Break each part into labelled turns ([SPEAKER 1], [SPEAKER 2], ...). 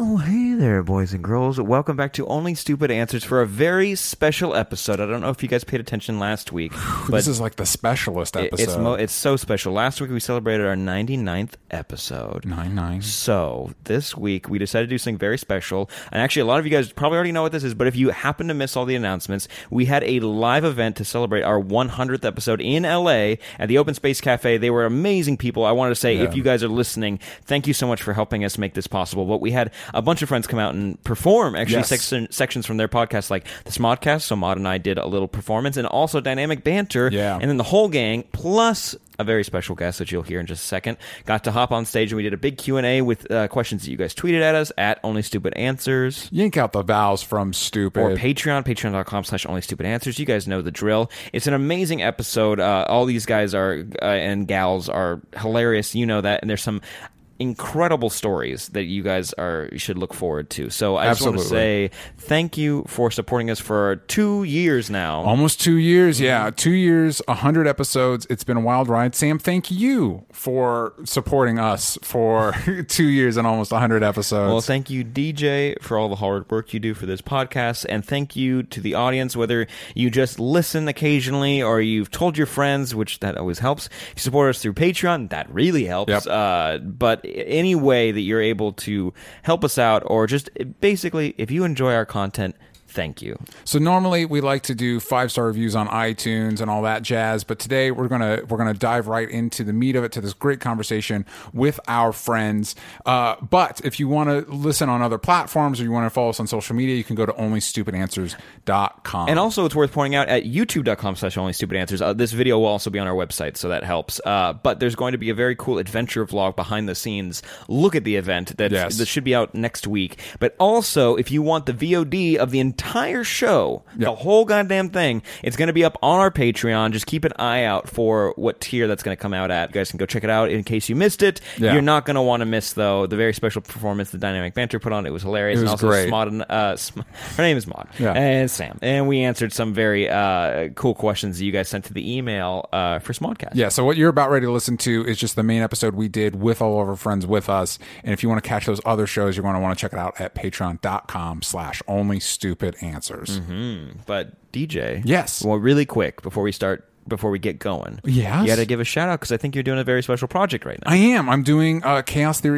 [SPEAKER 1] Oh, hey there, boys and girls. Welcome back to Only Stupid Answers for a very special episode. I don't know if you guys paid attention last week, but
[SPEAKER 2] this is like the specialist
[SPEAKER 1] it-
[SPEAKER 2] episode.
[SPEAKER 1] it's, mo- it's so special. Last week we celebrated our 99th episode.
[SPEAKER 2] nine nine.
[SPEAKER 1] So this week we decided to do something very special, and actually a lot of you guys probably already know what this is. But if you happen to miss all the announcements, we had a live event to celebrate our 100th episode in LA at the Open Space Cafe. They were amazing people. I wanted to say if you guys are listening, thank you so much for helping us make this possible. But we had a bunch of friends come out and perform actually
[SPEAKER 2] Yes.
[SPEAKER 1] section, sections from their podcast, like this modcast. So Mod and I did a little performance, and also dynamic banter.
[SPEAKER 2] Yeah.
[SPEAKER 1] and then the whole gang plus a very special guest that you'll hear in just a second got to hop on stage and we did a big q&a with uh, questions that you guys tweeted at us at only stupid answers
[SPEAKER 2] Yank out the vowels from stupid.
[SPEAKER 1] or patreon patreon.com slash only stupid answers you guys know the drill it's an amazing episode uh, all these guys are uh, and gals are hilarious you know that and there's some incredible stories that you guys are should look forward to so i just want to
[SPEAKER 2] Absolutely.
[SPEAKER 1] say thank you for supporting us for two years now
[SPEAKER 2] Almost two
[SPEAKER 1] Mm-hmm.
[SPEAKER 2] years, yeah, two years, a hundred episodes. It's been a wild ride. Sam, thank you for supporting us for two years and almost a hundred episodes.
[SPEAKER 1] Well, thank you, DJ, for all the hard work you do for this podcast. And thank you to the audience, whether you just listen occasionally or you've told your friends, which that always helps. If you support us through Patreon, that really helps.
[SPEAKER 2] Yep.
[SPEAKER 1] Uh, but any way that you're able to help us out, or just basically, if you enjoy our content, thank you.
[SPEAKER 2] So normally we like to do five star reviews on iTunes and all that jazz, but today we're gonna we're gonna dive right into the meat of it to this great conversation with our friends. Uh, but if you want to listen on other platforms or you want to follow us on social media, you can go to onlystupidanswers.com.
[SPEAKER 1] And also, it's worth pointing out at youtube.com slash only stupid answers. Uh, this video will also be on our website, so that helps. Uh, but there's going to be a very cool adventure vlog behind the scenes. Look at the event that,
[SPEAKER 2] Yes.
[SPEAKER 1] that should be out next week. But also, if you want the VOD of the entire show, the whole goddamn thing, it's going to be up on our Patreon. Just keep an eye out for what tier that's going to come out at. You guys can go check it out in case you missed it.
[SPEAKER 2] Yeah.
[SPEAKER 1] You're not going to want to miss, though, the very special performance the Dynamic Banter put on. It was hilarious.
[SPEAKER 2] It
[SPEAKER 1] and
[SPEAKER 2] was
[SPEAKER 1] also
[SPEAKER 2] great.
[SPEAKER 1] Smod and, uh, Sm- her name is Maud.
[SPEAKER 2] Yeah.
[SPEAKER 1] And Sam. And we answered some very uh, cool questions that you guys sent to the email uh, for Smodcast.
[SPEAKER 2] Yeah, so what you're about ready to listen to is just the main episode we did with all of our friends with us. And if you want to catch those other shows, you're going to want to check it out at patreon.com slash only stupid answers.
[SPEAKER 1] But DJ.
[SPEAKER 2] Yes.
[SPEAKER 1] Well, really quick before we start, before we get going.
[SPEAKER 2] Yes.
[SPEAKER 1] You got to give a shout out because I think you're doing a very special project right now.
[SPEAKER 2] I am. I'm doing uh,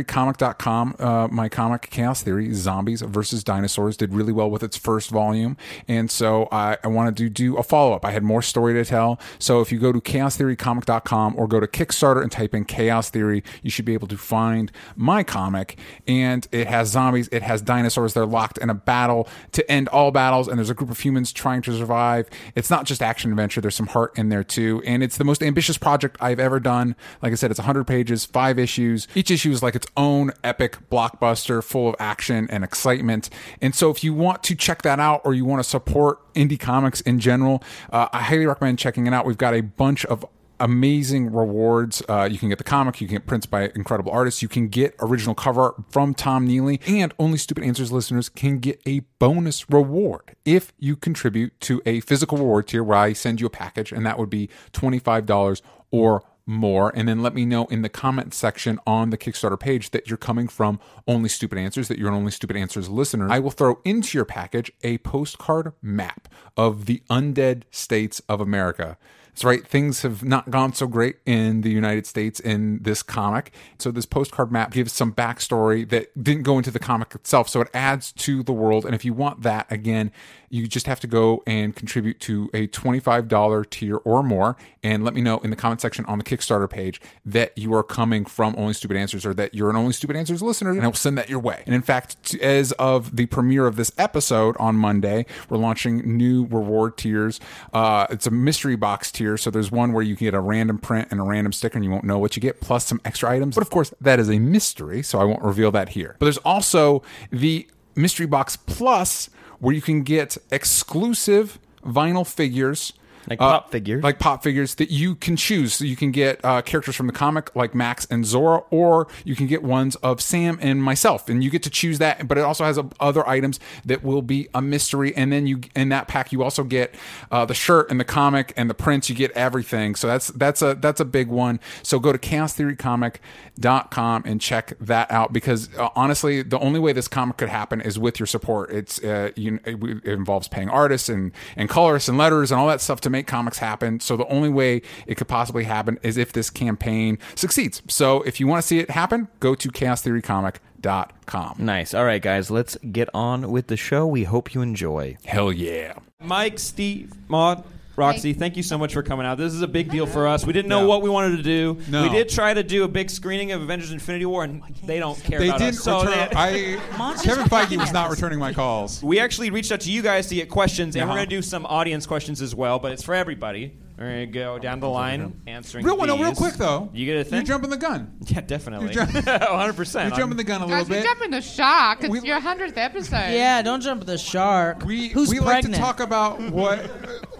[SPEAKER 2] chaostheorycomic.com. Uh, my comic, Chaos Theory Zombies versus Dinosaurs, did really well with its first volume. And so I, I wanted to do a follow up. I had more story to tell. So if you go to chaostheorycomic.com or go to Kickstarter and type in Chaos Theory, you should be able to find my comic. And it has zombies, it has dinosaurs. They're locked in a battle to end all battles. And there's a group of humans trying to survive. It's not just action adventure, there's some heart in there too. And it's the most ambitious project I've ever done. Like I said, it's 100 pages, five issues. Each issue is like its own epic blockbuster full of action and excitement. And so if you want to check that out or you want to support indie comics in general, uh, I highly recommend checking it out. We've got a bunch of amazing rewards. Uh, you can get the comic, you can get prints by incredible artists, you can get original cover art from Tom Neely, and only Stupid Answers listeners can get a bonus reward if you contribute to a physical reward tier where I send you a package, and that would be $25 or more and then let me know in the comment section on the Kickstarter page that you're coming from Only Stupid Answers, that you're an Only Stupid Answers listener. I will throw into your package a postcard map of the undead states of America. That's right, things have not gone so great in the United States in this comic. So, this postcard map gives some backstory that didn't go into the comic itself. So, it adds to the world. And if you want that, again, You just have to go and contribute to a $25 tier or more and let me know in the comment section on the Kickstarter page that you are coming from Only Stupid Answers or that you're an Only Stupid Answers listener and I'll send that your way. And in fact, t- as of the premiere of this episode on Monday, we're launching new reward tiers. Uh, it's a mystery box tier. So there's one where you can get a random print and a random sticker and you won't know what you get, plus some extra items. But of course, that is a mystery. So I won't reveal that here. But there's also the mystery box plus where you can get exclusive vinyl figures uh,
[SPEAKER 1] Like pop figures?
[SPEAKER 2] like pop figures that you can choose. So you can get uh, characters from the comic, like Max and Zora, or you can get ones of Sam and myself, and you get to choose that. But it also has uh, other items that will be a mystery. And then you in that pack, you also get uh, the shirt and the comic and the prints. You get everything. So that's that's a that's a big one. So go to chaostheorycomic.com and check that out because uh, honestly, the only way this comic could happen is with your support. It's uh, you it, it involves paying artists and and colorists and letters and all that stuff to make comics happen. So the only way it could possibly happen is if this campaign succeeds. So if you want to see it happen, go to chaostheorycomic.com.
[SPEAKER 1] Nice. All right, guys, let's get on with the show. We hope you enjoy.
[SPEAKER 2] Hell yeah.
[SPEAKER 3] Mike, Steve, Maud, Roxy, thank you so much for coming out. This is a big deal for us. We didn't know what we wanted to do.
[SPEAKER 2] No.
[SPEAKER 3] We did try to do a big screening of Avengers Infinity War, and they don't care
[SPEAKER 4] They
[SPEAKER 3] about
[SPEAKER 4] didn't
[SPEAKER 3] us. So
[SPEAKER 4] return.
[SPEAKER 3] they-
[SPEAKER 4] I,
[SPEAKER 5] Monsters
[SPEAKER 4] Kevin Feige was
[SPEAKER 5] podcast.
[SPEAKER 4] not returning my calls.
[SPEAKER 3] we actually reached out to you guys to get questions, and we're
[SPEAKER 4] Uh-huh.
[SPEAKER 3] going to do some audience questions as well, but it's for everybody. We're going to go down the line answering
[SPEAKER 4] Real one, no, real
[SPEAKER 3] these.
[SPEAKER 4] quick though.
[SPEAKER 3] You get a
[SPEAKER 4] You're
[SPEAKER 3] thing?
[SPEAKER 4] jumping the gun.
[SPEAKER 3] yeah, definitely.
[SPEAKER 4] you're jump-
[SPEAKER 3] 100%.
[SPEAKER 4] You're jumping the gun a little
[SPEAKER 6] Guys, we
[SPEAKER 4] bit.
[SPEAKER 6] jump into shock. It's
[SPEAKER 4] We-
[SPEAKER 6] your hundredth episode.
[SPEAKER 5] Yeah, don't jump the shark.
[SPEAKER 4] We
[SPEAKER 5] Who's
[SPEAKER 4] we like to
[SPEAKER 5] pregnant?
[SPEAKER 4] talk about what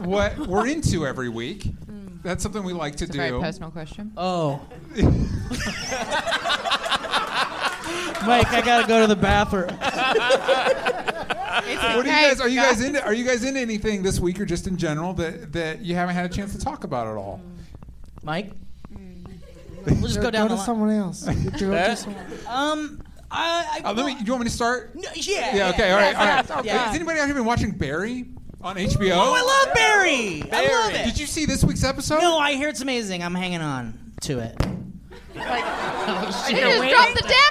[SPEAKER 4] what we're into every week. That's something we like to
[SPEAKER 6] It's a very
[SPEAKER 4] do.
[SPEAKER 6] personal question.
[SPEAKER 5] oh. Mike, I gotta go to the bathroom.
[SPEAKER 4] What are you guys? Are you guys into? Are you guys into anything this week or just in general that that you haven't had a chance to talk about at all?
[SPEAKER 6] Mm.
[SPEAKER 5] Mike,
[SPEAKER 4] Mm.
[SPEAKER 5] we'll just go down the line.
[SPEAKER 7] else.
[SPEAKER 5] Um, I, I
[SPEAKER 4] Uh, let me. You want me to start?
[SPEAKER 5] No, yeah,
[SPEAKER 4] Yeah. Okay. All right. All
[SPEAKER 5] yeah,
[SPEAKER 4] right.
[SPEAKER 5] yeah.
[SPEAKER 4] Has anybody out here been watching Barry on HBO?
[SPEAKER 5] Oh, I love Barry. I love it.
[SPEAKER 4] Did you see this week's episode?
[SPEAKER 5] No, I hear it's amazing. I'm hanging on to it.
[SPEAKER 6] I did just drop the damn mic.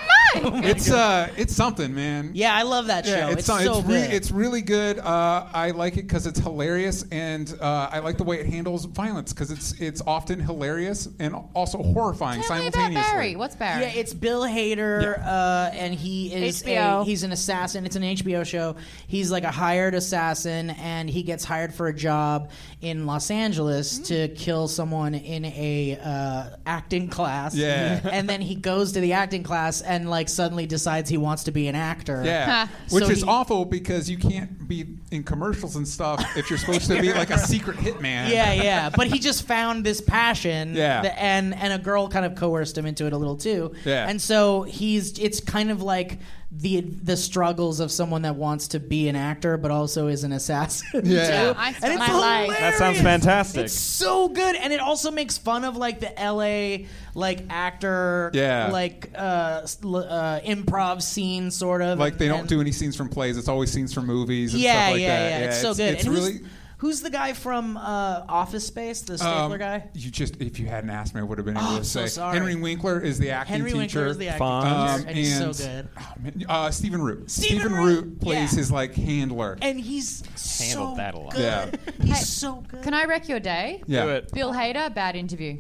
[SPEAKER 4] It's uh, it's something, man.
[SPEAKER 5] Yeah, I love that show. it's,
[SPEAKER 4] not-
[SPEAKER 5] so
[SPEAKER 4] it's, re-
[SPEAKER 5] good.
[SPEAKER 4] it's really good. Uh, I like it because it's hilarious, and uh, I like the way it handles violence because it's it's often hilarious and also horrifying
[SPEAKER 6] Tell me about
[SPEAKER 4] simultaneously.
[SPEAKER 6] Barry. What's Barry?
[SPEAKER 5] Yeah, it's Bill Hader, uh, and he is
[SPEAKER 6] HBO.
[SPEAKER 5] A, he's an assassin. It's an HBO show. He's like a hired assassin, and he gets hired for a job in Los Angeles to kill someone in a uh, acting class.
[SPEAKER 4] Yeah.
[SPEAKER 5] and then he goes to the acting class and like suddenly decides he wants to be an actor.
[SPEAKER 4] yeah,
[SPEAKER 5] Huh.
[SPEAKER 4] which
[SPEAKER 5] So
[SPEAKER 4] is
[SPEAKER 5] he-
[SPEAKER 4] awful because you can't be in commercials and stuff if you're supposed to be like a secret hitman.
[SPEAKER 5] Yeah, yeah, but he just found this passion,
[SPEAKER 4] Yeah.
[SPEAKER 5] that- and and a girl kind of coerced him into it a little too,
[SPEAKER 4] Yeah.
[SPEAKER 5] and so he's it's kind of like the the struggles of someone that wants to be an actor but also is an assassin,
[SPEAKER 4] Yeah.
[SPEAKER 5] too.
[SPEAKER 6] I
[SPEAKER 5] and it's
[SPEAKER 6] my life.
[SPEAKER 5] hilarious.
[SPEAKER 3] that sounds fantastic.
[SPEAKER 5] It's so good, and it also makes fun of like the L.A. like actor,
[SPEAKER 4] Yeah.
[SPEAKER 5] like uh, s- l- uh, improv scene sort of.
[SPEAKER 4] Like they
[SPEAKER 5] and-
[SPEAKER 4] don't do any scenes from plays; it's always scenes from movies and
[SPEAKER 5] yeah,
[SPEAKER 4] stuff like
[SPEAKER 5] yeah,
[SPEAKER 4] that.
[SPEAKER 5] yeah, It's so good.
[SPEAKER 4] It's
[SPEAKER 5] and who's-
[SPEAKER 4] really.
[SPEAKER 5] who's, the guy from uh, Office Space, the stapler
[SPEAKER 4] um,
[SPEAKER 5] guy?
[SPEAKER 4] You just, if you hadn't asked me, I would have been able
[SPEAKER 5] Oh,
[SPEAKER 4] to
[SPEAKER 5] I'm so
[SPEAKER 4] say.
[SPEAKER 5] sorry.
[SPEAKER 4] Henry Winkler is the acting
[SPEAKER 5] Henry
[SPEAKER 4] teacher. Um,
[SPEAKER 5] Winkler is the acting
[SPEAKER 1] Fonz.
[SPEAKER 2] Um,
[SPEAKER 5] teacher, and he's so good.
[SPEAKER 4] oh, man, uh, Stephen Root.
[SPEAKER 5] Stephen
[SPEAKER 4] Stephen
[SPEAKER 5] Root,
[SPEAKER 4] Root plays
[SPEAKER 5] yeah.
[SPEAKER 4] his like handler.
[SPEAKER 5] And he's so
[SPEAKER 3] Handled that a lot.
[SPEAKER 5] good.
[SPEAKER 4] Yeah.
[SPEAKER 5] He's so good.
[SPEAKER 6] Can I wreck your day?
[SPEAKER 4] yeah.
[SPEAKER 3] Do it.
[SPEAKER 6] Bill Hader, bad interview.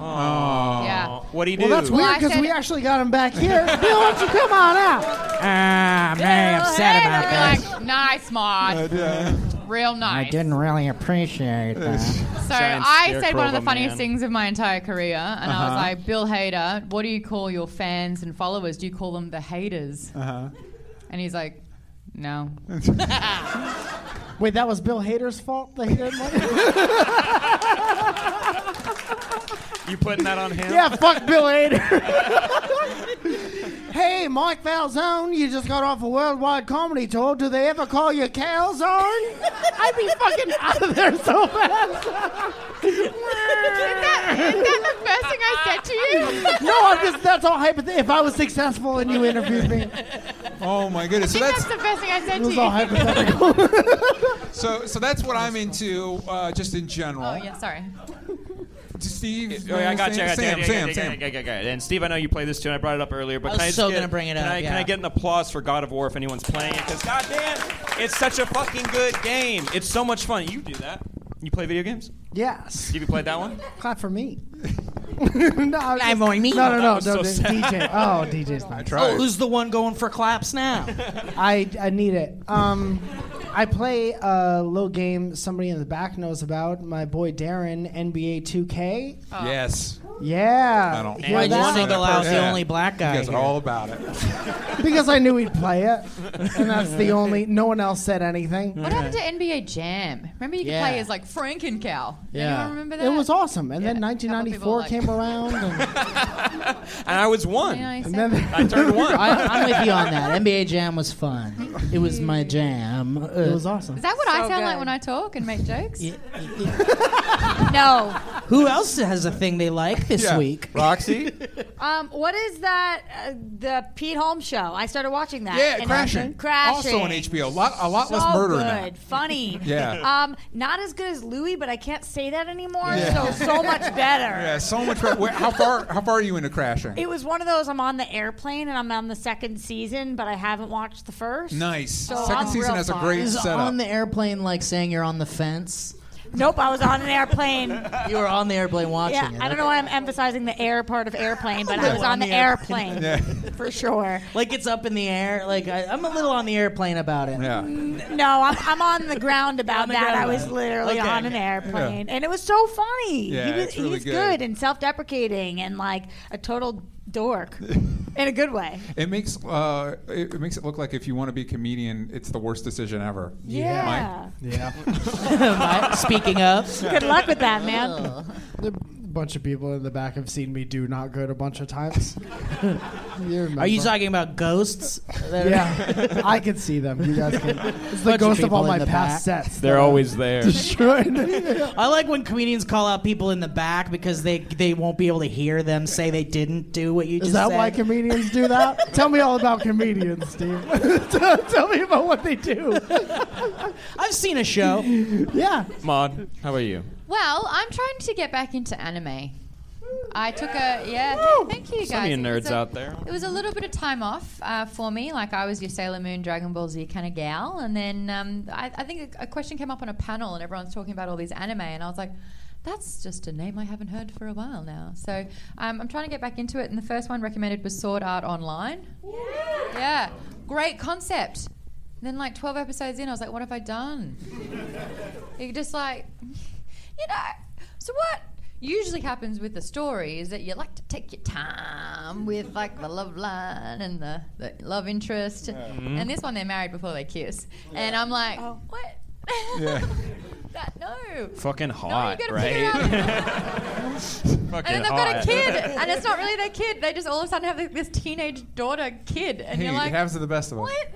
[SPEAKER 4] Oh.
[SPEAKER 6] Yeah.
[SPEAKER 3] What do you
[SPEAKER 7] Well,
[SPEAKER 3] do?
[SPEAKER 7] that's
[SPEAKER 6] Well, I
[SPEAKER 7] weird because
[SPEAKER 6] said-
[SPEAKER 7] we actually got him back here. Bill, why don't you come on out?
[SPEAKER 5] Ah, I'm very upset about
[SPEAKER 6] Hader,
[SPEAKER 5] this.
[SPEAKER 6] like, nice, Mod. Real nice.
[SPEAKER 5] I didn't really appreciate that.
[SPEAKER 6] So
[SPEAKER 3] Giant
[SPEAKER 6] I said one
[SPEAKER 3] scarecrow
[SPEAKER 6] of the
[SPEAKER 3] of a
[SPEAKER 6] funniest
[SPEAKER 3] man.
[SPEAKER 6] things of my entire career, and
[SPEAKER 4] Uh-huh.
[SPEAKER 6] I was like, Bill Hader, what do you call your fans and followers? Do you call them the haters? Uh-huh. And he's like, no.
[SPEAKER 7] Wait, that was Bill Hader's fault that he didn't like it?
[SPEAKER 3] you putting that on him?
[SPEAKER 7] Yeah, fuck Bill Hader. hey, Mike Valzone, you just got off a worldwide comedy tour. Do they ever call you Calzone? I'd be fucking out of there so fast.
[SPEAKER 6] Is that the first thing I said to you?
[SPEAKER 7] no, I'm just, that's all hypothetical. If I was successful and you interviewed me, it
[SPEAKER 4] Oh my goodness. So
[SPEAKER 6] That's
[SPEAKER 4] that's
[SPEAKER 6] the first thing I said to
[SPEAKER 7] was all
[SPEAKER 6] you.
[SPEAKER 7] hypothetical.
[SPEAKER 8] Oh,
[SPEAKER 4] so so that's what I'm into, uh, just in general.
[SPEAKER 6] Oh yeah, sorry.
[SPEAKER 2] Steve.
[SPEAKER 3] Oh, yeah, I got you. I got you, I
[SPEAKER 2] Sam,
[SPEAKER 3] got you,
[SPEAKER 2] Sam,
[SPEAKER 3] I got you, I got
[SPEAKER 2] Sam.
[SPEAKER 3] you, I got you. And Steve, I know you play this too, and I brought it up earlier. But
[SPEAKER 5] I
[SPEAKER 3] can
[SPEAKER 5] was
[SPEAKER 3] I just
[SPEAKER 5] so
[SPEAKER 3] get-
[SPEAKER 5] gonna bring it
[SPEAKER 3] can
[SPEAKER 5] up,
[SPEAKER 3] I, Can I
[SPEAKER 5] yeah.
[SPEAKER 3] get an applause for God of War if anyone's playing it? Because goddamn, it's such a fucking good game. It's so much fun. You do that. You play video games?
[SPEAKER 9] Yes.
[SPEAKER 3] Steve, you played that one?
[SPEAKER 9] Clap for me. no, I was
[SPEAKER 5] I'm
[SPEAKER 9] just-
[SPEAKER 5] on me.
[SPEAKER 9] No, no, no,
[SPEAKER 3] was
[SPEAKER 9] no,
[SPEAKER 3] so
[SPEAKER 9] the-
[SPEAKER 3] sad.
[SPEAKER 9] DJ. Oh, DJ's not.
[SPEAKER 5] Oh, who's the one going for claps now?
[SPEAKER 9] Oh, I, I need it. Um, I play a little game somebody in the back knows about. My boy Darren, NBA 2K.
[SPEAKER 5] Oh.
[SPEAKER 2] Yes.
[SPEAKER 9] Yeah.
[SPEAKER 10] I don't-
[SPEAKER 9] Hear
[SPEAKER 5] I
[SPEAKER 9] that?
[SPEAKER 5] just single out the
[SPEAKER 2] Yeah.
[SPEAKER 5] only black guy.
[SPEAKER 2] You guys are
[SPEAKER 5] here.
[SPEAKER 2] all about it.
[SPEAKER 9] Because I knew he'd play it, and that's the only. No one else said anything.
[SPEAKER 6] What happened to NBA Jam? Remember you could
[SPEAKER 5] Yeah.
[SPEAKER 6] play as like Frankencow.
[SPEAKER 5] Yeah.
[SPEAKER 6] Anyone remember that?
[SPEAKER 9] It was awesome, and then
[SPEAKER 6] Yeah, a couple
[SPEAKER 9] 1994
[SPEAKER 6] people
[SPEAKER 9] came around, and,
[SPEAKER 3] And I was one.
[SPEAKER 9] and then
[SPEAKER 3] I turned one.
[SPEAKER 5] I, I'm with you on that. NBA Jam was fun. It was my jam.
[SPEAKER 9] it was awesome.
[SPEAKER 6] Is that what I
[SPEAKER 8] So
[SPEAKER 6] sound like
[SPEAKER 8] good.
[SPEAKER 6] when I talk and make jokes?
[SPEAKER 8] Oh,
[SPEAKER 6] No.
[SPEAKER 5] Who else has a thing they like this week?
[SPEAKER 2] Roxy?
[SPEAKER 8] Um, what is that? Uh, the Pete Holmes show. I started watching that.
[SPEAKER 2] Yeah,
[SPEAKER 8] And-
[SPEAKER 2] Crashing.
[SPEAKER 8] Crashing.
[SPEAKER 2] Also on HBO. A lot, a lot
[SPEAKER 8] so
[SPEAKER 2] less murder
[SPEAKER 8] good.
[SPEAKER 2] now.
[SPEAKER 8] Funny.
[SPEAKER 2] Yeah.
[SPEAKER 8] Um, not as good as Louis, but I can't say that anymore.
[SPEAKER 2] Yeah.
[SPEAKER 8] So so much better.
[SPEAKER 2] Yeah, so much. better. Wait, How far? How far are you into crashing?
[SPEAKER 8] It was one of those. I'm on the airplane and I'm on the second season, but I haven't watched the first.
[SPEAKER 2] nice.
[SPEAKER 8] So
[SPEAKER 2] Second
[SPEAKER 8] I'm
[SPEAKER 2] season
[SPEAKER 8] real
[SPEAKER 2] has a
[SPEAKER 8] far.
[SPEAKER 2] great
[SPEAKER 5] Is
[SPEAKER 2] setup.
[SPEAKER 5] on the airplane like saying you're on the fence?
[SPEAKER 8] Nope, I was on an airplane.
[SPEAKER 5] You were on the airplane watching
[SPEAKER 8] yeah,
[SPEAKER 5] it.
[SPEAKER 8] I don't know why I'm emphasizing the air part of airplane, but I was
[SPEAKER 5] On
[SPEAKER 8] on the,
[SPEAKER 5] the
[SPEAKER 8] airplane for sure.
[SPEAKER 5] Like it's up in the air. Like I, I'm a little on the airplane about it.
[SPEAKER 2] yeah.
[SPEAKER 8] No, I'm, I'm on the ground about
[SPEAKER 5] the
[SPEAKER 8] that.
[SPEAKER 5] ground
[SPEAKER 8] I was
[SPEAKER 5] about it.
[SPEAKER 8] literally
[SPEAKER 5] Okay,
[SPEAKER 8] on an
[SPEAKER 5] okay.
[SPEAKER 8] airplane, and it was so funny.
[SPEAKER 2] Yeah,
[SPEAKER 8] he was,
[SPEAKER 2] it's really
[SPEAKER 8] he's
[SPEAKER 2] good.
[SPEAKER 8] good. and self-deprecating and like a total dork in a good way.
[SPEAKER 2] It makes uh, it, it makes it look like if you want to be a comedian, it's the worst decision ever. Mike?
[SPEAKER 8] Yeah.
[SPEAKER 5] Right? Speaking of,
[SPEAKER 8] Good luck with that, man.
[SPEAKER 9] A bunch of people in the back have seen me do not good a bunch of times. You
[SPEAKER 5] are you talking about ghosts?
[SPEAKER 9] Yeah, I can see them. You guys can. It's the
[SPEAKER 5] of
[SPEAKER 9] ghost of
[SPEAKER 5] people
[SPEAKER 9] all
[SPEAKER 5] in
[SPEAKER 9] my
[SPEAKER 5] the
[SPEAKER 9] past
[SPEAKER 5] back.
[SPEAKER 9] sets.
[SPEAKER 3] They're always there.
[SPEAKER 9] Destroyed.
[SPEAKER 5] I like when comedians call out people in the back because they they won't be able to hear them say they didn't do what you
[SPEAKER 9] Is
[SPEAKER 5] just
[SPEAKER 9] that
[SPEAKER 5] said.
[SPEAKER 9] why comedians do that? Tell me all about comedians, Steve. tell, tell me about what they do.
[SPEAKER 5] I've seen a show.
[SPEAKER 9] Yeah.
[SPEAKER 3] Maud, how about you?
[SPEAKER 6] Well, I'm trying to get back into anime. I took a yeah. th- thank you guys.
[SPEAKER 3] Some of you
[SPEAKER 6] It was
[SPEAKER 3] nerds
[SPEAKER 6] a-
[SPEAKER 3] out there.
[SPEAKER 6] It was a little bit of time off uh, for me. Like I was your Sailor Moon, Dragon Ball Z kind of gal, and then um, I, I think a, a question came up on a panel, and everyone's talking about all these anime, and I was like. That's just a name I haven't heard for a while now. So um, I'm trying to get back into it. And the first one recommended was Sword Art Online. Yeah. Great concept. Then, like 12 episodes in, I was like, what have I done? You're just like, you know. So what usually happens with the story is that you like to take your time with like the love line and the, the love interest, and this one they're married before they kiss, and I'm like, what? that no.
[SPEAKER 3] Fucking
[SPEAKER 6] No, you
[SPEAKER 3] hot,
[SPEAKER 6] gotta figure
[SPEAKER 3] right?
[SPEAKER 6] it out.
[SPEAKER 3] Fucking
[SPEAKER 6] And then they've
[SPEAKER 3] hot.
[SPEAKER 6] got a kid, and it's not really their kid. They just all of a sudden have like, this teenage daughter kid, and
[SPEAKER 2] Hey,
[SPEAKER 6] you're
[SPEAKER 2] it
[SPEAKER 6] like,
[SPEAKER 2] happens to the best of us.
[SPEAKER 6] what?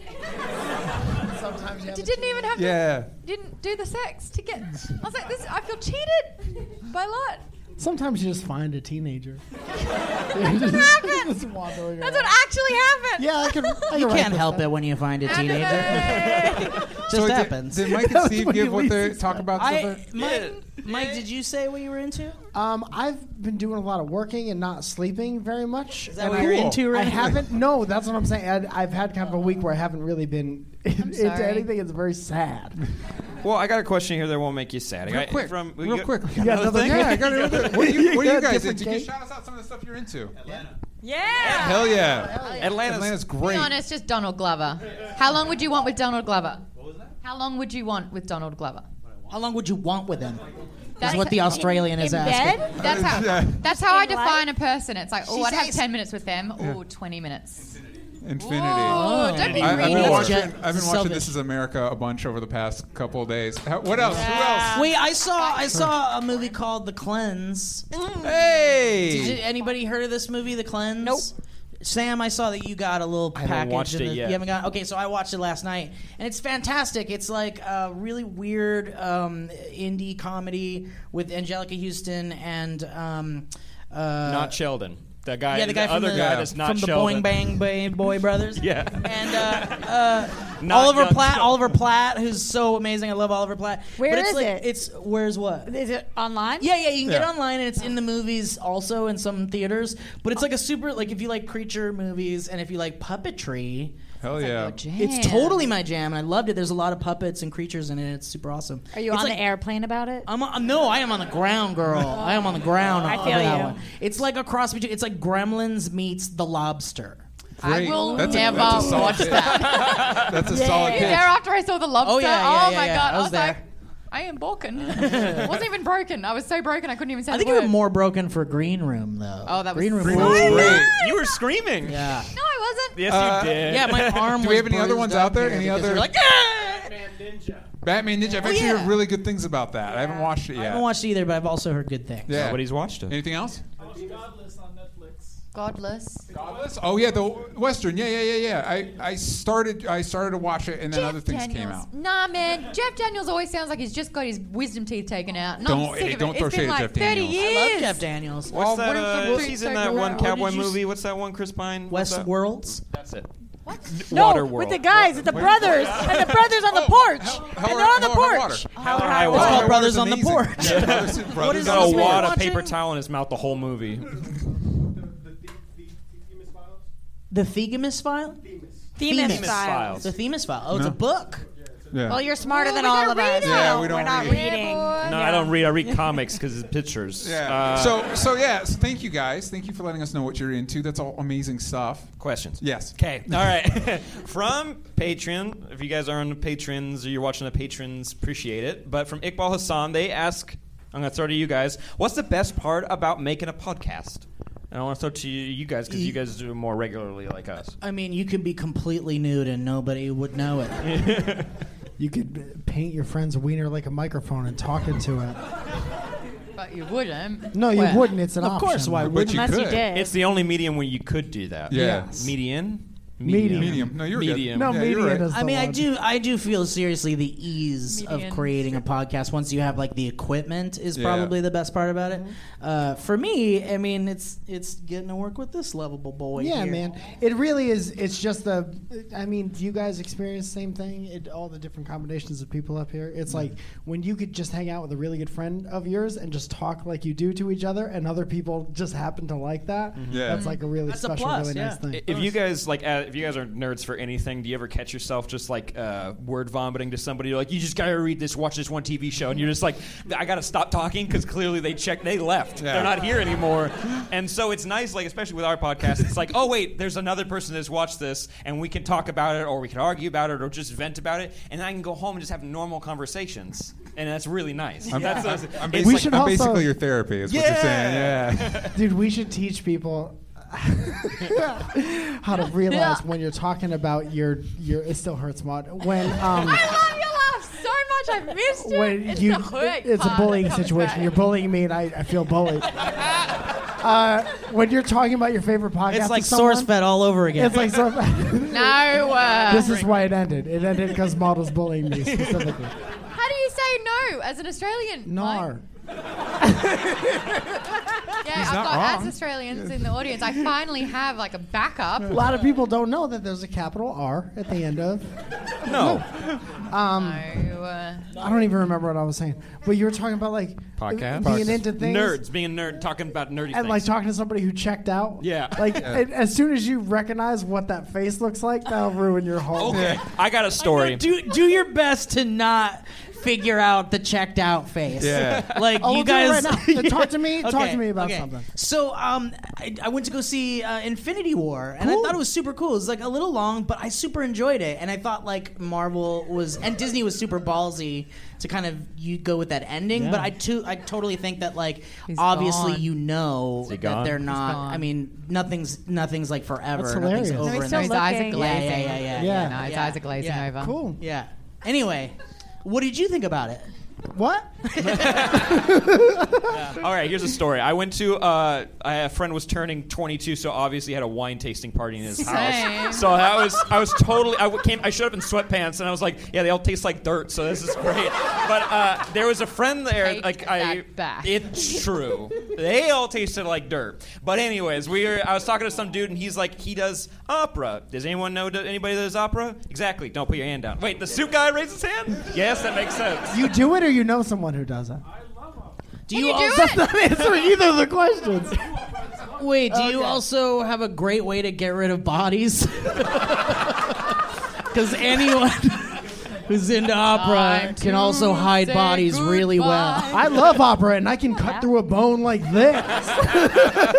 [SPEAKER 6] Sometimes you didn't even have to
[SPEAKER 2] Yeah.
[SPEAKER 6] didn't do the sex to get. I was like, this. I feel cheated by a lot.
[SPEAKER 9] Sometimes you just find a teenager. Just wandering
[SPEAKER 6] That's
[SPEAKER 9] around.
[SPEAKER 6] what actually happened.
[SPEAKER 9] Yeah, I can. I
[SPEAKER 5] You
[SPEAKER 9] can
[SPEAKER 5] can't help it when you find a teenager. Just
[SPEAKER 2] So did-
[SPEAKER 5] happens.
[SPEAKER 2] Did, Mike and Steve
[SPEAKER 9] when
[SPEAKER 2] give
[SPEAKER 9] you
[SPEAKER 2] what
[SPEAKER 9] least
[SPEAKER 2] they talk about?
[SPEAKER 5] I,
[SPEAKER 2] something?
[SPEAKER 5] Mike, Mike, did you say what you were into?
[SPEAKER 9] Um, I've been doing a lot of working and not sleeping very much. Is
[SPEAKER 5] that what you're into right
[SPEAKER 9] I
[SPEAKER 5] now?
[SPEAKER 9] haven't. No, that's what I'm saying. I, I've had kind of a week where I haven't really been into
[SPEAKER 6] sorry.
[SPEAKER 9] anything. It's very sad.
[SPEAKER 3] Well, I got a question here that won't make you sad. I
[SPEAKER 2] Real
[SPEAKER 3] got-
[SPEAKER 2] quick,
[SPEAKER 3] From, we
[SPEAKER 2] real
[SPEAKER 3] got-
[SPEAKER 2] quick.
[SPEAKER 3] got another
[SPEAKER 9] another
[SPEAKER 3] thing?
[SPEAKER 9] thing?
[SPEAKER 2] Yeah, I got it. What are you, what are you guys
[SPEAKER 9] different
[SPEAKER 2] into? Can you
[SPEAKER 9] game.
[SPEAKER 2] shout us out some of the stuff you're into?
[SPEAKER 8] Yeah.
[SPEAKER 2] Hell yeah.
[SPEAKER 3] Atlanta's,
[SPEAKER 2] Atlanta's
[SPEAKER 6] To
[SPEAKER 2] great.
[SPEAKER 6] be honest, just Donald Glover. How long would you want with Donald Glover? What was that? How long would you want with Donald Glover?
[SPEAKER 5] How long would you want with him? That's
[SPEAKER 6] That's-
[SPEAKER 5] what the Australian is
[SPEAKER 8] in
[SPEAKER 5] asking.
[SPEAKER 8] bed?
[SPEAKER 6] That's how. That's how I
[SPEAKER 8] In life?
[SPEAKER 6] define a person. It's like, oh,
[SPEAKER 5] She
[SPEAKER 6] I'd have
[SPEAKER 5] says-
[SPEAKER 6] ten minutes with them. Oh, 20 minutes.
[SPEAKER 2] Infinity.
[SPEAKER 6] Oh, don't be
[SPEAKER 2] I, I've
[SPEAKER 6] greedy.
[SPEAKER 2] been
[SPEAKER 5] Let's
[SPEAKER 2] watching.
[SPEAKER 5] get
[SPEAKER 2] I've been watching
[SPEAKER 5] selfish.
[SPEAKER 2] This Is America a bunch over the past couple of days. How- what else?
[SPEAKER 5] Wait, I saw I saw a movie called The Cleanse.
[SPEAKER 2] Who else? Hey.
[SPEAKER 5] Did anybody heard of this movie, The Cleanse? Nope. Sam, I saw that you got a little package.
[SPEAKER 3] haven't watched
[SPEAKER 5] in
[SPEAKER 3] it
[SPEAKER 5] the-
[SPEAKER 3] yet.
[SPEAKER 5] You haven't got okay. So I watched it last night, and it's fantastic. It's like a really weird um, indie comedy with Angelica Houston and um, uh,
[SPEAKER 3] not Sheldon. The guy.
[SPEAKER 5] yeah, the guy from
[SPEAKER 3] other
[SPEAKER 5] the
[SPEAKER 3] guy that's not
[SPEAKER 5] from the
[SPEAKER 3] Sheldon.
[SPEAKER 5] Boing Bang Bay Boy Brothers.
[SPEAKER 3] Yeah.
[SPEAKER 5] and uh, uh,
[SPEAKER 3] Not
[SPEAKER 5] Oliver
[SPEAKER 3] young
[SPEAKER 5] Platt,
[SPEAKER 3] children.
[SPEAKER 5] Oliver Platt, who's so amazing. I love Oliver Platt.
[SPEAKER 8] Where
[SPEAKER 5] but it's
[SPEAKER 8] is
[SPEAKER 5] like,
[SPEAKER 8] it?
[SPEAKER 5] It's where's what?
[SPEAKER 8] Is it online?
[SPEAKER 5] Yeah, yeah, you can get
[SPEAKER 2] Yeah.
[SPEAKER 5] online and it's in the movies also in some theaters. But it's like a super like if you like creature movies and if you like puppetry,
[SPEAKER 2] Hell yeah.
[SPEAKER 5] it's totally my jam and I loved it. There's a lot of puppets and creatures in it. It's super awesome.
[SPEAKER 8] Are you
[SPEAKER 5] It's
[SPEAKER 8] on
[SPEAKER 5] like- Uh,
[SPEAKER 8] the airplane about it?
[SPEAKER 5] I'm on, no, I am on the ground, girl. I am on the ground. I
[SPEAKER 8] feel
[SPEAKER 5] that
[SPEAKER 8] you.
[SPEAKER 5] One. It's like a cross between. It's like Gremlins meets The Lobster.
[SPEAKER 6] I
[SPEAKER 4] Great.
[SPEAKER 6] will
[SPEAKER 4] That's a-
[SPEAKER 6] never
[SPEAKER 4] that's a solid
[SPEAKER 6] watch
[SPEAKER 4] pick.
[SPEAKER 6] that.
[SPEAKER 4] That's a solid
[SPEAKER 6] You
[SPEAKER 4] pick.
[SPEAKER 6] there after I saw the lobster?
[SPEAKER 5] Oh, yeah, yeah,
[SPEAKER 6] oh
[SPEAKER 5] yeah,
[SPEAKER 6] my
[SPEAKER 5] yeah.
[SPEAKER 6] god!
[SPEAKER 5] I
[SPEAKER 6] I
[SPEAKER 5] was
[SPEAKER 6] was, like,
[SPEAKER 5] there.
[SPEAKER 6] I am broken. wasn't even broken. I was so broken I couldn't even say.
[SPEAKER 5] I think
[SPEAKER 6] the
[SPEAKER 5] you
[SPEAKER 6] word.
[SPEAKER 5] were more broken for Green Room though.
[SPEAKER 6] Oh, that was
[SPEAKER 5] Green Room.
[SPEAKER 2] Green
[SPEAKER 5] was-
[SPEAKER 2] Room's great.
[SPEAKER 3] You were screaming.
[SPEAKER 5] Yeah. Uh,
[SPEAKER 6] No, I wasn't.
[SPEAKER 3] Yes, you did.
[SPEAKER 5] Yeah, my arm.
[SPEAKER 4] Do we
[SPEAKER 5] was
[SPEAKER 4] have any other
[SPEAKER 5] bruised
[SPEAKER 4] ones
[SPEAKER 5] up
[SPEAKER 4] out there?
[SPEAKER 5] here
[SPEAKER 4] Any
[SPEAKER 5] because
[SPEAKER 4] other-
[SPEAKER 5] you're Like, "Ah!"
[SPEAKER 4] Batman Ninja. I've actually heard really good things about that. I haven't watched it yet.
[SPEAKER 5] I haven't watched either, but I've also heard good things.
[SPEAKER 4] Yeah.
[SPEAKER 3] Nobody's watched it.
[SPEAKER 4] Anything else?
[SPEAKER 6] Godless.
[SPEAKER 4] Godless? Oh yeah, the Western. Yeah, yeah, yeah, yeah. I, I started I started to watch it, and then other things came out.
[SPEAKER 6] Nah, man. Jeff Daniels always sounds like he's just got his wisdom teeth taken out. And
[SPEAKER 4] Don't-
[SPEAKER 6] I'm sick
[SPEAKER 4] hey,
[SPEAKER 6] of
[SPEAKER 4] don't
[SPEAKER 6] it.
[SPEAKER 4] throw
[SPEAKER 6] it's
[SPEAKER 4] shade
[SPEAKER 6] been
[SPEAKER 4] at
[SPEAKER 6] like
[SPEAKER 4] Jeff
[SPEAKER 6] 30
[SPEAKER 4] Daniels.
[SPEAKER 6] years.
[SPEAKER 5] I love Jeff Daniels.
[SPEAKER 3] What's that?
[SPEAKER 6] what if the
[SPEAKER 3] Uh,
[SPEAKER 6] roots
[SPEAKER 3] he's in
[SPEAKER 6] don't
[SPEAKER 3] that
[SPEAKER 6] grow
[SPEAKER 3] one
[SPEAKER 6] out? What
[SPEAKER 3] cowboy
[SPEAKER 6] did you s-
[SPEAKER 3] movie. What's that one? Chris Pine. What's that?
[SPEAKER 5] Westworlds.
[SPEAKER 3] That's it.
[SPEAKER 8] no,
[SPEAKER 3] Waterworld.
[SPEAKER 8] with the guys, with the brothers, and the brothers on the porch, and they're on the porch.
[SPEAKER 3] How or High
[SPEAKER 5] It's
[SPEAKER 3] Water.
[SPEAKER 5] called Brothers
[SPEAKER 4] Waterworld's
[SPEAKER 5] on the
[SPEAKER 4] amazing.
[SPEAKER 5] Porch.
[SPEAKER 4] Yeah, Brothers- Brothers
[SPEAKER 5] is
[SPEAKER 4] on
[SPEAKER 3] Got
[SPEAKER 4] the
[SPEAKER 3] a
[SPEAKER 4] Porch.
[SPEAKER 5] this man
[SPEAKER 3] wad of
[SPEAKER 5] watching?
[SPEAKER 3] paper towel in his mouth the whole movie.
[SPEAKER 5] The Themis file.
[SPEAKER 8] Themis
[SPEAKER 5] Themis
[SPEAKER 8] files.
[SPEAKER 5] The Themis file. Oh, it's a book.
[SPEAKER 4] Yeah.
[SPEAKER 8] Well, you're smarter
[SPEAKER 6] Oh,
[SPEAKER 8] than
[SPEAKER 6] we
[SPEAKER 8] all
[SPEAKER 6] gotta
[SPEAKER 8] of
[SPEAKER 6] read
[SPEAKER 8] us.
[SPEAKER 6] it.
[SPEAKER 4] Yeah, we
[SPEAKER 8] We're
[SPEAKER 4] don't
[SPEAKER 8] not
[SPEAKER 4] read.
[SPEAKER 8] reading.
[SPEAKER 6] Yeah, boy.
[SPEAKER 3] No, I don't read. I read comics because it's pictures.
[SPEAKER 4] Yeah.
[SPEAKER 3] Uh,
[SPEAKER 4] so so yeah. So thank you guys. Thank you for letting us know what you're into. That's all amazing stuff.
[SPEAKER 3] questions.
[SPEAKER 4] Yes.
[SPEAKER 3] Okay. All right. from Patreon, if you guys are on the patrons or you're watching the patrons, appreciate it. But from Iqbal Hassan, they ask, I'm going to throw to you guys, what's the best part about making a podcast? And I want to throw to you, you guys because you guys do it more regularly like us.
[SPEAKER 5] I mean, you could be completely nude and nobody would know it.
[SPEAKER 9] You could paint your friend's wiener like a microphone and talk into it.
[SPEAKER 6] But you wouldn't.
[SPEAKER 9] No, you
[SPEAKER 6] Well,
[SPEAKER 9] wouldn't. It's an
[SPEAKER 5] of
[SPEAKER 9] option.
[SPEAKER 5] course, why would
[SPEAKER 4] But
[SPEAKER 5] you?
[SPEAKER 4] you
[SPEAKER 8] Unless
[SPEAKER 4] could.
[SPEAKER 8] you did.
[SPEAKER 3] It's the only medium where you could do that.
[SPEAKER 4] Yeah.
[SPEAKER 3] Median?
[SPEAKER 9] Medium.
[SPEAKER 4] Medium. No, you're good.
[SPEAKER 3] medium.
[SPEAKER 9] No,
[SPEAKER 4] Yeah,
[SPEAKER 9] media
[SPEAKER 4] you're right.
[SPEAKER 9] does
[SPEAKER 5] I
[SPEAKER 9] the
[SPEAKER 5] mean, I
[SPEAKER 9] one.
[SPEAKER 5] do, I do feel seriously the ease of
[SPEAKER 6] Median.
[SPEAKER 5] creating a podcast once you have like the equipment is
[SPEAKER 4] Yeah.
[SPEAKER 5] probably the best part about it. Uh, for me, I mean, it's it's getting to work with this lovable boy.
[SPEAKER 9] Yeah,
[SPEAKER 5] here.
[SPEAKER 9] man. It really is. It's just the. I mean, do you guys experience the same thing? It, all the different combinations of people up here. It's like when you could just hang out with a really good friend of yours and just talk like you do to each other, and other people just happen to like that.
[SPEAKER 4] Yeah.
[SPEAKER 9] that's like a really
[SPEAKER 5] That's a
[SPEAKER 9] special,
[SPEAKER 5] plus,
[SPEAKER 9] really nice
[SPEAKER 5] yeah.
[SPEAKER 9] thing.
[SPEAKER 3] I- If you guys like, uh, if you guys are nerds for anything, do you ever catch yourself just like uh, word vomiting to somebody? You're like, you just gotta read this, watch this one TV show, and you're just like, I gotta stop talking because clearly they checked, they left,
[SPEAKER 4] Yeah.
[SPEAKER 3] they're not here anymore. and so it's nice, like especially with our podcast, it's like, oh wait, there's another person that's watched this, and we can talk about it, or we can argue about it, or just vent about it, and I can go home and just have normal conversations, and that's really nice. That's a-
[SPEAKER 4] I'm
[SPEAKER 3] it's
[SPEAKER 4] basically,
[SPEAKER 9] We should
[SPEAKER 4] I'm
[SPEAKER 9] also-
[SPEAKER 4] basically your therapy, is what you're saying. Yeah.
[SPEAKER 9] Dude, we should teach people how to realize when you're talking about your your. It still hurts, mod. When um.
[SPEAKER 6] I love your laugh so much. I missed it.
[SPEAKER 9] when
[SPEAKER 6] it's
[SPEAKER 9] you
[SPEAKER 6] the work
[SPEAKER 9] it's a
[SPEAKER 6] part.
[SPEAKER 9] bullying
[SPEAKER 6] That was
[SPEAKER 9] situation.
[SPEAKER 6] great.
[SPEAKER 9] You're bullying me, and I, I feel bullied. uh, when you're talking about your favorite podcast,
[SPEAKER 5] It's
[SPEAKER 9] to
[SPEAKER 5] like
[SPEAKER 9] someone,
[SPEAKER 5] source fed all over again.
[SPEAKER 9] It's like source.
[SPEAKER 6] No. Uh,
[SPEAKER 9] this is why it ended. It ended because models bullying me specifically.
[SPEAKER 6] how do you say no as an Australian?
[SPEAKER 9] Nar.
[SPEAKER 6] Like, yeah, I've
[SPEAKER 4] not
[SPEAKER 6] got
[SPEAKER 4] wrong.
[SPEAKER 6] as Australians in the audience. I finally have like a backup.
[SPEAKER 9] A lot of people don't know that there's a capital R at the end of.
[SPEAKER 3] no,
[SPEAKER 6] no. Uh,
[SPEAKER 9] I don't even remember what I was saying, but you were talking about like
[SPEAKER 3] Podcast?
[SPEAKER 9] being into things,
[SPEAKER 3] nerds being a nerd, talking about nerdy
[SPEAKER 9] and
[SPEAKER 3] things.
[SPEAKER 9] like talking to somebody who checked out.
[SPEAKER 3] Yeah.
[SPEAKER 9] Like and as soon as you recognize what that face looks like, that'll ruin your whole.
[SPEAKER 3] okay, I got a story.
[SPEAKER 5] Do do your best to not figure out the checked out face.
[SPEAKER 4] Yeah.
[SPEAKER 5] Like
[SPEAKER 9] Oh,
[SPEAKER 5] you
[SPEAKER 9] we'll do it
[SPEAKER 5] guys
[SPEAKER 9] right now. Then talk to me- talk to me about
[SPEAKER 5] okay.
[SPEAKER 9] something.
[SPEAKER 5] So um, I, I went to go see uh, Infinity War, and I thought it was super cool. It was like a little long, but I super enjoyed it. And I thought like Marvel was and Disney was super ballsy to kind of you go with that ending. But I too I totally think that like obviously
[SPEAKER 6] gone.
[SPEAKER 5] you know that
[SPEAKER 3] gone?
[SPEAKER 5] they're not.
[SPEAKER 6] gone.
[SPEAKER 5] I mean nothing's nothing's like forever.
[SPEAKER 9] That's
[SPEAKER 5] nothing's
[SPEAKER 9] hilarious.
[SPEAKER 5] over.
[SPEAKER 9] No,
[SPEAKER 6] no,
[SPEAKER 5] and
[SPEAKER 6] his eyes are
[SPEAKER 8] looking.
[SPEAKER 5] yeah,
[SPEAKER 6] glazing.
[SPEAKER 5] yeah, yeah, yeah.
[SPEAKER 9] Yeah.
[SPEAKER 6] No, his
[SPEAKER 5] Yeah.
[SPEAKER 6] eyes are glazing
[SPEAKER 5] Yeah.
[SPEAKER 6] over.
[SPEAKER 9] Cool.
[SPEAKER 5] Yeah. Anyway, what did you think about it?
[SPEAKER 9] What?
[SPEAKER 3] All right, here's a story. I went to uh, I, a friend was turning 22, so obviously had a wine tasting party in his
[SPEAKER 6] Same.
[SPEAKER 3] house. So I was I was totally I w- came I showed up in sweatpants and I was like, yeah, they all taste like dirt, so this is great. But uh, there was a friend there,
[SPEAKER 6] Take
[SPEAKER 3] like
[SPEAKER 6] that
[SPEAKER 3] I
[SPEAKER 6] back.
[SPEAKER 3] it's true. They all tasted like dirt. But anyways, we were I was talking to some dude and he's like he does opera. Does anyone know that- anybody that does opera? Exactly. Don't put your hand down. Wait, the soup guy raised his hand. Yes, that makes sense.
[SPEAKER 9] You do it or you know someone who does it?
[SPEAKER 5] Do
[SPEAKER 6] you do
[SPEAKER 9] That's
[SPEAKER 6] it?
[SPEAKER 9] not answering either of the questions.
[SPEAKER 5] Wait, do you also have a great way to get rid of bodies? Because anyone who's into opera
[SPEAKER 6] Time
[SPEAKER 5] can
[SPEAKER 6] to
[SPEAKER 5] also hide
[SPEAKER 6] say
[SPEAKER 5] bodies really well.
[SPEAKER 6] goodbye.
[SPEAKER 9] I love opera and I can cut through a bone like this.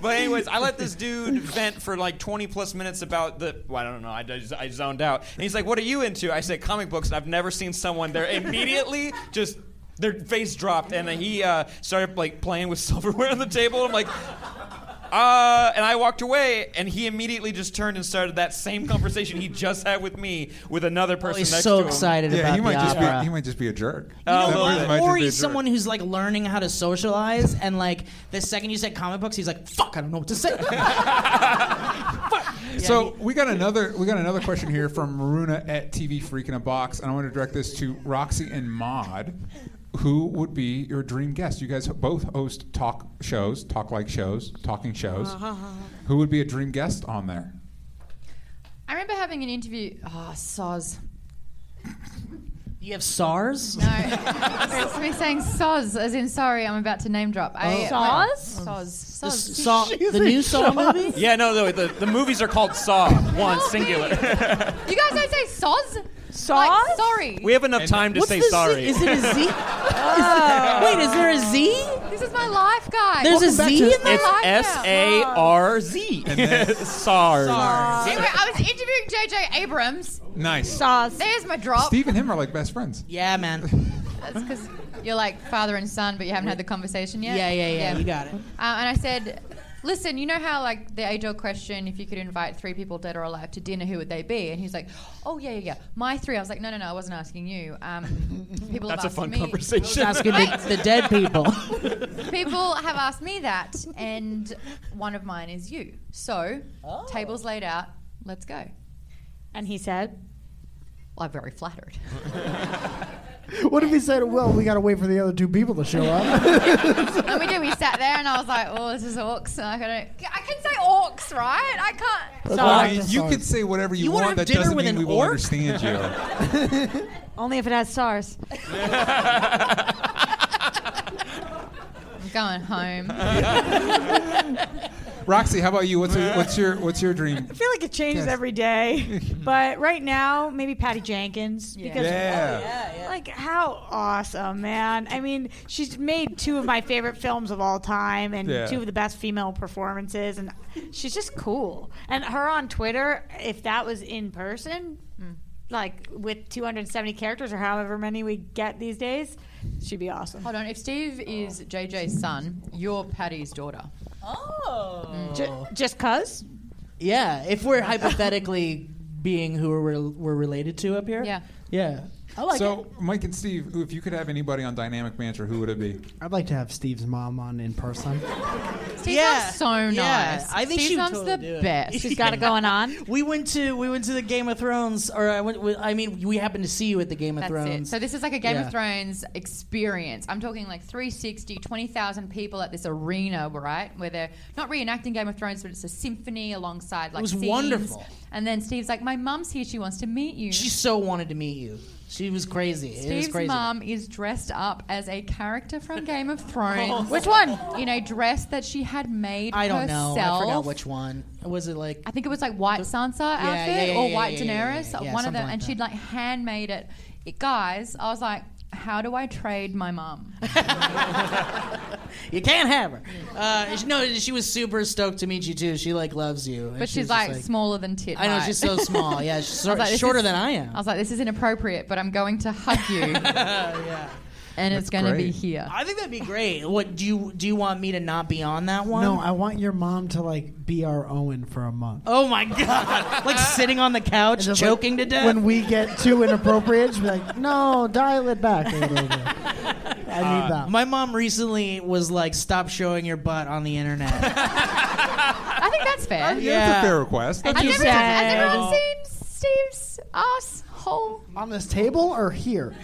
[SPEAKER 3] But anyways, I let this dude vent for like 20 plus minutes about the. Well, I don't know. I, just, I zoned out. And he's like, "What are you into?" I said, "Comic books." And I've never seen someone there immediately just their face dropped, and then he uh, started like playing with silverware on the table. I'm like. Uh, and I walked away, and he immediately just turned and started that same conversation he just had with me with another person
[SPEAKER 5] He's
[SPEAKER 3] next
[SPEAKER 5] so
[SPEAKER 3] to him.
[SPEAKER 5] excited
[SPEAKER 2] Yeah,
[SPEAKER 5] about
[SPEAKER 2] he might
[SPEAKER 5] the
[SPEAKER 2] just
[SPEAKER 5] opera.
[SPEAKER 2] be he might just be a jerk.
[SPEAKER 3] Uh,
[SPEAKER 2] That
[SPEAKER 3] well,
[SPEAKER 2] person might
[SPEAKER 5] or
[SPEAKER 2] just be a
[SPEAKER 5] he's
[SPEAKER 2] jerk.
[SPEAKER 5] someone who's like learning how to socialize, and like the second you said comic books, he's like, "Fuck, I don't know what to say."
[SPEAKER 4] So we got another we got another question here from Maruna at TV Freak in a Box, and I want to direct this to Roxy and Maud. Who would be your dream guest? You guys both host talk shows, talk like shows, talking shows.
[SPEAKER 5] Uh-huh,
[SPEAKER 4] Who would be a dream guest on there?
[SPEAKER 6] I remember having an interview. Oh, soz.
[SPEAKER 5] you have SARS.
[SPEAKER 6] No, it's me saying soz as in sorry. I'm about to name drop. I,
[SPEAKER 8] Soz?
[SPEAKER 6] Soz. Soz.
[SPEAKER 5] Saw the new Saw movie.
[SPEAKER 3] Yeah, no, no. The, the movies are called Saw, one singular.
[SPEAKER 6] You guys don't say soz. Soz.
[SPEAKER 8] Soz?
[SPEAKER 6] sorry.
[SPEAKER 3] We have enough time to
[SPEAKER 5] What's
[SPEAKER 3] say
[SPEAKER 5] the
[SPEAKER 3] sorry.
[SPEAKER 5] Z? Is it a Z? Is it- wait, is there a Z?
[SPEAKER 6] this is my life, guys.
[SPEAKER 5] There's a
[SPEAKER 6] Welcome back
[SPEAKER 5] Z
[SPEAKER 6] to-
[SPEAKER 5] in there?
[SPEAKER 3] It's
[SPEAKER 6] Like that.
[SPEAKER 3] S A R Z. SARS.
[SPEAKER 6] Anyway, I was interviewing JJ Abrams.
[SPEAKER 4] Nice.
[SPEAKER 8] Sauce.
[SPEAKER 6] There's my drop.
[SPEAKER 4] Steve and him are like best friends.
[SPEAKER 5] Yeah, man.
[SPEAKER 6] That's because you're like father and son, but you haven't had the conversation yet.
[SPEAKER 5] Yeah, yeah, yeah. You got it.
[SPEAKER 6] Um, and I said, listen, you know how like the age old question, if you could invite three people dead or alive to dinner, who would they be? And he's like, oh yeah, yeah, yeah, my three. I was like, no, no, no, I wasn't asking you. Um, people
[SPEAKER 3] That's a
[SPEAKER 6] have asked
[SPEAKER 3] fun
[SPEAKER 6] me.
[SPEAKER 3] conversation.
[SPEAKER 5] Asking the, the dead people.
[SPEAKER 6] People have asked me that, and one of mine is you. So
[SPEAKER 5] Oh.
[SPEAKER 6] tables laid out, let's go.
[SPEAKER 8] And he said,
[SPEAKER 6] Well, I'm very flattered.
[SPEAKER 9] What if he said, well, we got to wait for the other two people to show up?
[SPEAKER 6] and we did. We sat there, and I was like, "Oh, this is orcs." And I, gotta, I can say orcs, right? I can't.
[SPEAKER 4] Uh,
[SPEAKER 8] Sorry.
[SPEAKER 4] you could say whatever you,
[SPEAKER 5] You wanna
[SPEAKER 4] want.
[SPEAKER 5] have
[SPEAKER 4] That
[SPEAKER 5] dinner
[SPEAKER 4] doesn't
[SPEAKER 5] with
[SPEAKER 4] mean
[SPEAKER 5] an
[SPEAKER 4] we will
[SPEAKER 5] orc?
[SPEAKER 4] understand you.
[SPEAKER 8] Only if it has SARS.
[SPEAKER 6] I'm going home.
[SPEAKER 4] Roxy, how about you? What's your, what's your what's your dream?
[SPEAKER 8] I feel like it changes
[SPEAKER 4] Yes.
[SPEAKER 8] every day. but right now, maybe Patty Jenkins. Because, Oh,
[SPEAKER 4] Yeah.
[SPEAKER 8] like, how awesome, man. I mean, she's made two of my favorite films of all time and
[SPEAKER 4] Yeah.
[SPEAKER 8] two of the best female performances. And she's just cool. And her on Twitter, if that was in person, like with 270 characters or however many we get these days, she'd be awesome.
[SPEAKER 6] Hold on. If Steve is JJ's son, you're Patty's daughter. Oh.
[SPEAKER 8] Ju- just because?
[SPEAKER 5] Mm. Yeah, if we're hypothetically being who we're, we're related to up here.
[SPEAKER 6] Yeah.
[SPEAKER 5] Yeah. I like it.
[SPEAKER 4] So, Mike and Steve, if you could have anybody on Dynamic Banter, who would it be?
[SPEAKER 9] I'd like to have Steve's mom on in person.
[SPEAKER 6] Steve's
[SPEAKER 5] Yeah,
[SPEAKER 6] mom's so nice.
[SPEAKER 5] yeah, I think
[SPEAKER 6] Steve's
[SPEAKER 5] she would
[SPEAKER 6] mom's
[SPEAKER 5] totally do
[SPEAKER 6] the
[SPEAKER 5] it.
[SPEAKER 6] best.
[SPEAKER 8] She's got it going on.
[SPEAKER 5] We went to we went to the Game of Thrones, or I went. With, I mean, we happened to see you at the Game of
[SPEAKER 6] That's
[SPEAKER 5] Thrones.
[SPEAKER 6] it. So this is like a Game
[SPEAKER 5] Yeah.
[SPEAKER 6] of Thrones experience. I'm talking like 360, 20,000 people at this arena, right? Where they're not reenacting Game of Thrones, but it's a symphony alongside like
[SPEAKER 5] was
[SPEAKER 6] scenes.
[SPEAKER 5] wonderful.
[SPEAKER 6] And then Steve's like, "My mum's here. She wants to meet you."
[SPEAKER 5] she so wanted to meet you. She was crazy. it was
[SPEAKER 6] Steve's
[SPEAKER 5] crazy.
[SPEAKER 6] mom is dressed up as a character from Game of Thrones.
[SPEAKER 8] Which one?
[SPEAKER 6] In a dress that she had made
[SPEAKER 5] Oh. I don't
[SPEAKER 6] herself.
[SPEAKER 5] know. I forgot which one. Was it like
[SPEAKER 6] I think it was like white Sansa
[SPEAKER 5] yeah,
[SPEAKER 6] outfit
[SPEAKER 5] yeah,
[SPEAKER 6] or
[SPEAKER 5] yeah,
[SPEAKER 6] white
[SPEAKER 5] yeah, yeah, yeah,
[SPEAKER 6] Daenerys,
[SPEAKER 5] yeah, yeah,
[SPEAKER 6] one of them,
[SPEAKER 5] something like
[SPEAKER 6] and
[SPEAKER 5] that.
[SPEAKER 6] she'd like handmade it. it. Guys, I was like, how do I trade my mum?
[SPEAKER 5] you can't have her? Uh, she- no, she was super stoked to meet you too. She like loves you, and
[SPEAKER 6] But
[SPEAKER 5] she
[SPEAKER 6] she's
[SPEAKER 5] was
[SPEAKER 6] like,
[SPEAKER 5] just
[SPEAKER 6] smaller than tit.
[SPEAKER 5] I know
[SPEAKER 6] height.
[SPEAKER 5] she's so small. Yeah, she's
[SPEAKER 6] I
[SPEAKER 5] sor-
[SPEAKER 6] was like, this
[SPEAKER 5] shorter
[SPEAKER 6] is-
[SPEAKER 5] than I am.
[SPEAKER 6] I was like, this is inappropriate, but I'm going to hug you.
[SPEAKER 5] yeah.
[SPEAKER 6] and it's going to be
[SPEAKER 4] great.
[SPEAKER 6] here.
[SPEAKER 5] I think that'd be great. What do you do? You want me to not be on that one?
[SPEAKER 9] No, I want your mom to like be our Owen for a month.
[SPEAKER 5] oh my god! like sitting on the couch,
[SPEAKER 9] Just, like,
[SPEAKER 5] choking to death.
[SPEAKER 9] When we get too inappropriate, she'll be like, "No, dial it back a little bit." I need that.
[SPEAKER 5] my mom recently was like, "Stop showing your butt on the internet."
[SPEAKER 6] I think that's fair.
[SPEAKER 4] That's
[SPEAKER 5] yeah.
[SPEAKER 4] a fair request.
[SPEAKER 6] Has
[SPEAKER 8] you
[SPEAKER 6] everyone,
[SPEAKER 8] said-
[SPEAKER 6] has everyone seen Steve's asshole?
[SPEAKER 9] on this table or here?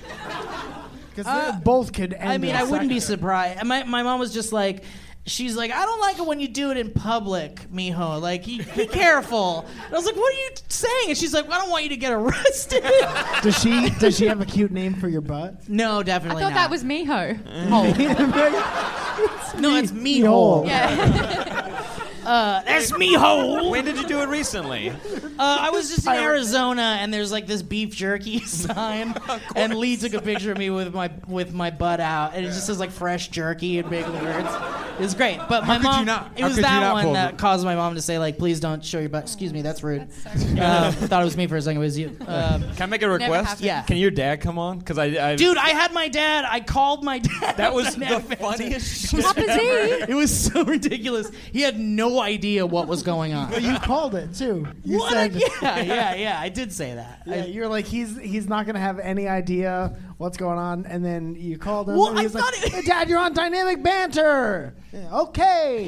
[SPEAKER 9] Because both could end.
[SPEAKER 5] I mean,
[SPEAKER 9] in
[SPEAKER 5] I
[SPEAKER 9] a
[SPEAKER 5] wouldn't be
[SPEAKER 9] second.
[SPEAKER 5] surprised. My, my mom was just like, she's like, I don't like it when you do it in public, mijo. Like, you, be careful. And I was like, what are you saying? And she's like, I don't want you to get arrested.
[SPEAKER 9] Does she? Does she have a cute name for your butt?
[SPEAKER 5] no,
[SPEAKER 6] I
[SPEAKER 5] definitely
[SPEAKER 6] thought
[SPEAKER 5] not.
[SPEAKER 6] that was Miho. Hole.
[SPEAKER 5] no, it's me
[SPEAKER 9] Behold.
[SPEAKER 5] hole.
[SPEAKER 6] yeah.
[SPEAKER 5] That's me hole.
[SPEAKER 3] When did you do it recently?
[SPEAKER 5] Uh, I was just in Arizona, and there's like this beef jerky sign, and Lee took a picture of me with my with my butt out, and it just says like fresh jerky in big words. It was great, but my
[SPEAKER 4] could
[SPEAKER 5] mom.
[SPEAKER 4] you not-
[SPEAKER 5] It
[SPEAKER 4] how
[SPEAKER 5] was
[SPEAKER 4] could you
[SPEAKER 5] that
[SPEAKER 4] not
[SPEAKER 5] one
[SPEAKER 4] pull
[SPEAKER 5] that
[SPEAKER 4] the-
[SPEAKER 5] caused my mom to say like, "Please don't show your butt." Excuse me, that's rude. Uh, thought it was me for a second. It was you. Um,
[SPEAKER 3] Can I make a request?
[SPEAKER 6] happened.
[SPEAKER 5] Yeah.
[SPEAKER 3] Can your dad come on? Because I, I
[SPEAKER 5] dude, I had my dad. I called my dad.
[SPEAKER 3] that was
[SPEAKER 5] on
[SPEAKER 3] the
[SPEAKER 5] advent-
[SPEAKER 3] funniest shit.
[SPEAKER 6] Papa Z.
[SPEAKER 5] It was so ridiculous. He had no idea what was going on.
[SPEAKER 9] You called it too. You
[SPEAKER 5] What? a-
[SPEAKER 9] said,
[SPEAKER 5] yeah, yeah, yeah. I did say that. I-
[SPEAKER 9] Yeah, you're like he's he's not gonna have any idea what's going on, and then you called him.
[SPEAKER 5] Well,
[SPEAKER 9] and
[SPEAKER 5] I
[SPEAKER 9] he's like,
[SPEAKER 5] thought it-
[SPEAKER 9] "Hey, Dad, you're on Dynamic Banter. Yeah, okay.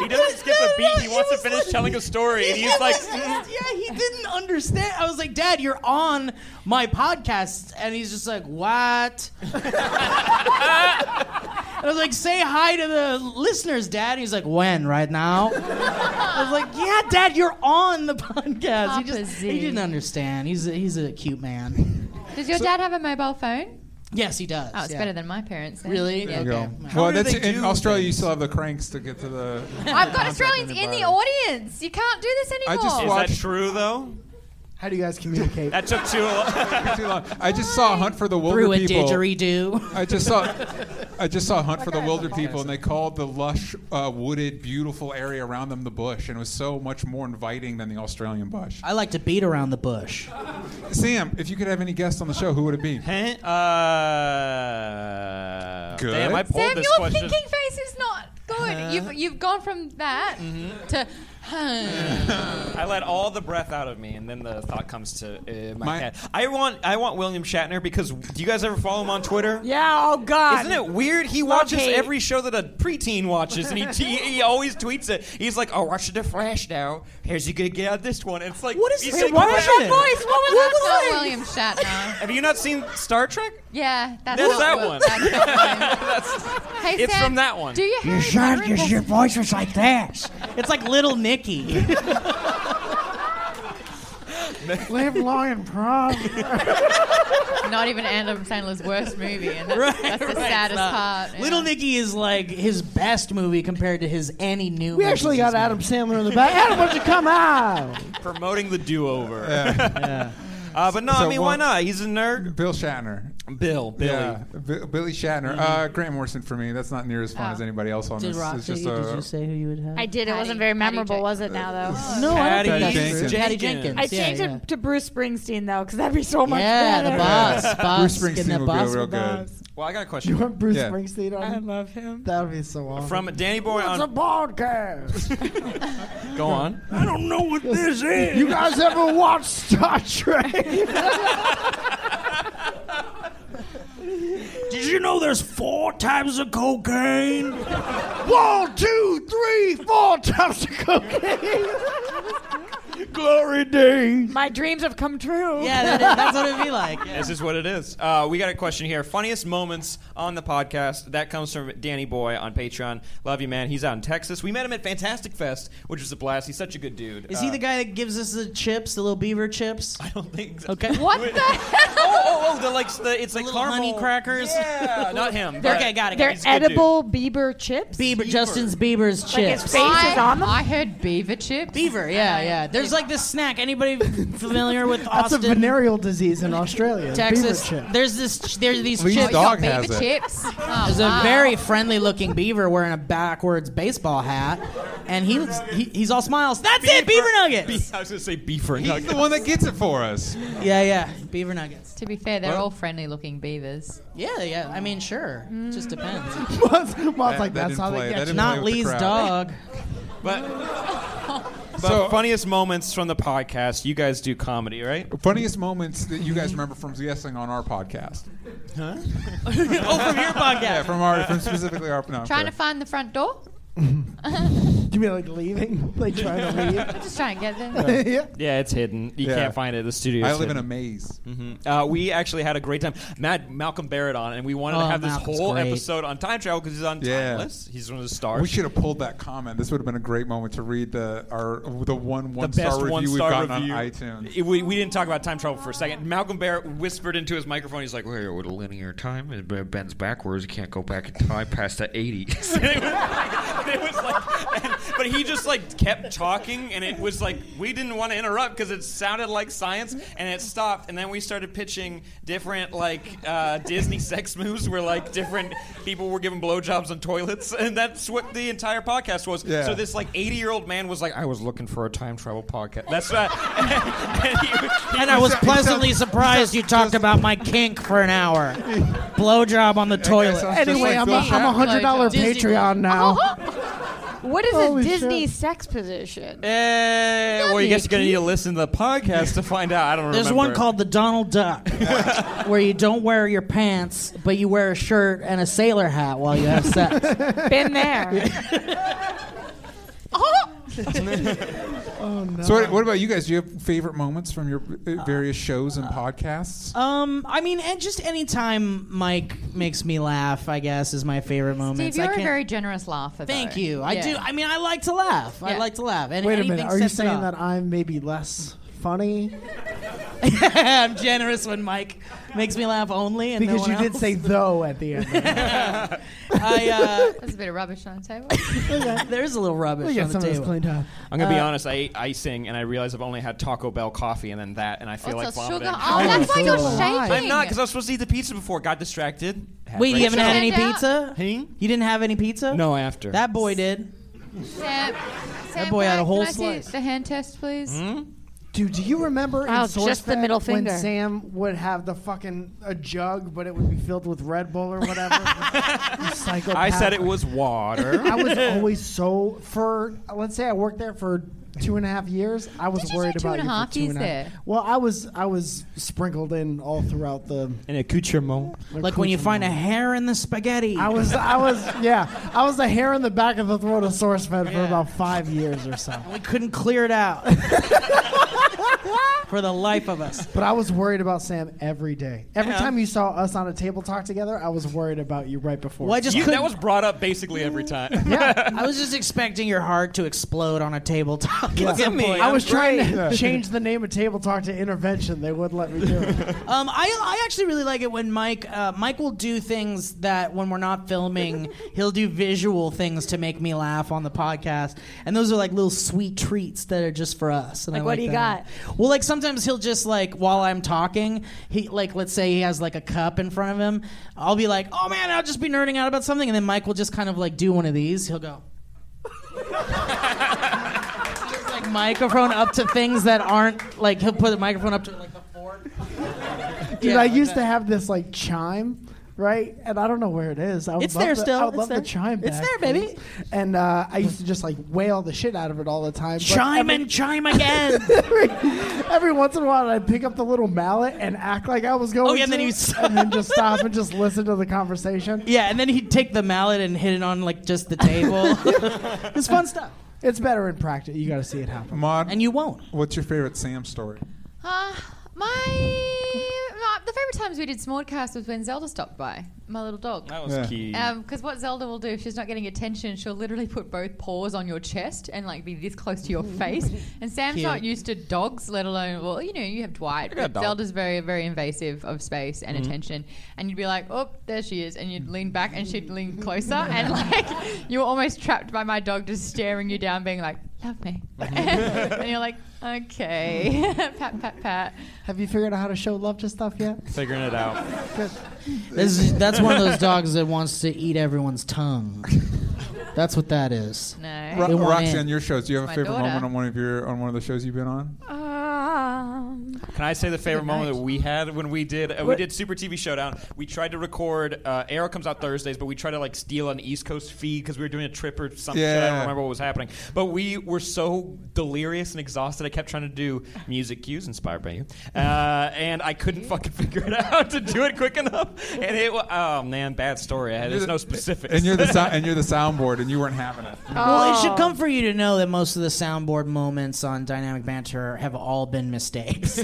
[SPEAKER 3] He doesn't skip a beat. He wants to finish telling a story, and he's like, "Mm."
[SPEAKER 5] yeah, he didn't understand. I was like, Dad, you're on my podcast, and he's just like, what? and I was like, say hi to the listeners, Dad. And he's like, when? Right now? I was like, yeah, Dad, you're on the podcast.
[SPEAKER 6] Papa
[SPEAKER 5] he just
[SPEAKER 6] Z.
[SPEAKER 5] he didn't understand. He's a, he's a cute man.
[SPEAKER 6] Does your dad have a mobile phone?
[SPEAKER 5] Yes, he does.
[SPEAKER 6] Oh, it's
[SPEAKER 5] yeah.
[SPEAKER 6] better than my parents. then.
[SPEAKER 5] Really?
[SPEAKER 6] Yeah.
[SPEAKER 5] Okay.
[SPEAKER 4] Go.
[SPEAKER 3] How
[SPEAKER 4] Well,
[SPEAKER 3] do
[SPEAKER 4] that's
[SPEAKER 3] they
[SPEAKER 4] in
[SPEAKER 3] do
[SPEAKER 4] Australia. You
[SPEAKER 3] things?
[SPEAKER 4] still have the cranks to get to the.
[SPEAKER 6] I've got Australians in the audience. You can't do this
[SPEAKER 4] I
[SPEAKER 6] anymore.
[SPEAKER 4] just
[SPEAKER 3] "Is that
[SPEAKER 4] watched-
[SPEAKER 3] true though?"
[SPEAKER 9] How do you guys communicate?
[SPEAKER 3] That took too long.
[SPEAKER 4] too long. I just saw Hunt for the Wilder
[SPEAKER 5] Through a
[SPEAKER 4] People.
[SPEAKER 5] didgeridoo.
[SPEAKER 4] I just saw, I just saw Hunt for the Wilder People, and they called the lush, uh, wooded, beautiful area around them the bush, and it was so much more inviting than the Australian bush.
[SPEAKER 5] I like to beat around the bush.
[SPEAKER 4] Sam, if you could have any guests on the show, who would it be?
[SPEAKER 3] Huh? uh,
[SPEAKER 4] Good.
[SPEAKER 3] Damn, I pulled
[SPEAKER 6] Sam,
[SPEAKER 3] this
[SPEAKER 6] your
[SPEAKER 3] question.
[SPEAKER 6] thinking face is not good. you've you've gone from that
[SPEAKER 5] Mm-hmm.
[SPEAKER 6] to. Huh.
[SPEAKER 3] I let all the breath out of me, and then the thought comes to uh, my,
[SPEAKER 4] My-
[SPEAKER 3] head. I want, I want William Shatner because do you guys ever follow him on Twitter?
[SPEAKER 8] Yeah. Oh God.
[SPEAKER 3] Isn't it weird? He watches
[SPEAKER 8] Okay.
[SPEAKER 3] every show that a preteen watches, and he, he he always tweets it. He's like, "Oh, watch the Flash now. Here's you gonna get out of this one." And it's like,
[SPEAKER 5] What is
[SPEAKER 3] he's
[SPEAKER 5] this?
[SPEAKER 3] like,
[SPEAKER 5] What
[SPEAKER 3] "Flash."
[SPEAKER 5] is that voice?
[SPEAKER 8] What was
[SPEAKER 6] That's
[SPEAKER 8] that?
[SPEAKER 6] not William Shatner.
[SPEAKER 3] Have you not seen Star Trek?
[SPEAKER 6] Yeah, that's
[SPEAKER 3] That's
[SPEAKER 6] not
[SPEAKER 3] that
[SPEAKER 6] Will-
[SPEAKER 3] one.
[SPEAKER 6] that's not him. hey,
[SPEAKER 3] It's
[SPEAKER 6] Sam,
[SPEAKER 3] from that one.
[SPEAKER 6] Do you Harry Potter impressions?
[SPEAKER 9] voice was like that.
[SPEAKER 5] It's like little Nicky.
[SPEAKER 9] Live long and prosper.
[SPEAKER 6] Not even Adam Sandler's worst movie, and that's, that's the
[SPEAKER 5] Right,
[SPEAKER 6] saddest
[SPEAKER 5] it's not.
[SPEAKER 6] part.
[SPEAKER 5] Little
[SPEAKER 6] yeah.
[SPEAKER 5] Nicky is like his best movie compared to his any new.
[SPEAKER 9] We actually got Adam Sandler in the back. Adam, why don't you come out?
[SPEAKER 3] Promoting the do-over. Uh, but no, I
[SPEAKER 4] So
[SPEAKER 3] mean, why
[SPEAKER 4] one-
[SPEAKER 3] not? He's a nerd.
[SPEAKER 4] Bill Shatner.
[SPEAKER 3] Bill, Billy.
[SPEAKER 4] Yeah, B- Billy Shatner. Uh, Grant Morrison for me. That's not near as fun as anybody else on
[SPEAKER 5] Oh. Did
[SPEAKER 4] this.
[SPEAKER 5] Rock
[SPEAKER 4] it's just
[SPEAKER 5] say- did
[SPEAKER 4] a
[SPEAKER 5] you say who you would have?
[SPEAKER 8] I did. It
[SPEAKER 6] Patty-
[SPEAKER 8] wasn't very
[SPEAKER 6] Patty
[SPEAKER 8] memorable,
[SPEAKER 6] Jenkins.
[SPEAKER 8] was it? Now though.
[SPEAKER 5] no, Oh, I don't
[SPEAKER 3] Patty
[SPEAKER 5] think that's true.
[SPEAKER 4] Jenkins.
[SPEAKER 5] Patty Jenkins.
[SPEAKER 8] I changed
[SPEAKER 5] yeah, yeah.
[SPEAKER 8] it to Bruce Springsteen though, because that'd be so much
[SPEAKER 5] Yeah, the
[SPEAKER 8] better.
[SPEAKER 5] boss, boss,
[SPEAKER 4] Bruce
[SPEAKER 5] getting
[SPEAKER 4] Springsteen
[SPEAKER 5] that
[SPEAKER 4] would
[SPEAKER 5] boss
[SPEAKER 4] be real
[SPEAKER 5] with
[SPEAKER 4] good.
[SPEAKER 3] Well, I got a
[SPEAKER 9] You
[SPEAKER 3] question
[SPEAKER 9] want Bruce
[SPEAKER 4] Yeah.
[SPEAKER 9] Springsteen
[SPEAKER 8] I
[SPEAKER 9] on?
[SPEAKER 8] love him.
[SPEAKER 9] That would be so awesome.
[SPEAKER 3] from Danny Boy
[SPEAKER 9] it's a
[SPEAKER 3] on.
[SPEAKER 9] podcast.
[SPEAKER 3] Go on.
[SPEAKER 9] I don't know what this is. You guys ever watch Star Trek?
[SPEAKER 3] Did you know there's four types of cocaine?
[SPEAKER 9] One, two, three, four types of cocaine. Glory days.
[SPEAKER 8] My dreams have come true.
[SPEAKER 5] Yeah, that is, that's what it'd be like.
[SPEAKER 3] This is what it is. Uh, we got a question here. Funniest moments on the podcast. That comes from Danny Boy on Patreon. Love you, man. He's out in Texas. We met him at Fantastic Fest, which was a blast. He's such a good dude. Uh,
[SPEAKER 5] Is he the guy that gives us the chips, the little beaver chips?
[SPEAKER 3] I don't think.
[SPEAKER 5] Okay.
[SPEAKER 6] What the hell?
[SPEAKER 3] Oh, oh, oh! The like, the, it's like
[SPEAKER 5] little
[SPEAKER 3] caramel
[SPEAKER 5] honey crackers?
[SPEAKER 3] Yeah, not him. but-
[SPEAKER 5] okay, got it.
[SPEAKER 8] They're
[SPEAKER 3] He's a good dude.
[SPEAKER 8] edible Bieber chips.
[SPEAKER 5] Bieber, Justin's Bieber's
[SPEAKER 8] Like his
[SPEAKER 5] chips.
[SPEAKER 8] face is
[SPEAKER 6] I,
[SPEAKER 8] on them.
[SPEAKER 6] I heard beaver chips.
[SPEAKER 5] Beaver, yeah, yeah. There's like like this snack. Anybody familiar with
[SPEAKER 9] That's a
[SPEAKER 5] Austin?
[SPEAKER 9] venereal disease in Australia.
[SPEAKER 5] Texas.
[SPEAKER 9] Beaver chip.
[SPEAKER 5] There's this. ch- There's these
[SPEAKER 4] Lee's
[SPEAKER 5] chips.
[SPEAKER 4] dog
[SPEAKER 6] beaver
[SPEAKER 4] has it.
[SPEAKER 6] chips. Oh,
[SPEAKER 5] There's a
[SPEAKER 6] wow.
[SPEAKER 5] very friendly looking beaver wearing a backwards baseball hat, and he looks. He, he's all smiles. That's it, beaver nuggets.
[SPEAKER 3] I was gonna say beef or
[SPEAKER 4] He's the one that gets it for us.
[SPEAKER 5] Yeah, yeah, beaver nuggets.
[SPEAKER 6] To be fair, they're all friendly-looking beavers.
[SPEAKER 5] Yeah, yeah. I mean, sure. It just depends.
[SPEAKER 9] Mom's, mom's like,
[SPEAKER 4] that
[SPEAKER 9] that's
[SPEAKER 4] didn't
[SPEAKER 9] how
[SPEAKER 4] play.
[SPEAKER 9] they
[SPEAKER 4] That
[SPEAKER 9] get
[SPEAKER 4] didn't play.
[SPEAKER 9] you.
[SPEAKER 5] Not
[SPEAKER 4] with the
[SPEAKER 5] Lee's
[SPEAKER 4] crowd.
[SPEAKER 5] dog.
[SPEAKER 3] But, but funniest moments from the podcast. You guys do comedy, right?
[SPEAKER 4] Funniest moments that you guys remember from guessing on our podcast.
[SPEAKER 5] oh, from your
[SPEAKER 4] Yeah,
[SPEAKER 5] podcast.
[SPEAKER 4] from our, from specifically our. No,
[SPEAKER 6] Trying
[SPEAKER 4] sorry.
[SPEAKER 6] to find the front door.
[SPEAKER 9] You mean like leaving? Like trying to
[SPEAKER 6] Just trying to get there.
[SPEAKER 9] leave? yeah.
[SPEAKER 3] Yeah, it's hidden. You
[SPEAKER 4] Yeah.
[SPEAKER 3] can't find it. The studio.
[SPEAKER 4] I live in a maze.
[SPEAKER 3] Uh, we actually had a great time. Matt Malcolm Barrett on, and we wanted to
[SPEAKER 5] Oh,
[SPEAKER 3] have this
[SPEAKER 5] Malcolm's
[SPEAKER 3] whole
[SPEAKER 5] great.
[SPEAKER 3] episode on time travel because he's on
[SPEAKER 4] Yeah.
[SPEAKER 3] Timeless. He's one of the stars.
[SPEAKER 4] We should have pulled that comment. This would have been a great moment to read the our the one
[SPEAKER 3] the
[SPEAKER 4] one star
[SPEAKER 3] best
[SPEAKER 4] review
[SPEAKER 3] one
[SPEAKER 4] we've
[SPEAKER 3] star
[SPEAKER 4] gotten
[SPEAKER 3] review.
[SPEAKER 4] on iTunes.
[SPEAKER 3] It- we, we didn't talk about time travel for a second. Malcolm Barrett whispered into his microphone. He's like, "Wait, with a linear time, it b- bends backwards. You can't go back in time past the '80s." And it was like, it was like- and- but he just like kept talking, and it was like we didn't want to interrupt because it sounded like science, and it stopped. And then we started pitching different like uh, Disney sex moves, where like different people were given blowjobs on toilets, and that's what the entire podcast was.
[SPEAKER 4] Yeah.
[SPEAKER 3] So this this like 80 year old man was like, I was looking for a time travel podcast. That's not. and he, he
[SPEAKER 5] And I was
[SPEAKER 4] He sounds-
[SPEAKER 5] pleasantly
[SPEAKER 4] he sounds-
[SPEAKER 5] surprised you talked
[SPEAKER 4] just-
[SPEAKER 5] about my kink for an hour. Blowjob on the toilet.
[SPEAKER 4] sounds-
[SPEAKER 9] Anyway,
[SPEAKER 4] like
[SPEAKER 9] I'm a,
[SPEAKER 4] Bill
[SPEAKER 9] I'm a hundred dollar
[SPEAKER 6] Disney.
[SPEAKER 9] Patreon now.
[SPEAKER 8] What is
[SPEAKER 9] Holy
[SPEAKER 8] a Disney
[SPEAKER 9] shit.
[SPEAKER 8] sex position?
[SPEAKER 3] Eh, well, you guys are going to need to listen to the podcast to find out. I don't remember.
[SPEAKER 5] There's one called the Donald Duck, where you don't wear your pants, but you wear a shirt and a sailor hat while you have sex.
[SPEAKER 8] Been there.
[SPEAKER 6] Oh!
[SPEAKER 4] So what, what about you guys? Do you have favorite moments from your uh, various shows and podcasts?
[SPEAKER 5] um, I mean, and just any time Mike makes me laugh, I guess, is my favorite moment.
[SPEAKER 6] Steve,
[SPEAKER 5] I
[SPEAKER 6] you're a
[SPEAKER 5] can't-
[SPEAKER 6] very generous laugher.
[SPEAKER 5] Thank
[SPEAKER 6] though.
[SPEAKER 5] you. I
[SPEAKER 6] Yeah.
[SPEAKER 5] do. I mean, I like to laugh. I
[SPEAKER 6] Yeah.
[SPEAKER 5] like to laugh. And
[SPEAKER 9] Wait a
[SPEAKER 5] anything
[SPEAKER 9] minute. Are you
[SPEAKER 5] sets it
[SPEAKER 9] saying
[SPEAKER 5] off.
[SPEAKER 9] that I'm maybe less funny
[SPEAKER 5] I'm generous when Mike makes me laugh only? And no
[SPEAKER 9] because
[SPEAKER 5] one
[SPEAKER 9] you did
[SPEAKER 5] else?
[SPEAKER 9] say though at the end?
[SPEAKER 5] I,
[SPEAKER 6] There's a bit of rubbish on the table.
[SPEAKER 5] uh, there's a little rubbish
[SPEAKER 9] Look at
[SPEAKER 5] on the
[SPEAKER 9] some of this
[SPEAKER 5] table.
[SPEAKER 9] cleaned up.
[SPEAKER 3] I'm going to be
[SPEAKER 5] uh,
[SPEAKER 3] honest. I ate icing, and I realized I've only had Taco Bell coffee and then that, and I feel
[SPEAKER 6] Lots
[SPEAKER 3] like
[SPEAKER 6] of sugar.
[SPEAKER 3] vomiting.
[SPEAKER 6] Oh, that's why you're
[SPEAKER 9] I'm not,
[SPEAKER 6] shaking.
[SPEAKER 3] I'm not, because I was supposed to eat the pizza before. Got distracted. Had
[SPEAKER 5] Wait, you
[SPEAKER 3] great
[SPEAKER 5] haven't had any
[SPEAKER 6] Stand
[SPEAKER 5] pizza?
[SPEAKER 3] Hey?
[SPEAKER 5] You didn't have any pizza?
[SPEAKER 3] show. No, after.
[SPEAKER 5] That boy did.
[SPEAKER 6] Sam, Sam
[SPEAKER 5] boy had a
[SPEAKER 6] Black,
[SPEAKER 5] whole
[SPEAKER 6] can I see
[SPEAKER 5] slice. Hmm?
[SPEAKER 6] the hand test, please?
[SPEAKER 9] Dude, do you remember
[SPEAKER 6] Oh,
[SPEAKER 8] Wow,
[SPEAKER 9] in
[SPEAKER 8] just
[SPEAKER 9] Source
[SPEAKER 8] the middle
[SPEAKER 9] when
[SPEAKER 8] finger.
[SPEAKER 9] Sam would have the fucking a jug, but it would be filled with Red Bull or whatever? You psychopath.
[SPEAKER 3] I said it was water.
[SPEAKER 9] I was always so for. Let's say I worked there for two and a half years. I was
[SPEAKER 6] Did you
[SPEAKER 9] worried
[SPEAKER 6] say two
[SPEAKER 9] about
[SPEAKER 6] and a
[SPEAKER 9] you for
[SPEAKER 6] half
[SPEAKER 9] two
[SPEAKER 6] years
[SPEAKER 9] and a half-
[SPEAKER 6] there?
[SPEAKER 9] Well, I was I was sprinkled in all throughout the.
[SPEAKER 3] An accoutrement.
[SPEAKER 5] Like when you find a hair in the spaghetti.
[SPEAKER 9] I was I was yeah I was a hair in the back of the throat of source fed for
[SPEAKER 5] Yeah.
[SPEAKER 9] about five years or so.
[SPEAKER 5] we couldn't clear it out. For the life of us.
[SPEAKER 9] But I was worried about Sam every day. Every time you saw us on a table talk together, I was worried about you right before.
[SPEAKER 5] Well, I just
[SPEAKER 3] You,
[SPEAKER 5] couldn't.
[SPEAKER 3] that was brought up basically every time.
[SPEAKER 9] yeah.
[SPEAKER 5] I was just expecting your heart to explode on a tabletop.
[SPEAKER 9] Yeah.
[SPEAKER 5] Look at me.
[SPEAKER 9] I was trying to change the name of Table Talk to Intervention. They wouldn't let me do it.
[SPEAKER 5] Um, I, I actually really like it when Mike uh, Mike will do things that when we're not filming, he'll do visual things to make me laugh on the podcast, and those are like little sweet treats that are just for us. And
[SPEAKER 8] Like,
[SPEAKER 5] I
[SPEAKER 8] what do you
[SPEAKER 5] that. Well, like sometimes he'll just like while I'm talking, he like let's say he has like a cup in front of him, I'll be like, oh man, I'll just be nerding out about something, and then Mike will just kind of like do one of these. He'll go. Just, like, Microphone up to things that aren't like he'll put the microphone up to like the fork.
[SPEAKER 9] Dude,
[SPEAKER 5] Yeah,
[SPEAKER 9] I
[SPEAKER 5] like
[SPEAKER 9] used
[SPEAKER 5] that.
[SPEAKER 9] to have this like chime, right? And I don't know where it is. I would
[SPEAKER 5] It's
[SPEAKER 9] love
[SPEAKER 5] there
[SPEAKER 9] the-
[SPEAKER 5] still.
[SPEAKER 9] I would
[SPEAKER 5] It's
[SPEAKER 9] love
[SPEAKER 5] there.
[SPEAKER 9] the chime.
[SPEAKER 5] It's
[SPEAKER 9] back,
[SPEAKER 5] there, baby.
[SPEAKER 9] please. And uh, I used to just like wail the shit out of it all the time. but
[SPEAKER 5] Chime
[SPEAKER 9] every-
[SPEAKER 5] and chime again.
[SPEAKER 9] Every, every once in a while, I'd pick up the little mallet and act like I was going.
[SPEAKER 5] Oh, yeah,
[SPEAKER 9] to,
[SPEAKER 5] and then you s-
[SPEAKER 9] and then just stop and just listen to the conversation.
[SPEAKER 5] yeah, and then he'd take the mallet and hit it on like just the table. it's fun stuff.
[SPEAKER 9] It's better in practice. You got to see it happen.
[SPEAKER 4] Maud,
[SPEAKER 5] And you won't.
[SPEAKER 4] what's your favorite Sam story?
[SPEAKER 6] Uh, my, my the favorite times we did Smordcast was when Zelda stopped by, my little dog.
[SPEAKER 3] That was
[SPEAKER 4] Yeah.
[SPEAKER 3] key.
[SPEAKER 6] Because Um, what Zelda will do if she's not getting attention, she'll literally put both paws on your chest and like be this close to your face. And Sam's
[SPEAKER 5] Cute.
[SPEAKER 6] not used to dogs, let alone well, you know, you have Dwight.
[SPEAKER 3] got a
[SPEAKER 6] But
[SPEAKER 3] dog.
[SPEAKER 6] Zelda's very, very invasive of space and attention. And you'd be like, oh, there she is, and you'd lean back and she'd lean closer, and like you were almost trapped by my dog just staring you down, being like, love me, and you're like. Okay. pat, pat, pat.
[SPEAKER 9] Have you figured out how to show love to stuff yet?
[SPEAKER 3] Figuring it out.
[SPEAKER 5] This is, that's one of those dogs that wants to eat everyone's tongue. That's what that is.
[SPEAKER 6] No.
[SPEAKER 2] Ro-
[SPEAKER 5] They want
[SPEAKER 2] Roxy,
[SPEAKER 5] in.
[SPEAKER 2] on your shows, do you have a
[SPEAKER 6] My
[SPEAKER 2] favorite
[SPEAKER 6] daughter.
[SPEAKER 2] moment on one of your on one of the shows you've been on?
[SPEAKER 8] Um,
[SPEAKER 3] Can I say the favorite moment that we had when we did uh, we
[SPEAKER 8] What?
[SPEAKER 3] did Super TV Showdown? We tried to record. Uh, Arrow comes out Thursdays, but we tried to like steal an East Coast feed because we were doing a trip or something. I
[SPEAKER 2] Yeah.
[SPEAKER 3] don't remember what was happening, but we were so delirious and exhausted. I kept trying to do music cues inspired by you, uh, and I couldn't fucking figure it out to do it quick enough. And it wa- oh man, bad story. I had, there's no specifics.
[SPEAKER 2] And you're the sou- and you're the soundboard, and you weren't having it.
[SPEAKER 5] Well, it should come for you to know that most of the soundboard moments on Dynamic Banter have all been mistakes.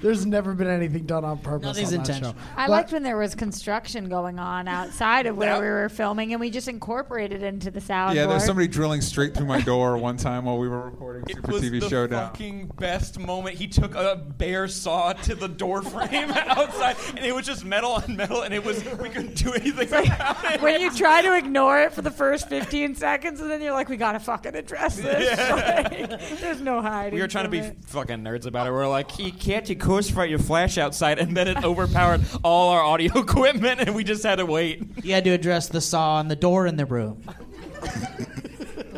[SPEAKER 9] There's never been anything done on purpose.
[SPEAKER 5] Nothing's
[SPEAKER 9] on that
[SPEAKER 5] intentional.
[SPEAKER 9] Show.
[SPEAKER 8] I
[SPEAKER 9] But-
[SPEAKER 8] liked when there was construction going on outside of where we were filming, and we just incorporated it into the soundboard.
[SPEAKER 2] Yeah, there's somebody drilling straight through my door one time while we were recording
[SPEAKER 3] It
[SPEAKER 2] Super
[SPEAKER 3] was
[SPEAKER 2] TV
[SPEAKER 3] the
[SPEAKER 2] Showdown.
[SPEAKER 3] fucking best moment. He took a bear saw to the door frame outside, and it was just metal on metal, and it was we couldn't do anything about it.
[SPEAKER 8] when you try to ignore it for the first 15 seconds, and then you're like, we gotta fucking address this. Like, there's no hiding.
[SPEAKER 3] We were trying to
[SPEAKER 8] from
[SPEAKER 3] be
[SPEAKER 8] it.
[SPEAKER 3] fucking nerds about it. We are like, you can't you course fight your flash outside, and then it overpowered all our audio equipment, and we just had to wait.
[SPEAKER 5] you had to address the saw on the door in the room.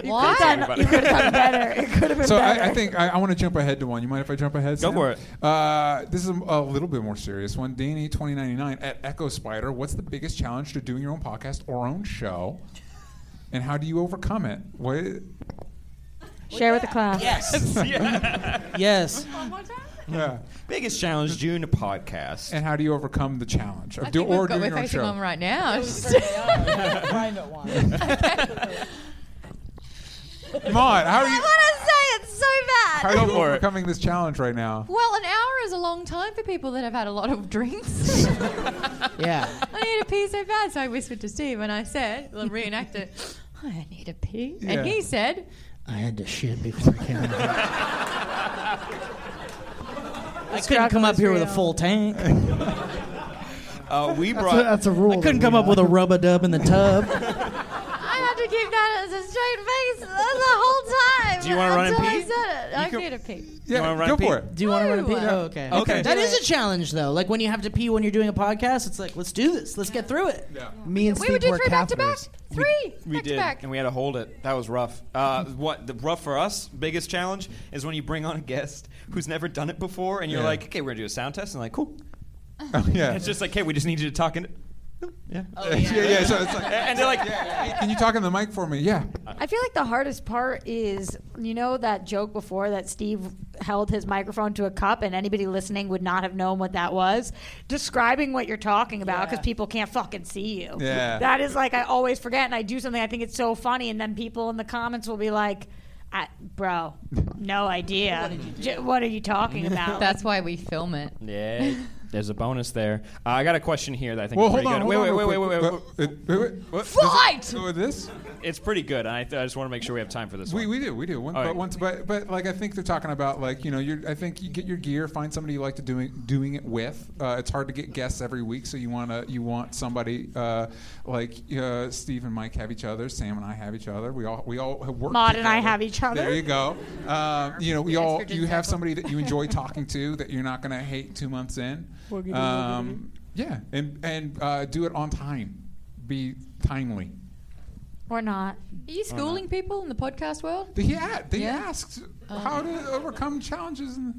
[SPEAKER 6] What?
[SPEAKER 8] Done. You could have done better. It could have been
[SPEAKER 2] So
[SPEAKER 8] better.
[SPEAKER 2] I, I think I, I want to jump ahead to one. You mind if I jump ahead?
[SPEAKER 3] Go
[SPEAKER 2] Sam?
[SPEAKER 3] for it.
[SPEAKER 2] Uh, this is a, a little bit more serious one. Danny twenty ninety nine at Echo Spider. What's the biggest challenge to doing your own podcast or own show, and how do you overcome it? What?
[SPEAKER 8] Share with the class.
[SPEAKER 5] Yes. yes.
[SPEAKER 2] Yeah.
[SPEAKER 3] Biggest challenge, June podcast.
[SPEAKER 2] And how do you overcome the challenge of
[SPEAKER 6] I
[SPEAKER 2] do,
[SPEAKER 6] think we've
[SPEAKER 2] or
[SPEAKER 6] got,
[SPEAKER 2] doing
[SPEAKER 6] we're
[SPEAKER 2] your own
[SPEAKER 6] facing
[SPEAKER 2] show?
[SPEAKER 6] one right now.
[SPEAKER 9] Find it one.
[SPEAKER 2] Maud, how are you?
[SPEAKER 6] want to say it's so bad.
[SPEAKER 2] How are you
[SPEAKER 3] Go for it.
[SPEAKER 2] overcoming this challenge right now?
[SPEAKER 6] Well, an hour is a long time for people that have had a lot of drinks.
[SPEAKER 5] Yeah.
[SPEAKER 6] I need a pee so bad. So I whispered to Steve and I said, well, reenact it, I need a pee.
[SPEAKER 2] Yeah.
[SPEAKER 6] And he said,
[SPEAKER 5] I had to shit before I came out. I couldn't come up here with a full tank.
[SPEAKER 3] Uh, we
[SPEAKER 9] That's a,
[SPEAKER 3] brought
[SPEAKER 9] that's a rule.
[SPEAKER 5] I couldn't come up with a rub a dub in the tub.
[SPEAKER 6] I had to keep that as a straight face the whole time.
[SPEAKER 3] Do you wanna run and
[SPEAKER 6] until
[SPEAKER 3] pee?
[SPEAKER 6] I said it. I
[SPEAKER 3] You can-
[SPEAKER 6] need a pee.
[SPEAKER 2] Yeah,
[SPEAKER 3] wanna run
[SPEAKER 2] go
[SPEAKER 3] a pee?
[SPEAKER 2] for it.
[SPEAKER 5] Do you want to run a pee?
[SPEAKER 6] No.
[SPEAKER 5] Oh, okay.
[SPEAKER 3] Okay.
[SPEAKER 5] That is a challenge, though. Like when you have to pee when you're doing a podcast, it's like, let's do this. Let's get through it.
[SPEAKER 9] Me and Steve
[SPEAKER 6] We would do
[SPEAKER 9] were
[SPEAKER 6] three back to back.
[SPEAKER 9] catheters.
[SPEAKER 6] Three
[SPEAKER 3] We
[SPEAKER 6] back
[SPEAKER 3] did,
[SPEAKER 6] to back.
[SPEAKER 3] and we had to hold it. That was rough. Uh, what the rough for us? Biggest challenge is when you bring on a guest who's never done it before, and you're
[SPEAKER 2] Yeah.
[SPEAKER 3] like, "Okay, we're gonna do a sound test," and like, "Cool."
[SPEAKER 2] Oh, yeah.
[SPEAKER 3] It's just like, "Hey, we just need you to talk in." Yeah.
[SPEAKER 6] Oh,
[SPEAKER 2] yeah. yeah, So it's like,
[SPEAKER 3] And they're like,
[SPEAKER 2] can you talk in the mic for me? Yeah.
[SPEAKER 8] I feel like the hardest part is, you know, that joke before that Steve held his microphone to a cup and anybody listening would not have known what that was. Describing what you're talking about because people can't fucking see you.
[SPEAKER 2] Yeah.
[SPEAKER 8] That is like, I always forget and I do something I think it's so funny, and then people in the comments will be like, I, bro, no idea. J- what, are you talking about?
[SPEAKER 6] That's why we film it.
[SPEAKER 3] Yeah, there's a bonus there. Uh, I got a question here that I think
[SPEAKER 2] Well, hold
[SPEAKER 3] is pretty
[SPEAKER 2] on.
[SPEAKER 3] good.
[SPEAKER 2] hold
[SPEAKER 3] Wait,
[SPEAKER 2] on real
[SPEAKER 3] wait, wait, wait,
[SPEAKER 2] quick.
[SPEAKER 3] wait, wait,
[SPEAKER 2] What- it- wait, wait. What- does
[SPEAKER 6] Fight!
[SPEAKER 2] it go with this?
[SPEAKER 3] It's pretty good, and I, I just want to make sure we have time for this
[SPEAKER 2] We,
[SPEAKER 3] one.
[SPEAKER 2] we do we do One-
[SPEAKER 3] All
[SPEAKER 2] but
[SPEAKER 3] right.
[SPEAKER 2] once but but like I think they're talking about like you know you're I think you get your gear find somebody you like to doing doing it with uh, it's hard to get guests every week so you wanna you want somebody uh, like uh, Steve and Mike have each other Sam and I have each other we all we all have worked
[SPEAKER 8] Maud and I
[SPEAKER 2] together.
[SPEAKER 8] have each other.
[SPEAKER 2] there you go um, you know we
[SPEAKER 6] Yes,
[SPEAKER 2] all
[SPEAKER 6] for
[SPEAKER 2] you have
[SPEAKER 6] example.
[SPEAKER 2] somebody that you enjoy talking to that you're not gonna hate two months in um, yeah and and uh, do it on time be timely
[SPEAKER 8] or not.
[SPEAKER 6] Are you schooling
[SPEAKER 3] Oh,
[SPEAKER 6] people in the podcast world?
[SPEAKER 2] They- yeah they
[SPEAKER 6] Yeah.
[SPEAKER 2] asked
[SPEAKER 9] Uh,
[SPEAKER 2] how to overcome challenges. In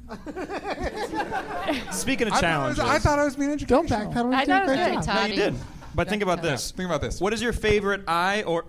[SPEAKER 3] Speaking of
[SPEAKER 2] I thought I was-
[SPEAKER 3] challenges,
[SPEAKER 2] I thought I was being
[SPEAKER 9] Don't
[SPEAKER 2] educational.
[SPEAKER 9] backpedal. we
[SPEAKER 8] I
[SPEAKER 9] do a
[SPEAKER 8] thought it
[SPEAKER 9] great
[SPEAKER 8] was good.
[SPEAKER 9] job.
[SPEAKER 6] Tardy.
[SPEAKER 3] you did, but think about this.
[SPEAKER 2] Think about this.
[SPEAKER 3] What is your favorite eye or?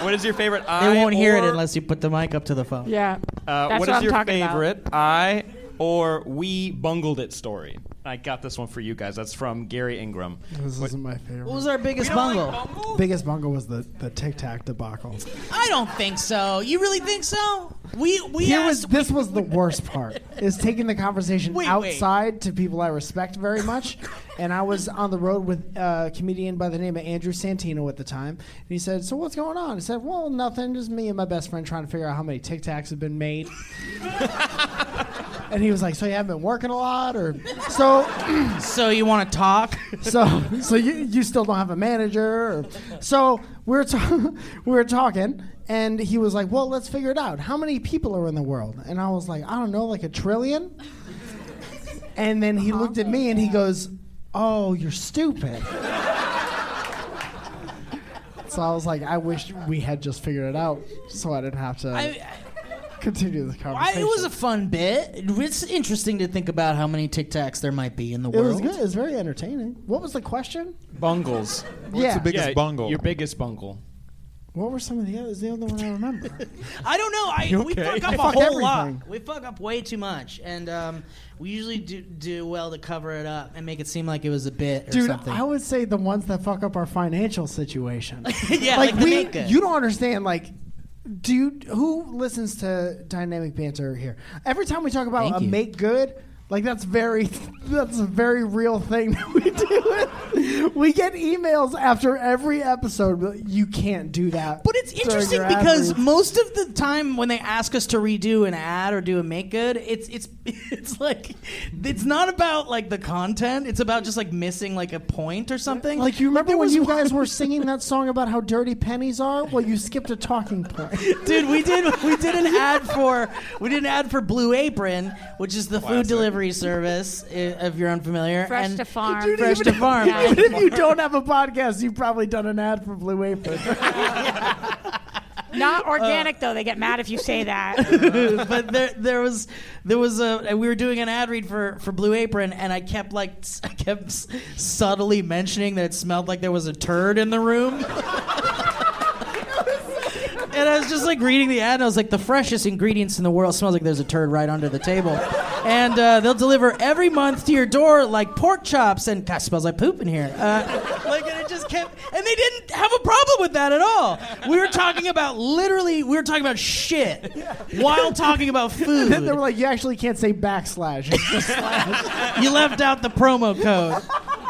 [SPEAKER 3] What is your favorite
[SPEAKER 5] They
[SPEAKER 3] eye?
[SPEAKER 5] won't hear it
[SPEAKER 3] or-
[SPEAKER 5] unless you put the mic up to the phone.
[SPEAKER 3] Uh,
[SPEAKER 8] Yeah. That's
[SPEAKER 3] what
[SPEAKER 8] what
[SPEAKER 3] is
[SPEAKER 8] I'm
[SPEAKER 3] your
[SPEAKER 8] talking about.
[SPEAKER 3] favorite I or we bungled it story? I got this one for you guys. That's from Gary Ingram.
[SPEAKER 9] This isn't my favorite.
[SPEAKER 5] What was our biggest bungle?
[SPEAKER 9] biggest bungle was the, the Tic Tac debacle.
[SPEAKER 5] I don't think so. You really think so? We we
[SPEAKER 9] Here was
[SPEAKER 5] asked.
[SPEAKER 9] this was the worst part is taking the conversation
[SPEAKER 5] Wait, wait.
[SPEAKER 9] outside to people I respect very much, and I was on the road with a comedian by the name of Andrew Santino at the time, and he said, "So what's going on?" I said, "Well, nothing. Just me and my best friend trying to figure out how many Tic Tacs have been made." And he was like, "So you haven't been working a lot, or so,
[SPEAKER 5] So you want to talk?
[SPEAKER 9] so, so you, you still don't have a manager?" Or, so we were ta- we were talking, and he was like, "Well, let's figure it out. How many people are in the world?" And I was like, "I don't know, like a trillion? And then he looked at me and he goes, "Oh, you're stupid." So I was like, I wish we had just figured it out, so I didn't have to
[SPEAKER 5] I,
[SPEAKER 9] continue the
[SPEAKER 5] I,
[SPEAKER 9] conversation.
[SPEAKER 5] it was a fun bit. It's interesting to think about how many Tic Tacs there might be in the
[SPEAKER 9] It
[SPEAKER 5] world.
[SPEAKER 9] was good. It was very entertaining. What was the question?
[SPEAKER 3] Bungles.
[SPEAKER 9] yeah.
[SPEAKER 4] the biggest
[SPEAKER 3] Yeah,
[SPEAKER 4] bungle?
[SPEAKER 3] Your biggest bungle.
[SPEAKER 9] what were some of the others? The only one I remember.
[SPEAKER 5] I don't know. I, We fuck up a
[SPEAKER 9] fuck
[SPEAKER 5] whole
[SPEAKER 9] everything.
[SPEAKER 5] lot. We fuck up way too much, and um, we usually do, do well to cover it up and make it seem like it was a bit or
[SPEAKER 9] Dude,
[SPEAKER 5] something.
[SPEAKER 9] I would say the ones that fuck up our financial situation.
[SPEAKER 5] yeah,
[SPEAKER 9] like,
[SPEAKER 5] like, the
[SPEAKER 9] we,
[SPEAKER 5] make good.
[SPEAKER 9] you don't understand. Like, dude, who listens to dynamic banter here? Every time we talk about
[SPEAKER 5] Thank
[SPEAKER 9] a
[SPEAKER 5] you.
[SPEAKER 9] make good, like that's very, that's a very real thing that we do. we get emails after every episode. but You can't do that.
[SPEAKER 5] But it's
[SPEAKER 9] during
[SPEAKER 5] interesting
[SPEAKER 9] your ad
[SPEAKER 5] because
[SPEAKER 9] reads.
[SPEAKER 5] most of the time when they ask us to redo an ad or do a make good, it's it's it's like it's not about like the content. It's about just like missing like a point or something.
[SPEAKER 9] Like you remember
[SPEAKER 5] There
[SPEAKER 9] when
[SPEAKER 5] was
[SPEAKER 9] you
[SPEAKER 5] one-
[SPEAKER 9] guys were singing that song about how dirty pennies are? Well, you skipped a talking point.
[SPEAKER 5] dude we did we did an ad for we did an ad for Blue Apron, which is the food delivery service i- if you're unfamiliar.
[SPEAKER 8] Fresh
[SPEAKER 5] and
[SPEAKER 8] to farm.
[SPEAKER 9] Dude,
[SPEAKER 5] Fresh to farm.
[SPEAKER 8] Yeah.
[SPEAKER 9] Even if you don't have a podcast, you've probably done an ad for Blue Apron.
[SPEAKER 8] Not organic though. They get mad if you say that.
[SPEAKER 5] but there, there was, there was a. We were doing an ad read for for Blue Apron, and I kept like, s- I kept s- subtly mentioning that it smelled like there was a turd in the room. and I was just like reading the ad, and I was like, the freshest ingredients in the world smells like there's a turd right under the table. And uh, they'll deliver every month to your door like pork chops and God smells like poop in here. Uh, like and it just kept, and they didn't have a problem with that at all. We were talking about literally, we were talking about shit while talking about food.
[SPEAKER 9] they were like, you actually can't say backslash. It's just slash.
[SPEAKER 5] you left out the promo code.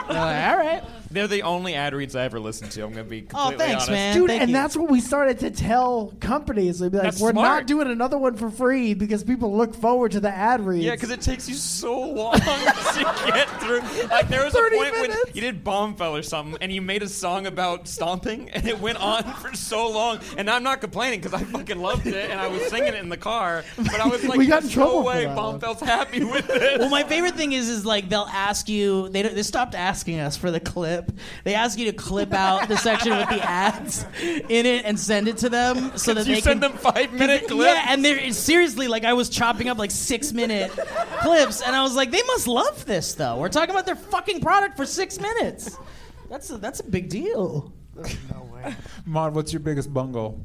[SPEAKER 5] They're like, Uh, all right.
[SPEAKER 3] They're the only ad reads I ever listened to. I'm going to be
[SPEAKER 5] Oh,
[SPEAKER 3] completely
[SPEAKER 5] thanks,
[SPEAKER 3] honest.
[SPEAKER 5] man.
[SPEAKER 9] Dude,
[SPEAKER 5] Thank
[SPEAKER 9] and
[SPEAKER 5] you.
[SPEAKER 9] that's what we started to tell companies. They'd be like,
[SPEAKER 3] That's
[SPEAKER 9] we're
[SPEAKER 3] smart.
[SPEAKER 9] not doing another one for free because people look forward to the ad reads.
[SPEAKER 3] Yeah, because it takes you so long to get through. Like there was a
[SPEAKER 9] 30
[SPEAKER 3] point when
[SPEAKER 9] minutes.
[SPEAKER 3] you did Bombfell or something, and you made a song about stomping, and it went on for so long. And I'm not complaining because I fucking loved it, and I was singing it in the car. But I was like,
[SPEAKER 9] We got in
[SPEAKER 3] "There's
[SPEAKER 9] trouble
[SPEAKER 3] No
[SPEAKER 9] for
[SPEAKER 3] way,
[SPEAKER 9] that one."
[SPEAKER 3] Bombfell's happy with this.
[SPEAKER 5] Well, Oh my favorite thing is, is like they'll ask you. They don't, they stopped asking us for the clip. They ask you to clip out the section with the ads in it and send it to them so that
[SPEAKER 3] you
[SPEAKER 5] they
[SPEAKER 3] send
[SPEAKER 5] can,
[SPEAKER 3] them five minute clips.
[SPEAKER 5] Yeah, and they're it's seriously like I was chopping up like six minute clips, and I was like, they must love this though. We're talking about their fucking product for six minutes. That's a, that's a big deal.
[SPEAKER 4] Mod, what's your biggest bungle?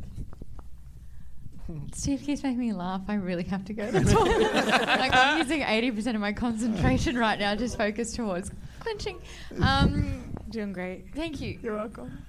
[SPEAKER 6] Steve keeps making me laugh. I really have to go to the toilet. like I'm using 80% of my concentration right now, just focused towards clenching. Um,
[SPEAKER 8] Doing great.
[SPEAKER 6] thank you. You're welcome.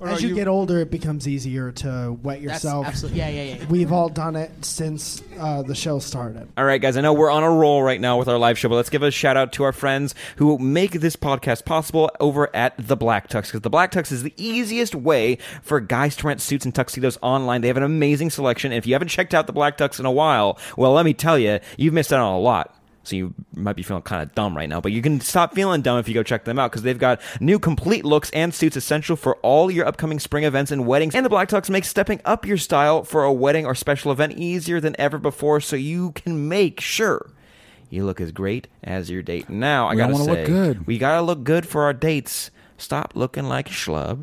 [SPEAKER 9] As you, get older, it becomes easier to wet
[SPEAKER 5] That's
[SPEAKER 9] yourself.
[SPEAKER 5] absolutely yeah yeah yeah.
[SPEAKER 9] We've all done it since uh, the show started.
[SPEAKER 1] All right, guys, I know we're on a roll right now with our live show, but let's give a shout out to our friends who make this podcast possible over at The Black Tux, because The Black Tux is the easiest way for guys to rent suits and tuxedos online. They have an amazing selection, and if you haven't checked out The Black Tux in a while, well, let me tell you, you've missed out on a lot. So you might be feeling kind of dumb right now, but you can stop feeling dumb if you go check them out because they've got new complete looks and suits essential for all your upcoming spring events and weddings. And the Black Tux makes stepping up your style for a wedding or special event easier than ever before, so you can make sure you look as great as your date. Now I
[SPEAKER 2] all
[SPEAKER 1] gotta
[SPEAKER 2] wanna look
[SPEAKER 1] say,
[SPEAKER 2] good.
[SPEAKER 1] we gotta look good for our dates. Stop looking like a schlub.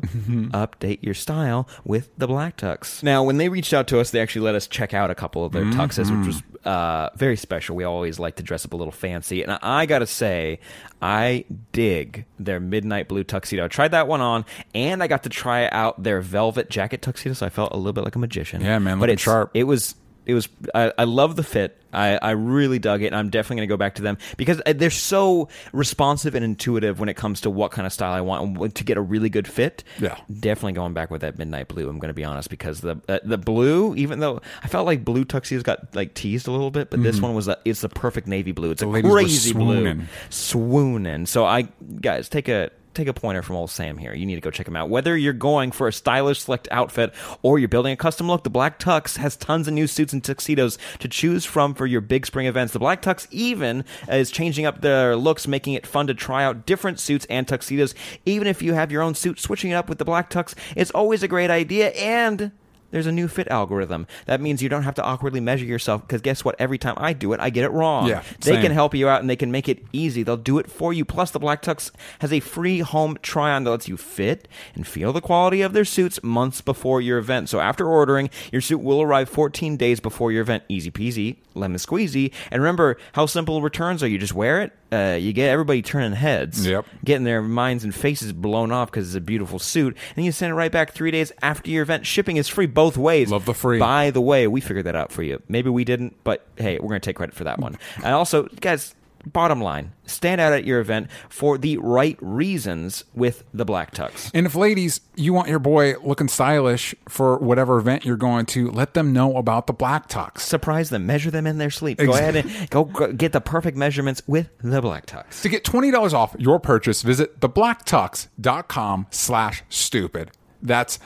[SPEAKER 1] Update your style with the black tux. Mm-hmm. Now, when they reached out to us, they actually let us check out a couple of their tuxes, which was uh, very special. We always like to dress up a little fancy, and I gotta say, I dig their midnight blue tuxedo. I tried that one on, and I got to try out their velvet jacket tuxedo, so I felt a little bit like a magician.
[SPEAKER 2] Yeah, man,
[SPEAKER 1] but
[SPEAKER 2] looking
[SPEAKER 1] it's
[SPEAKER 2] sharp.
[SPEAKER 1] It was it was I, I love the fit. I, I really dug it, and I'm definitely going to go back to them because uh, they're so responsive and intuitive when it comes to what kind of style I want and what- to get a really good fit.
[SPEAKER 2] Yeah.
[SPEAKER 1] definitely going back with that midnight blue. I'm going to be honest because the uh, the blue, even though I felt like blue tuxedos got like teased a little bit, but this one was a, it's the perfect navy blue. It's a
[SPEAKER 2] ladies were
[SPEAKER 1] crazy blue,
[SPEAKER 2] swooning.
[SPEAKER 1] swooning. So I guys take a take a pointer from old Sam here. You need to go check him out. Whether you're going for a stylish select outfit or you're building a custom look, the Black Tux has tons of new suits and tuxedos to choose from for your big spring events. The Black Tux even is changing up their looks, making it fun to try out different suits and tuxedos. Even if you have your own suit, switching it up with the Black Tux is always a great idea and there's a new fit algorithm. That means you don't have to awkwardly measure yourself because guess what? Every time I do it, I get it wrong.
[SPEAKER 2] Yeah,
[SPEAKER 1] they
[SPEAKER 2] same.
[SPEAKER 1] can help you out and they can make it easy. They'll do it for you. Plus, the Black Tux has a free home try on that lets you fit and feel the quality of their suits months before your event. So, after ordering, your suit will arrive 14 days before your event. Easy peasy, lemon squeezy. And remember how simple returns are. You just wear it, uh, you get everybody turning heads
[SPEAKER 2] Yep.
[SPEAKER 1] getting their minds and faces blown off because it's a beautiful suit, and you send it right back three days after your event. Shipping is free both ways.
[SPEAKER 2] Love the free.
[SPEAKER 1] By the way, we figured that out for you. Maybe we didn't, but hey, we're going to take credit for that one. and also, guys. Bottom line, stand out at your event for the right reasons with the black tux.
[SPEAKER 2] And if ladies, you want your boy looking stylish for whatever event you're going to, let them know about the black tux.
[SPEAKER 1] Surprise them, measure them in their sleep. Go ahead and go, go get the perfect measurements with the black tux.
[SPEAKER 2] To get twenty dollars off your purchase, visit theblacktux.com slash stupid. That's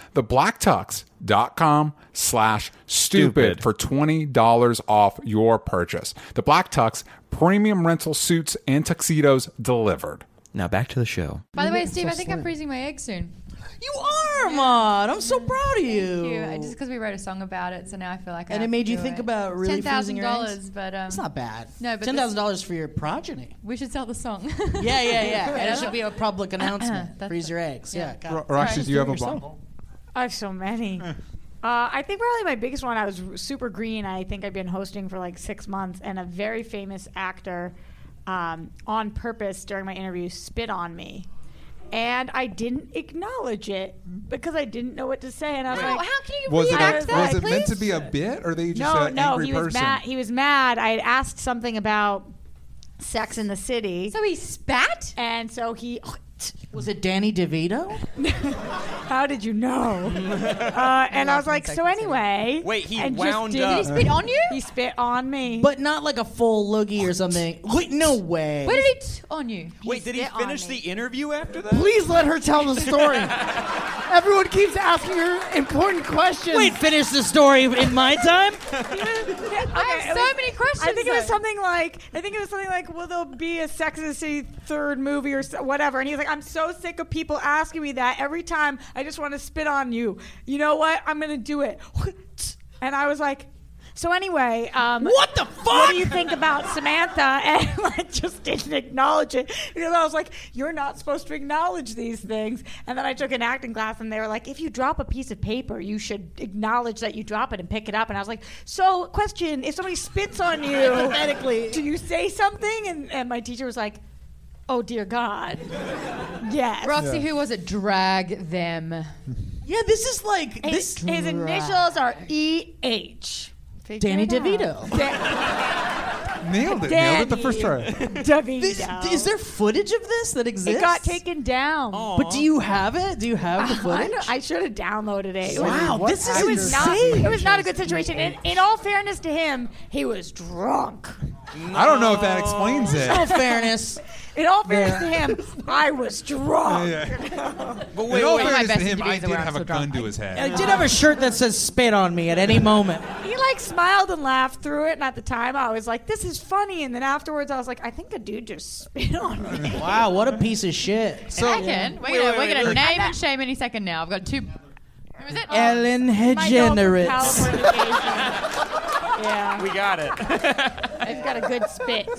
[SPEAKER 2] theblacktux.com slash stupid
[SPEAKER 1] Stupid.
[SPEAKER 2] for twenty dollars off your purchase. The Black Tux premium rental suits and tuxedos delivered.
[SPEAKER 1] Now back to the show.
[SPEAKER 6] By the way, Steve, I think I'm freezing my eggs soon.
[SPEAKER 5] You are, Mod. I'm so proud of you.
[SPEAKER 6] Thank you. I- Just because we wrote a song about it, so now I feel like I
[SPEAKER 5] And it
[SPEAKER 6] have
[SPEAKER 5] made
[SPEAKER 6] to
[SPEAKER 5] you
[SPEAKER 6] do
[SPEAKER 5] think
[SPEAKER 6] it.
[SPEAKER 5] about really freezing your eggs?
[SPEAKER 6] $10,000, but um,
[SPEAKER 5] It's not bad.
[SPEAKER 6] No, but
[SPEAKER 5] ten thousand dollars for your progeny.
[SPEAKER 6] we should sell the song.
[SPEAKER 5] Yeah, yeah, yeah. and it should be a public announcement.
[SPEAKER 6] That's
[SPEAKER 5] Freeze
[SPEAKER 6] the-
[SPEAKER 5] your eggs. Yeah.
[SPEAKER 6] yeah.
[SPEAKER 5] got it.
[SPEAKER 4] Ro- Roxy, do you have a bottle?
[SPEAKER 8] I have so many. Uh, I think probably my biggest one. I was r- super green. I think I'd been hosting for like six months, and a very famous actor, um, on purpose during my interview, spit on me, and I didn't acknowledge it because I didn't know what to say. And I was
[SPEAKER 6] How,
[SPEAKER 8] like,
[SPEAKER 6] how can you
[SPEAKER 4] Was it,
[SPEAKER 6] react
[SPEAKER 4] a,
[SPEAKER 6] that?
[SPEAKER 4] was it meant to
[SPEAKER 6] please?
[SPEAKER 4] be a bit, or they just
[SPEAKER 8] no,
[SPEAKER 4] an
[SPEAKER 8] no,
[SPEAKER 4] angry
[SPEAKER 8] he was
[SPEAKER 4] person?
[SPEAKER 8] mad. He was mad. I had asked something about Sex in the City,
[SPEAKER 6] So he spat?
[SPEAKER 8] and so he.
[SPEAKER 5] Was it Danny DeVito?
[SPEAKER 8] How did you know? uh, and I was like, so anyway.
[SPEAKER 3] Wait, he
[SPEAKER 8] and just
[SPEAKER 3] wound
[SPEAKER 8] did-
[SPEAKER 3] up.
[SPEAKER 6] Did he spit on you?
[SPEAKER 8] He spit on me.
[SPEAKER 5] But not like a full loogie or something. Wait, no way.
[SPEAKER 6] Where did he t- on you?
[SPEAKER 3] Wait, did he
[SPEAKER 8] spit on
[SPEAKER 3] finish the
[SPEAKER 8] me.
[SPEAKER 3] interview after that?
[SPEAKER 9] Please let her tell the story. Everyone keeps asking her important questions.
[SPEAKER 5] Wait, finish the story in my time?
[SPEAKER 8] I
[SPEAKER 6] I have so many questions.
[SPEAKER 8] I think it was
[SPEAKER 6] though.
[SPEAKER 8] something like I think it was something like, "Will there be a Sex and the City third movie or so, whatever?" And he's like, "I'm so sick of people asking me that every time. I just want to spit on you. You know what? I'm gonna do it." And I was like, "So anyway, um,
[SPEAKER 5] What the
[SPEAKER 8] What
[SPEAKER 5] fuck?
[SPEAKER 8] do you think about Samantha?" And like, just didn't acknowledge it because I was like, "You're not supposed to acknowledge these things." And then I took an acting class, and they were like, "If you drop a piece of paper, you should acknowledge that you drop it and pick it up." And I was like, "So, question: If somebody spits on you,
[SPEAKER 5] Hypothetically.
[SPEAKER 8] do you say something?" And, and my teacher was like, "Oh dear God, yes."
[SPEAKER 6] Roxy, who was it? Drag them.
[SPEAKER 5] Yeah, this is like
[SPEAKER 8] His,
[SPEAKER 5] this.
[SPEAKER 8] his initials are E H.
[SPEAKER 5] Danny DeVito.
[SPEAKER 4] Nailed it. Nailed it the first try.
[SPEAKER 8] DeVito.
[SPEAKER 5] This- Is there footage of this Oh. that exists?
[SPEAKER 8] it got taken down.
[SPEAKER 5] But do you have it? Do you have the
[SPEAKER 8] I,
[SPEAKER 5] footage?
[SPEAKER 8] don't- I should have downloaded it. It was
[SPEAKER 5] wow,
[SPEAKER 9] What
[SPEAKER 5] this is
[SPEAKER 9] actor-
[SPEAKER 8] It was not.
[SPEAKER 5] insane.
[SPEAKER 8] It was not a good situation. In, in all fairness to him, he was drunk.
[SPEAKER 4] I don't know if that explains it.
[SPEAKER 5] In all fairness,
[SPEAKER 8] In all fairness to him, I was drunk.
[SPEAKER 3] But
[SPEAKER 4] In
[SPEAKER 3] wait,
[SPEAKER 4] all
[SPEAKER 3] wait.
[SPEAKER 4] fairness to
[SPEAKER 6] best
[SPEAKER 4] him, I
[SPEAKER 6] interviews
[SPEAKER 4] did
[SPEAKER 6] were
[SPEAKER 4] have a
[SPEAKER 6] also
[SPEAKER 4] gun
[SPEAKER 6] drunk.
[SPEAKER 4] to his head.
[SPEAKER 5] I did have a shirt that says "spit on me" at any moment.
[SPEAKER 8] He like smiled and laughed through it, and at the time, I was like, "This is funny." And then afterwards, I was like, "I think a dude just spit on me."
[SPEAKER 5] Wow, what a piece of shit.
[SPEAKER 6] Second, we're gonna, we're gonna name and shame any second now. I've got two. Who was it?
[SPEAKER 5] Ellen
[SPEAKER 8] My dog from
[SPEAKER 5] DeGeneres.
[SPEAKER 8] California Gaisy. yeah,
[SPEAKER 3] We got it.
[SPEAKER 8] I've got a good spit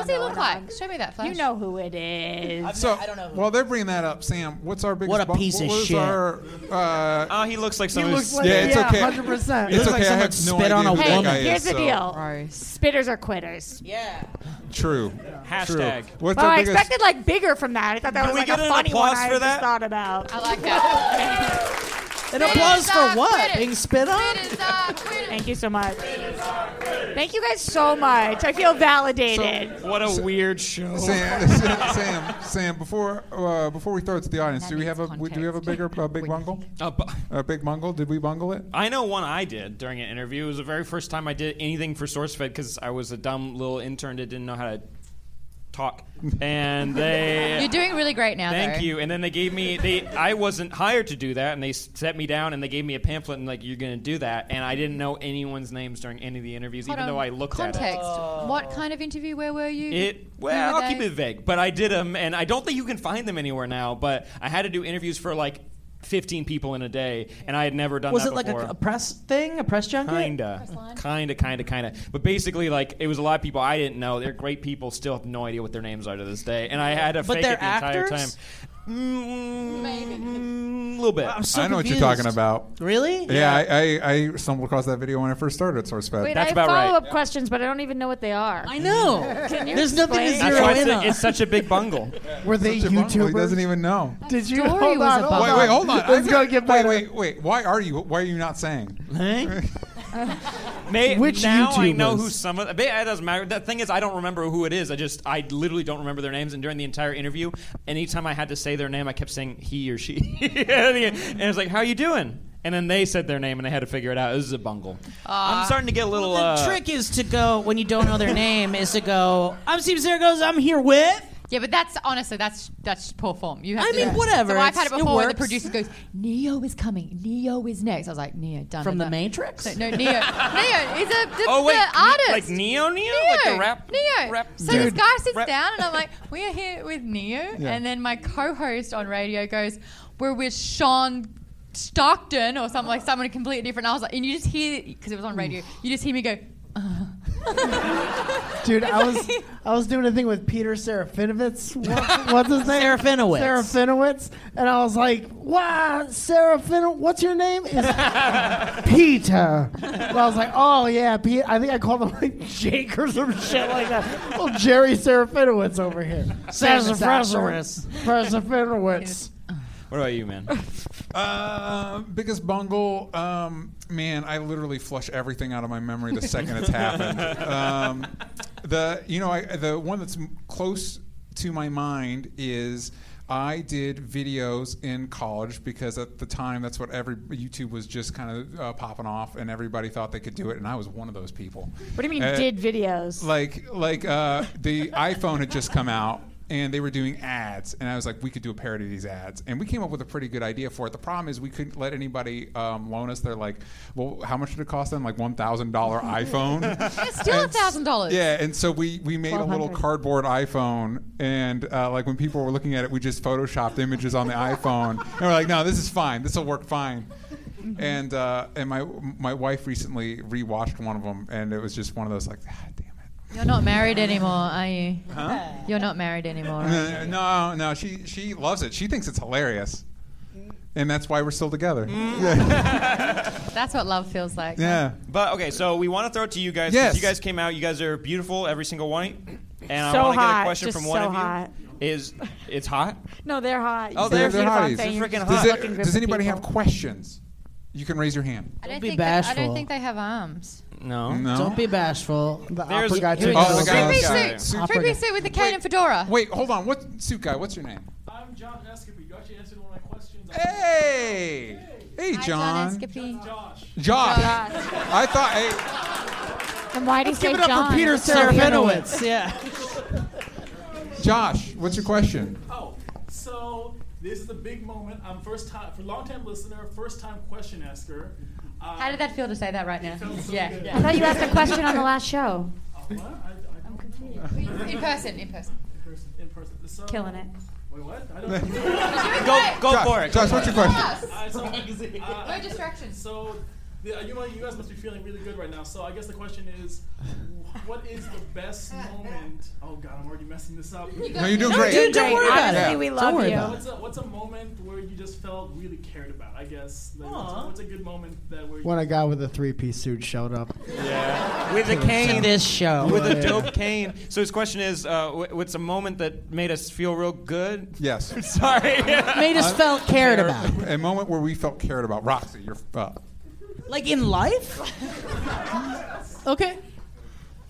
[SPEAKER 6] Oh. What's he look
[SPEAKER 8] going on.
[SPEAKER 6] like? Show me that flash.
[SPEAKER 8] You know who it is.
[SPEAKER 4] So,
[SPEAKER 5] I don't know who-
[SPEAKER 4] While they're bringing that up, Sam, what's our biggest?
[SPEAKER 5] What a
[SPEAKER 4] bu-
[SPEAKER 5] piece of
[SPEAKER 4] what was
[SPEAKER 5] shit.
[SPEAKER 4] Our, uh,
[SPEAKER 3] Oh, he looks like
[SPEAKER 9] He
[SPEAKER 3] someone.
[SPEAKER 9] looks
[SPEAKER 3] who's
[SPEAKER 9] like
[SPEAKER 4] Yeah, it's
[SPEAKER 9] yeah,
[SPEAKER 4] okay.
[SPEAKER 9] 100%.
[SPEAKER 4] it's
[SPEAKER 5] looks like
[SPEAKER 4] okay. I
[SPEAKER 5] someone
[SPEAKER 4] have no
[SPEAKER 5] spit
[SPEAKER 4] idea
[SPEAKER 5] on a
[SPEAKER 4] who that
[SPEAKER 5] woman.
[SPEAKER 4] guy
[SPEAKER 8] Hey,
[SPEAKER 4] is,
[SPEAKER 8] here's the
[SPEAKER 4] so-
[SPEAKER 8] deal:
[SPEAKER 6] Gross.
[SPEAKER 8] spitters are quitters.
[SPEAKER 5] Yeah.
[SPEAKER 4] True.
[SPEAKER 3] Hashtag.
[SPEAKER 4] True. What's
[SPEAKER 8] Well,
[SPEAKER 4] our
[SPEAKER 8] I
[SPEAKER 4] biggest?
[SPEAKER 8] expected like bigger from that. I thought that
[SPEAKER 3] Can
[SPEAKER 8] was
[SPEAKER 3] we
[SPEAKER 8] like
[SPEAKER 3] get
[SPEAKER 8] a
[SPEAKER 3] an
[SPEAKER 8] funny one.
[SPEAKER 3] applause
[SPEAKER 8] I
[SPEAKER 3] for
[SPEAKER 8] just
[SPEAKER 3] that?
[SPEAKER 8] thought about.
[SPEAKER 6] I
[SPEAKER 5] Oh.
[SPEAKER 6] like that.
[SPEAKER 5] An applause for
[SPEAKER 6] Spit is
[SPEAKER 5] what?
[SPEAKER 6] up,
[SPEAKER 5] Being spit on?
[SPEAKER 6] It is, uh, Twitter.
[SPEAKER 8] Thank you so much. Thank you guys so much. I feel validated.
[SPEAKER 3] What a weird show.
[SPEAKER 5] Oh.
[SPEAKER 4] Sam, Sam, Sam, Sam, before uh, before we throw it to the audience, do we have a we, do we have a bigger a big bungle?
[SPEAKER 3] Uh, bu-
[SPEAKER 4] A big bungle? Did we bungle it?
[SPEAKER 3] I know one I did during an interview. It was the very first time I did anything for SourceFed because I was a dumb little intern that didn't know how to talk, and they.
[SPEAKER 6] You're doing really great now.
[SPEAKER 3] Thank
[SPEAKER 6] though.
[SPEAKER 3] you. And then they gave me they I wasn't hired to do that, and they s- set me down and they gave me a pamphlet and like you're gonna do that, and I didn't know anyone's names during any of the interviews,
[SPEAKER 6] Hold
[SPEAKER 3] even
[SPEAKER 6] on.
[SPEAKER 3] though I looked
[SPEAKER 6] Context.
[SPEAKER 3] at it.
[SPEAKER 6] What kind of interview? Where were you?
[SPEAKER 3] It
[SPEAKER 6] Who
[SPEAKER 3] well,
[SPEAKER 6] were
[SPEAKER 3] I'll keep
[SPEAKER 6] they?
[SPEAKER 3] it vague, but I did them, and I don't think you can find them anywhere now. But I had to do interviews for like 15 people in a day, and I had never done
[SPEAKER 5] Was
[SPEAKER 3] that
[SPEAKER 5] it like
[SPEAKER 3] before.
[SPEAKER 5] a, a press thing, a press junket?
[SPEAKER 3] Kinda, kinda, kinda, kinda. But basically, like it was a lot of people I didn't know. They're great people. Still have no idea what their names are to this day, and I had to
[SPEAKER 5] But
[SPEAKER 3] fake
[SPEAKER 5] they're
[SPEAKER 3] it the entire time.
[SPEAKER 5] actors?
[SPEAKER 3] Mm, a little bit.
[SPEAKER 5] I'm so
[SPEAKER 2] I know what you're
[SPEAKER 5] confused.
[SPEAKER 2] talking about.
[SPEAKER 5] Really?
[SPEAKER 2] Yeah, I, I, I stumbled across that video when I first started at SourceFed.
[SPEAKER 8] Wait,
[SPEAKER 3] That's
[SPEAKER 8] I have
[SPEAKER 3] about right.
[SPEAKER 8] follow up questions, but I don't even know what they are.
[SPEAKER 5] I know.
[SPEAKER 8] Can you
[SPEAKER 5] There's nothing to
[SPEAKER 8] explain?
[SPEAKER 3] That's
[SPEAKER 5] zero
[SPEAKER 3] why
[SPEAKER 5] in
[SPEAKER 3] it's,
[SPEAKER 5] on.
[SPEAKER 3] a, it's such a big bungle.
[SPEAKER 9] Were they
[SPEAKER 2] He doesn't
[SPEAKER 9] YouTubers?
[SPEAKER 2] even know.
[SPEAKER 9] Did you
[SPEAKER 6] Story
[SPEAKER 9] hold
[SPEAKER 6] was
[SPEAKER 9] on?
[SPEAKER 6] a
[SPEAKER 9] hold
[SPEAKER 6] bubble.
[SPEAKER 2] Wait,
[SPEAKER 9] on.
[SPEAKER 2] wait, hold on.
[SPEAKER 9] It's gonna get better.
[SPEAKER 2] Wait, wait, wait. Why are you? Why are you not saying?
[SPEAKER 5] Hey?
[SPEAKER 3] May,
[SPEAKER 9] Which
[SPEAKER 3] now I know
[SPEAKER 9] YouTubers?
[SPEAKER 3] who some of. May, it doesn't matter. The thing is, I don't remember who it is. I just, I literally don't remember their names. And during the entire interview, anytime I had to say their name, I kept saying he or she. and I was like, "How you doing?" And then they said their name, and I had to figure it out. This is a bungle. I'm starting to get a little.
[SPEAKER 5] the
[SPEAKER 3] uh,
[SPEAKER 5] trick is to go when you don't know their name is to go. I'm Steve Zergos. I'm here with.
[SPEAKER 6] Yeah, but that's honestly that's that's poor form. You have
[SPEAKER 5] I
[SPEAKER 6] to
[SPEAKER 5] mean,
[SPEAKER 6] do that.
[SPEAKER 5] whatever,
[SPEAKER 6] So I've had it
[SPEAKER 5] it's- it
[SPEAKER 6] before where the
[SPEAKER 5] works.
[SPEAKER 6] producer goes, "Neo is coming. Neo is next." I was like, "Neo done
[SPEAKER 5] From
[SPEAKER 6] with
[SPEAKER 5] The
[SPEAKER 6] that."
[SPEAKER 5] Matrix?
[SPEAKER 6] So, no, Neo. Neo is a the,
[SPEAKER 3] Oh wait,
[SPEAKER 6] the
[SPEAKER 3] Ne-
[SPEAKER 6] artist.
[SPEAKER 3] like Neo, Neo,
[SPEAKER 6] Neo,
[SPEAKER 3] like the rap,
[SPEAKER 6] Neo.
[SPEAKER 3] rap.
[SPEAKER 6] So this guy sits
[SPEAKER 3] Rap-
[SPEAKER 6] down, and I'm like, "We are here with Neo," and then my co-host on radio goes, "We're with Sean." Stockton or something like someone completely different. I was like, and you just hear because it was on radio. You just hear me go,
[SPEAKER 9] Dude, I was I was doing a thing with Peter Serafinovitz. What, what's his name?
[SPEAKER 5] Serafinowicz.
[SPEAKER 9] Serafinowicz. And I was like, wow, Serafinowicz, what's your name? It's Peter. And I was like, oh, yeah, Pete. I think I called him like Jake or some shit like that. Well, Jerry Serafinowicz over here.
[SPEAKER 5] Sassafras.
[SPEAKER 9] Serafinowicz.
[SPEAKER 3] What about you, man?
[SPEAKER 2] Uh, biggest bungle. Um, man, I literally flush everything out of my memory the second it's happened. Um, the you know I, the one that's m- close to my mind is. I did videos in college because at the time that's what every YouTube was just kind of uh, popping off and everybody thought they could do it and I was one of those people.
[SPEAKER 8] What do you mean
[SPEAKER 2] Uh,
[SPEAKER 8] did videos?
[SPEAKER 2] like like uh, the iPhone had just come out and they were doing ads and I was like we could do a parody of these ads and we came up with a pretty good idea for it. The problem is we couldn't let anybody um, loan us. They're like, well, how much did it cost them? Like one thousand dollar iPhone.
[SPEAKER 6] "It's still a thousand dollars."
[SPEAKER 2] Yeah, and so we we made a little
[SPEAKER 8] 1200.
[SPEAKER 2] cardboard iPhone, and uh, like when people were looking at it, we just photoshopped images on the iPhone, and we're like, no, this is fine, this will work fine.
[SPEAKER 8] Mm-hmm.
[SPEAKER 2] And uh, and my my wife recently rewatched one of them, and it was just one of those like, ah, damn it.
[SPEAKER 6] You're not married anymore, are you? You're not married anymore. Right?
[SPEAKER 2] Uh, no, no, she she loves it. She thinks it's hilarious, and that's why we're still together.
[SPEAKER 8] Mm.
[SPEAKER 6] That's what love feels like.
[SPEAKER 2] Yeah,
[SPEAKER 3] But okay, so we want to throw it to you guys. 'cause
[SPEAKER 2] Yes.
[SPEAKER 3] You guys came out. You guys are beautiful, every single one. And
[SPEAKER 8] So
[SPEAKER 3] I want to get a
[SPEAKER 8] hot,
[SPEAKER 3] question
[SPEAKER 8] just
[SPEAKER 3] from one
[SPEAKER 8] so
[SPEAKER 3] of you.
[SPEAKER 8] hot.
[SPEAKER 3] Is it's hot?
[SPEAKER 8] no, they're hot.
[SPEAKER 3] Oh,
[SPEAKER 8] You said
[SPEAKER 3] they're-
[SPEAKER 8] a
[SPEAKER 3] they're
[SPEAKER 8] beautiful
[SPEAKER 2] hotties.
[SPEAKER 8] thing.
[SPEAKER 3] They're freaking
[SPEAKER 8] You're
[SPEAKER 3] hot.
[SPEAKER 8] just
[SPEAKER 2] Does,
[SPEAKER 8] a
[SPEAKER 2] it-
[SPEAKER 8] fucking group
[SPEAKER 2] does
[SPEAKER 8] of
[SPEAKER 2] anybody have
[SPEAKER 8] people.
[SPEAKER 2] questions? You can raise your hand.
[SPEAKER 6] I don't
[SPEAKER 5] be
[SPEAKER 6] think they- I
[SPEAKER 5] bashful.
[SPEAKER 6] don't think they have arms.
[SPEAKER 3] No.
[SPEAKER 2] No.
[SPEAKER 5] Don't be bashful.
[SPEAKER 9] The
[SPEAKER 3] There's-
[SPEAKER 9] opera guy
[SPEAKER 3] Here
[SPEAKER 9] took
[SPEAKER 3] we go.
[SPEAKER 9] it.
[SPEAKER 3] Oh, the guy-
[SPEAKER 6] Three-piece
[SPEAKER 3] sorry.
[SPEAKER 6] suit.
[SPEAKER 9] Opera
[SPEAKER 6] Three-piece suit with the cane and fedora.
[SPEAKER 2] Wait, hold on. What suit guy? What's your name?
[SPEAKER 11] I'm John Escapy. You actually answered one of my questions.
[SPEAKER 2] Hey, hey,
[SPEAKER 6] Hi,
[SPEAKER 2] John.
[SPEAKER 6] Escapee.
[SPEAKER 2] Josh. I thought. Hey,
[SPEAKER 8] And why do you say
[SPEAKER 9] Give it up
[SPEAKER 8] John?
[SPEAKER 9] for Peter Serafinowicz.
[SPEAKER 5] Yeah.
[SPEAKER 2] Josh, what's your question?
[SPEAKER 11] Oh, so this is the big moment. I'm first time, for long time listener, first time question asker. Uh,
[SPEAKER 6] How did that feel to say that right now? Yeah.
[SPEAKER 8] I thought you asked a question on the last show.
[SPEAKER 11] what? I, I am confused.
[SPEAKER 6] In person, in person.
[SPEAKER 11] In person. In person. So,
[SPEAKER 8] Killing it.
[SPEAKER 11] Wait, what? I don't know.
[SPEAKER 3] Go go
[SPEAKER 2] Josh,
[SPEAKER 3] for it.
[SPEAKER 2] Josh, what's your question?
[SPEAKER 11] I, so, uh,
[SPEAKER 6] No distractions.
[SPEAKER 11] so the, uh, you, know, you guys must be feeling really good right now. So I guess the question is, wh- what is the best moment? Oh God, I'm already messing this up.
[SPEAKER 2] No, you're doing great.
[SPEAKER 5] Dude, don't worry about
[SPEAKER 8] Honestly,
[SPEAKER 5] it.
[SPEAKER 8] we
[SPEAKER 5] Don't
[SPEAKER 8] love
[SPEAKER 5] worry
[SPEAKER 8] you.
[SPEAKER 5] about it.
[SPEAKER 11] What's a, what's a moment where you just felt really cared about? I guess. Like, what's,
[SPEAKER 5] Aw.
[SPEAKER 11] a, what's a good moment that where you
[SPEAKER 9] When a guy with a three piece suit showed up.
[SPEAKER 3] With a
[SPEAKER 5] To
[SPEAKER 3] cane.
[SPEAKER 5] this show.
[SPEAKER 3] With a dope cane. So his question is, uh, wh- what's a moment that made us feel real good?
[SPEAKER 2] Yes.
[SPEAKER 3] Sorry.
[SPEAKER 5] Made us felt cared about.
[SPEAKER 2] A moment where we felt cared about. Roxy, you're up.
[SPEAKER 5] Like in life? okay.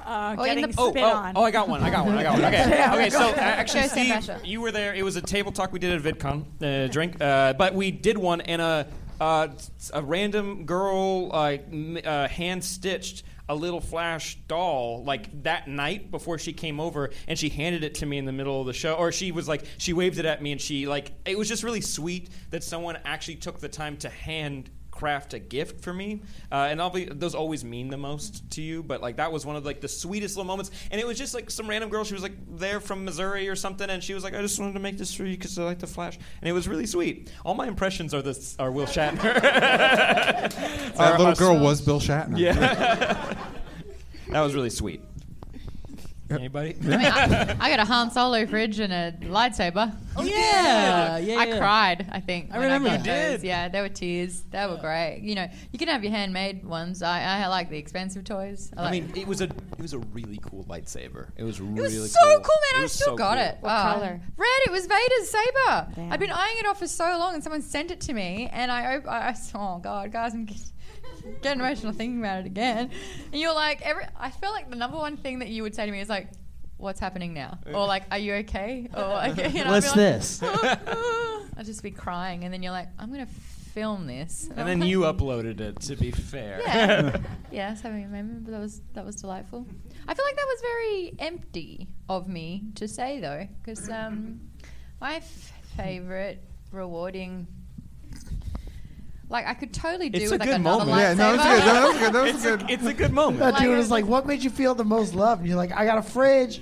[SPEAKER 8] Uh,
[SPEAKER 6] in
[SPEAKER 8] getting
[SPEAKER 6] the-
[SPEAKER 8] spit
[SPEAKER 3] Oh, oh,
[SPEAKER 8] on.
[SPEAKER 3] oh, I got one. I got one. I got one. Okay. okay, so uh, actually,
[SPEAKER 6] Go, Sam
[SPEAKER 3] Steve,
[SPEAKER 6] Basha.
[SPEAKER 3] you were there. It was a table talk we did at VidCon, uh, drink. Uh, but we did one, and a Uh, s- a random girl like m- uh, hand stitched a little flash doll like that night before she came over and she handed it to me in the middle of the show or she was like she waved it at me and she like it was just really sweet that someone actually took the time to hand craft a gift for me uh, and obviously those always mean the most to you but like that was one of like the sweetest little moments and it was just like some random girl she was like there from missouri or something and she was like i just wanted to make this for you because i like the flash and it was really sweet all my impressions are this are will shatner
[SPEAKER 4] That
[SPEAKER 3] Are-
[SPEAKER 4] little
[SPEAKER 3] are
[SPEAKER 4] girl
[SPEAKER 3] so-
[SPEAKER 4] was Bill Shatner.
[SPEAKER 3] yeah that was really sweet anybody
[SPEAKER 6] I, mean, I, I got a Han Solo fridge and a lightsaber. Oh
[SPEAKER 5] yeah, yeah,
[SPEAKER 6] I
[SPEAKER 5] yeah.
[SPEAKER 6] cried. I think
[SPEAKER 5] I
[SPEAKER 6] when
[SPEAKER 5] remember
[SPEAKER 6] got
[SPEAKER 5] that. You
[SPEAKER 6] those.
[SPEAKER 5] did.
[SPEAKER 6] Yeah, they were tears. They were great. You know, you can have your handmade ones. I, I like the expensive toys. I,
[SPEAKER 3] I
[SPEAKER 6] like-
[SPEAKER 3] mean, it was a it was a really cool lightsaber. It was
[SPEAKER 6] It
[SPEAKER 3] really
[SPEAKER 6] was so cool,
[SPEAKER 3] It
[SPEAKER 6] man. I
[SPEAKER 3] was
[SPEAKER 6] still
[SPEAKER 3] so
[SPEAKER 6] got
[SPEAKER 3] cool.
[SPEAKER 6] it.
[SPEAKER 8] What
[SPEAKER 6] Oh.
[SPEAKER 8] color?
[SPEAKER 6] Red. It was Vader's saber.
[SPEAKER 8] Damn.
[SPEAKER 6] I've been eyeing it off for so long, and someone sent it to me, and I, op- I, I oh god, guys, I'm get- getting emotional thinking about it again. And you're like, every, I feel like the number one thing that you would say to me is like, "What's happening now?" Or like, "Are you okay?" Or like, you know, I'd be
[SPEAKER 5] What's
[SPEAKER 6] like,
[SPEAKER 5] this?
[SPEAKER 6] I'd just be crying, and then you're like, "I'm gonna film this."
[SPEAKER 3] And then you uploaded it. To be fair,
[SPEAKER 6] Yeah. yeah, I was having a moment, but that was that was delightful. I feel like that was very empty of me to say though, because um, my f- favorite rewarding. Like I could totally do
[SPEAKER 3] It's
[SPEAKER 6] with
[SPEAKER 3] a
[SPEAKER 6] like
[SPEAKER 3] good
[SPEAKER 6] another
[SPEAKER 3] moment.
[SPEAKER 6] lightsaber.
[SPEAKER 3] Yeah, no, it's
[SPEAKER 4] good. That was good. That was
[SPEAKER 3] it's
[SPEAKER 4] good.
[SPEAKER 3] a, it's a good moment.
[SPEAKER 9] That
[SPEAKER 6] Like,
[SPEAKER 9] dude
[SPEAKER 6] it
[SPEAKER 9] was
[SPEAKER 6] was-
[SPEAKER 9] like, "What made you feel the most love?" And you're like, "I got a fridge.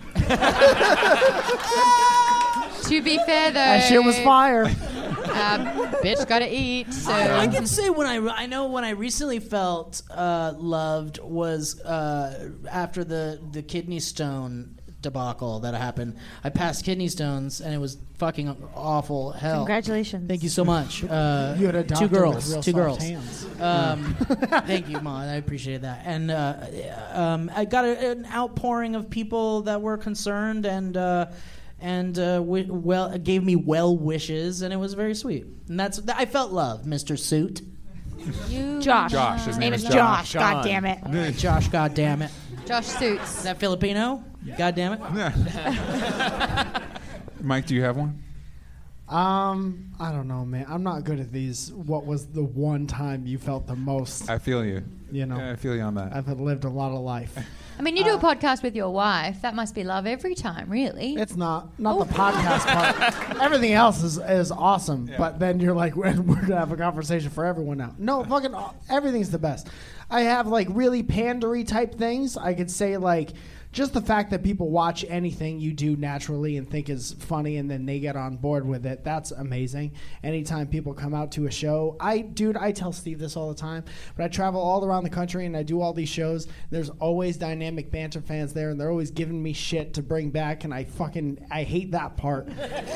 [SPEAKER 6] to be fair though,
[SPEAKER 9] That shit was fire."
[SPEAKER 6] Um, bitch, gotta eat. So
[SPEAKER 5] I, I can say when I I know when I recently felt uh, loved was uh, after the the kidney stone debacle that happened. I passed kidney stones and it was fucking awful hell.
[SPEAKER 8] Congratulations.
[SPEAKER 5] Thank you so much. Uh,
[SPEAKER 9] You had a doctor
[SPEAKER 5] two
[SPEAKER 9] with
[SPEAKER 5] girls.
[SPEAKER 9] real
[SPEAKER 5] two
[SPEAKER 9] soft
[SPEAKER 5] girls.
[SPEAKER 9] hands.
[SPEAKER 5] Um, thank you, Ma. I appreciate that. And uh, um, I got a, an outpouring of people that were concerned and uh, and uh, wi- well gave me well wishes, and it was very sweet. And that's I felt loved, Mister Suit.
[SPEAKER 6] you,
[SPEAKER 8] Josh.
[SPEAKER 4] Josh, his name
[SPEAKER 8] is
[SPEAKER 4] is Josh.
[SPEAKER 8] Josh. God damn it.
[SPEAKER 5] Josh, God damn it,
[SPEAKER 6] Josh suits.
[SPEAKER 5] is that Filipino? God damn it.
[SPEAKER 4] Mike, do you have one?
[SPEAKER 9] Um, I don't know, man. I'm not good at these. What was the one time you felt the most?
[SPEAKER 4] I feel you.
[SPEAKER 9] You know.
[SPEAKER 4] Yeah, I feel you on that.
[SPEAKER 9] I've lived a lot of life.
[SPEAKER 6] I mean, you do a podcast with your wife. That must be love every time, really.
[SPEAKER 9] It's not not the podcast part. Everything else is is awesome, but then you're like, we're, we're gonna have a conversation for everyone now. No, fucking all- everything's the best. I have like really pandery type things. I could say like just the fact that people watch anything you do naturally and think is funny and then they get on board with it that's amazing anytime people come out to a show i dude i tell steve this all the time but i travel all around the country and i do all these shows there's always dynamic banter fans there and they're always giving me shit to bring back and i fucking i hate that part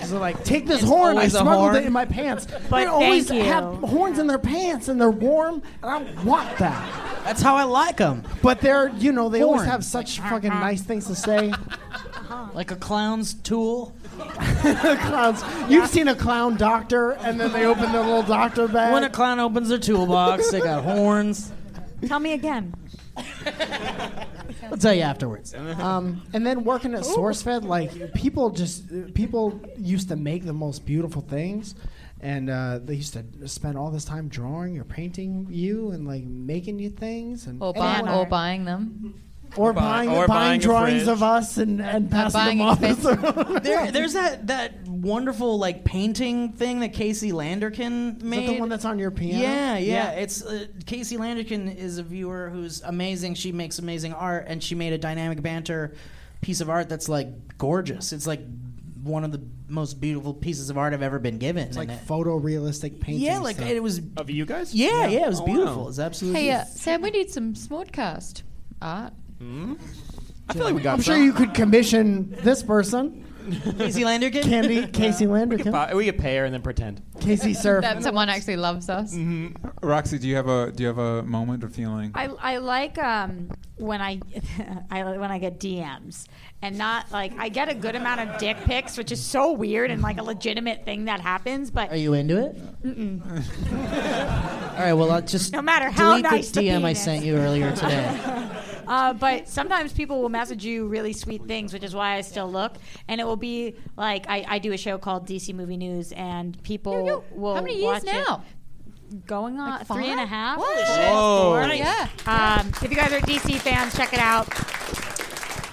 [SPEAKER 9] so like take this horn i
[SPEAKER 5] always a
[SPEAKER 9] smuggled
[SPEAKER 5] horn.
[SPEAKER 9] it in my pants
[SPEAKER 8] But
[SPEAKER 9] they always
[SPEAKER 8] thank you.
[SPEAKER 9] have horns in their pants and they're warm and i don't want that
[SPEAKER 5] That's how I like them.
[SPEAKER 9] but they're you know they always
[SPEAKER 5] Horn.
[SPEAKER 9] have such fucking nice things to say
[SPEAKER 5] Like a clown's tool.
[SPEAKER 9] clowns. You've seen a clown doctor, and then they open their little doctor bag.
[SPEAKER 5] When a clown opens their toolbox, they got horns.
[SPEAKER 8] Tell me again.
[SPEAKER 5] I'll tell you afterwards.
[SPEAKER 9] um, and then working at SourceFed, like people just people used to make the most beautiful things, and uh, they used to spend all this time drawing or painting you and like making you things and
[SPEAKER 6] or,
[SPEAKER 9] and
[SPEAKER 6] buy,
[SPEAKER 9] everyone-
[SPEAKER 6] or buying them.
[SPEAKER 9] or,
[SPEAKER 3] buy-
[SPEAKER 9] buying
[SPEAKER 3] or
[SPEAKER 9] buying,
[SPEAKER 3] buying a
[SPEAKER 9] drawings
[SPEAKER 3] fridge.
[SPEAKER 9] of us and and
[SPEAKER 5] Uh,
[SPEAKER 9] passing
[SPEAKER 6] buying
[SPEAKER 9] them off. as
[SPEAKER 6] expensive-
[SPEAKER 5] There, there's that that wonderful like painting thing that Casey Landerkin made.
[SPEAKER 9] Is that the one that's on your piano?
[SPEAKER 5] yeah, yeah, It's uh, Casey Landerkin is a viewer who's amazing. She makes amazing art, and she made a dynamic banter piece of art that's like gorgeous. It's like one of the most beautiful pieces of art I've ever been given.
[SPEAKER 9] It's
[SPEAKER 5] and
[SPEAKER 9] like
[SPEAKER 5] it-
[SPEAKER 9] photorealistic painting.
[SPEAKER 5] yeah, like
[SPEAKER 9] stuff.
[SPEAKER 5] it was.
[SPEAKER 3] Of you guys?
[SPEAKER 5] Uh, Yeah, yeah, it was
[SPEAKER 3] Oh, wow.
[SPEAKER 5] beautiful. It's absolutely.
[SPEAKER 6] Hey, uh, Sam, we need some Smodcast art.
[SPEAKER 3] I feel like we got.
[SPEAKER 9] I'm sure you could commission this person,
[SPEAKER 5] Casey Landerkin.
[SPEAKER 9] Candy Casey Landerkin,
[SPEAKER 3] We could pay her and then pretend.
[SPEAKER 9] Casey Surf.
[SPEAKER 6] That Mm-hmm. someone actually loves us.
[SPEAKER 4] Roxy, do you have a do you have a moment or feeling?
[SPEAKER 8] I, I like um, when I, I li- when I get DMs and not like I get a good amount of dick pics, which is so weird and like a legitimate thing that happens.
[SPEAKER 5] Are
[SPEAKER 8] But
[SPEAKER 5] you into it? Mm-mm. All right. Well, I'll just
[SPEAKER 8] No matter how
[SPEAKER 5] delete
[SPEAKER 8] nice
[SPEAKER 5] the
[SPEAKER 8] the
[SPEAKER 5] DM I
[SPEAKER 8] penis.
[SPEAKER 5] sent you earlier today.
[SPEAKER 8] uh, but sometimes people will message you really sweet things, which is why I still look. And it will be like I, I do a show called DC Movie News, and people
[SPEAKER 6] Yo, yo,
[SPEAKER 8] will
[SPEAKER 6] How many years
[SPEAKER 8] watch it.
[SPEAKER 6] now?
[SPEAKER 8] going on
[SPEAKER 6] Like
[SPEAKER 8] three and a
[SPEAKER 6] five?
[SPEAKER 8] half.
[SPEAKER 6] Holy
[SPEAKER 8] It's
[SPEAKER 6] shit.
[SPEAKER 8] four.
[SPEAKER 6] Nice. Yeah.
[SPEAKER 8] Um, if you guys are DC fans, check it out.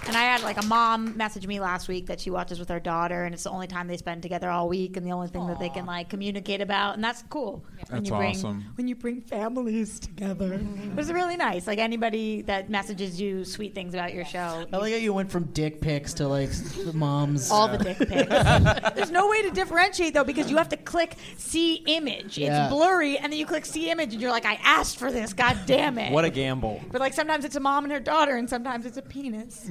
[SPEAKER 8] And I had like a mom message me last week that she watches with her daughter, and it's the only time they spend together all week, and the only thing that they can like communicate about, and that's cool. When
[SPEAKER 2] That's
[SPEAKER 8] you bring,
[SPEAKER 2] awesome.
[SPEAKER 8] When you bring families together, it's really nice. Like anybody that messages you sweet things about your show,
[SPEAKER 5] I like how you went from dick pics to like the moms.
[SPEAKER 8] all the dick pics. There's no way to differentiate though because you have to click see image.
[SPEAKER 5] Yeah.
[SPEAKER 8] It's blurry, and then you click see image, and you're like, I asked for this. God damn
[SPEAKER 11] Eh.
[SPEAKER 8] it!
[SPEAKER 3] What a gamble.
[SPEAKER 8] but like sometimes it's a mom and her daughter, and sometimes it's a penis.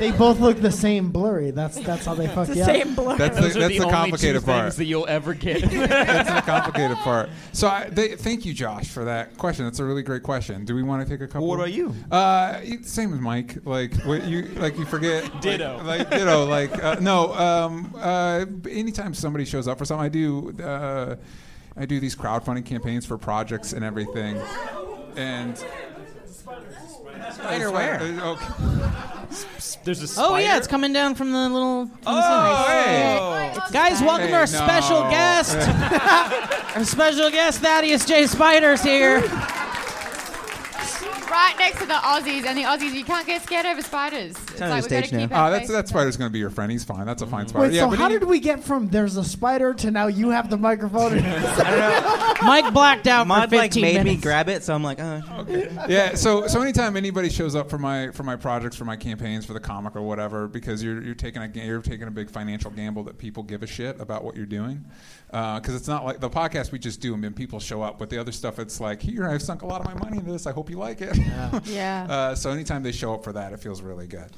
[SPEAKER 9] They both look the same blurry. That's that's how they fuck
[SPEAKER 8] It's the
[SPEAKER 9] you up.
[SPEAKER 8] same blur.
[SPEAKER 2] That's
[SPEAKER 3] Those
[SPEAKER 2] the,
[SPEAKER 3] are
[SPEAKER 2] that's
[SPEAKER 3] the,
[SPEAKER 2] the
[SPEAKER 3] only
[SPEAKER 2] complicated
[SPEAKER 3] two
[SPEAKER 2] part.
[SPEAKER 3] things that you'll ever get.
[SPEAKER 2] that's the complicated part. So I, they, thank you, Josh, for that question. That's a really great question. Do we want to take a couple?
[SPEAKER 3] What about you?
[SPEAKER 2] Uh, you- same as Mike. Like what you like you forget.
[SPEAKER 3] Ditto.
[SPEAKER 2] Like, like ditto. Like uh, no. Um, uh, anytime somebody shows up for something, I do. Uh, I do these crowdfunding campaigns for projects and everything, and. Spider oh,
[SPEAKER 5] where?
[SPEAKER 2] Okay.
[SPEAKER 3] There's a spider.
[SPEAKER 5] Oh yeah, it's coming down from the little. From the
[SPEAKER 2] Oh,
[SPEAKER 5] ceiling.
[SPEAKER 2] hey.
[SPEAKER 5] Guys, welcome to our
[SPEAKER 2] Hey,
[SPEAKER 5] special
[SPEAKER 2] no.
[SPEAKER 5] guest. our special guest Thaddeus J. Spiders here.
[SPEAKER 6] Right next to the Aussies, and the Aussies, you can't get scared over spiders. It's
[SPEAKER 12] Turn
[SPEAKER 6] like
[SPEAKER 12] the
[SPEAKER 6] we gotta
[SPEAKER 12] stage now. Ah,
[SPEAKER 6] keep
[SPEAKER 2] Uh,
[SPEAKER 6] our
[SPEAKER 2] that's
[SPEAKER 6] faces
[SPEAKER 2] that
[SPEAKER 6] up.
[SPEAKER 2] spider's gonna be your friend. He's fine. That's a fine spider.
[SPEAKER 9] Wait, so
[SPEAKER 2] but
[SPEAKER 9] how
[SPEAKER 2] any-
[SPEAKER 9] did we get from there's a spider to now you have the microphone?
[SPEAKER 5] Mike blacked out
[SPEAKER 12] Mod
[SPEAKER 5] for
[SPEAKER 12] like
[SPEAKER 5] 15
[SPEAKER 12] made me
[SPEAKER 5] minutes.
[SPEAKER 12] grab it, so I'm like, oh.
[SPEAKER 2] yeah. So so anytime anybody shows up for my for my projects, for my campaigns, for the comic or whatever, because you're you're taking a ga- you're taking a big financial gamble that people give a shit about what you're doing, because it's not like the podcast we just do and then people show up. But the other stuff, it's like here I've sunk a lot of my money into this. I hope you like it.
[SPEAKER 8] Yeah.
[SPEAKER 2] uh, so anytime they show up for that, it feels really good.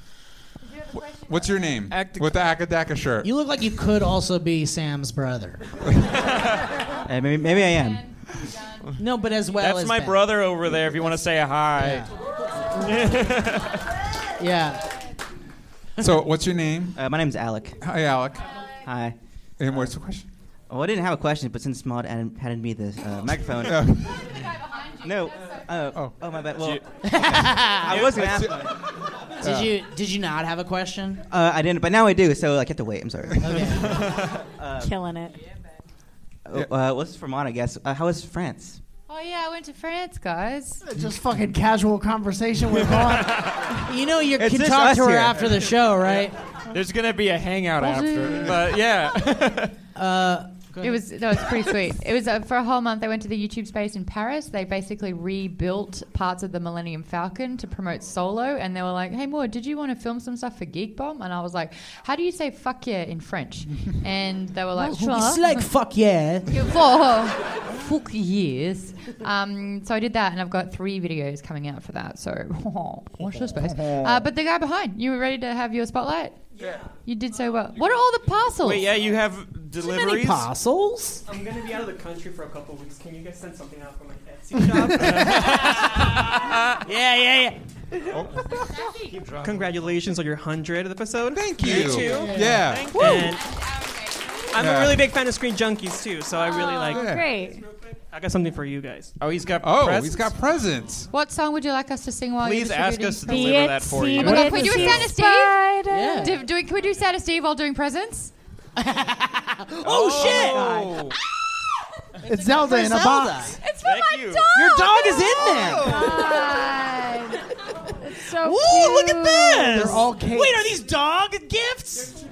[SPEAKER 2] What's your name? With the Akadaka shirt.
[SPEAKER 5] You look like you could also be Sam's brother.
[SPEAKER 12] Hey, maybe, maybe I am.
[SPEAKER 5] No, but as well
[SPEAKER 3] That's
[SPEAKER 5] as
[SPEAKER 3] my
[SPEAKER 5] Ben.
[SPEAKER 3] brother over there. If you want to say hi,
[SPEAKER 5] Yeah.
[SPEAKER 2] so Oh, what's your name?
[SPEAKER 12] Uh, my name's Alec.
[SPEAKER 2] Hi, Alec.
[SPEAKER 12] Hi.
[SPEAKER 2] And what's the question?
[SPEAKER 12] Well, I didn't have a question, but since Maud added, handed me the uh, microphone. no. Uh, oh. my bad. Well, I was going to ask. one.
[SPEAKER 5] Did you did you not have a question?
[SPEAKER 12] Uh, I didn't, but now I do, so like, you have to wait. I'm sorry.
[SPEAKER 8] Killing it.
[SPEAKER 12] Uh, what's for Maud, I guess? Uh, how was France?
[SPEAKER 6] Oh yeah, I went to France, guys.
[SPEAKER 9] Just fucking casual conversation with on.
[SPEAKER 5] You know you
[SPEAKER 12] It's
[SPEAKER 5] can
[SPEAKER 12] just
[SPEAKER 5] talk
[SPEAKER 12] us
[SPEAKER 5] to her
[SPEAKER 12] here.
[SPEAKER 5] after the show, right?
[SPEAKER 3] there's gonna be a hangout after. But yeah,
[SPEAKER 6] It was that was pretty sweet. It was uh, for a whole month. I went to the YouTube space in Paris. They basically rebuilt parts of the Millennium Falcon to promote Solo, and they were like, "Hey, Moore, did you want to film some stuff for Geek Bomb?" And I was like, "How do you say fuck yeah in French?" And they were
[SPEAKER 12] Oh,
[SPEAKER 6] like, "Sure."
[SPEAKER 5] It's like fuck yeah.
[SPEAKER 6] for fuck years. Um, so I did that, and I've got three videos coming out for that. So watch this space. Uh, but the guy behind, you were ready to have your spotlight. Yeah. You did so well. What are all the parcels?
[SPEAKER 3] wait, yeah, you have
[SPEAKER 5] Many
[SPEAKER 3] deliveries.
[SPEAKER 5] parcels.
[SPEAKER 11] I'm gonna be out of the country for a couple weeks. Can you guys send something out from my Etsy shop?
[SPEAKER 5] Yeah, yeah, yeah.
[SPEAKER 3] Oh.
[SPEAKER 11] Congratulations on your 100th episode.
[SPEAKER 2] Thank you.
[SPEAKER 11] Thank you.
[SPEAKER 2] Yeah.
[SPEAKER 11] And I'm
[SPEAKER 2] Yeah.
[SPEAKER 11] a really big fan of Screen Junkies too, so I really like.
[SPEAKER 2] Yeah.
[SPEAKER 8] Oh, Great.
[SPEAKER 11] I got something for you guys.
[SPEAKER 3] Oh, he's got.
[SPEAKER 2] Oh,
[SPEAKER 3] press.
[SPEAKER 2] he's got presents.
[SPEAKER 6] What song would you like us to sing while
[SPEAKER 3] Please
[SPEAKER 6] you're
[SPEAKER 3] ask us to
[SPEAKER 6] distributing?
[SPEAKER 3] deliver that for you.
[SPEAKER 6] Oh my God, can we do a Santa Steve?
[SPEAKER 5] Yeah.
[SPEAKER 6] Do, do we, can we do Santa Steve while doing presents?
[SPEAKER 5] Oh, shit!
[SPEAKER 3] Oh,
[SPEAKER 9] It's Zelda in a
[SPEAKER 5] Zelda.
[SPEAKER 9] box.
[SPEAKER 6] It's for
[SPEAKER 3] Thank
[SPEAKER 6] my
[SPEAKER 3] you.
[SPEAKER 6] dog.
[SPEAKER 5] Your dog is in there.
[SPEAKER 6] It's
[SPEAKER 5] Oh,
[SPEAKER 6] so
[SPEAKER 5] Ooh, look at this.
[SPEAKER 9] They're all cakes.
[SPEAKER 5] Wait, are these dog gifts?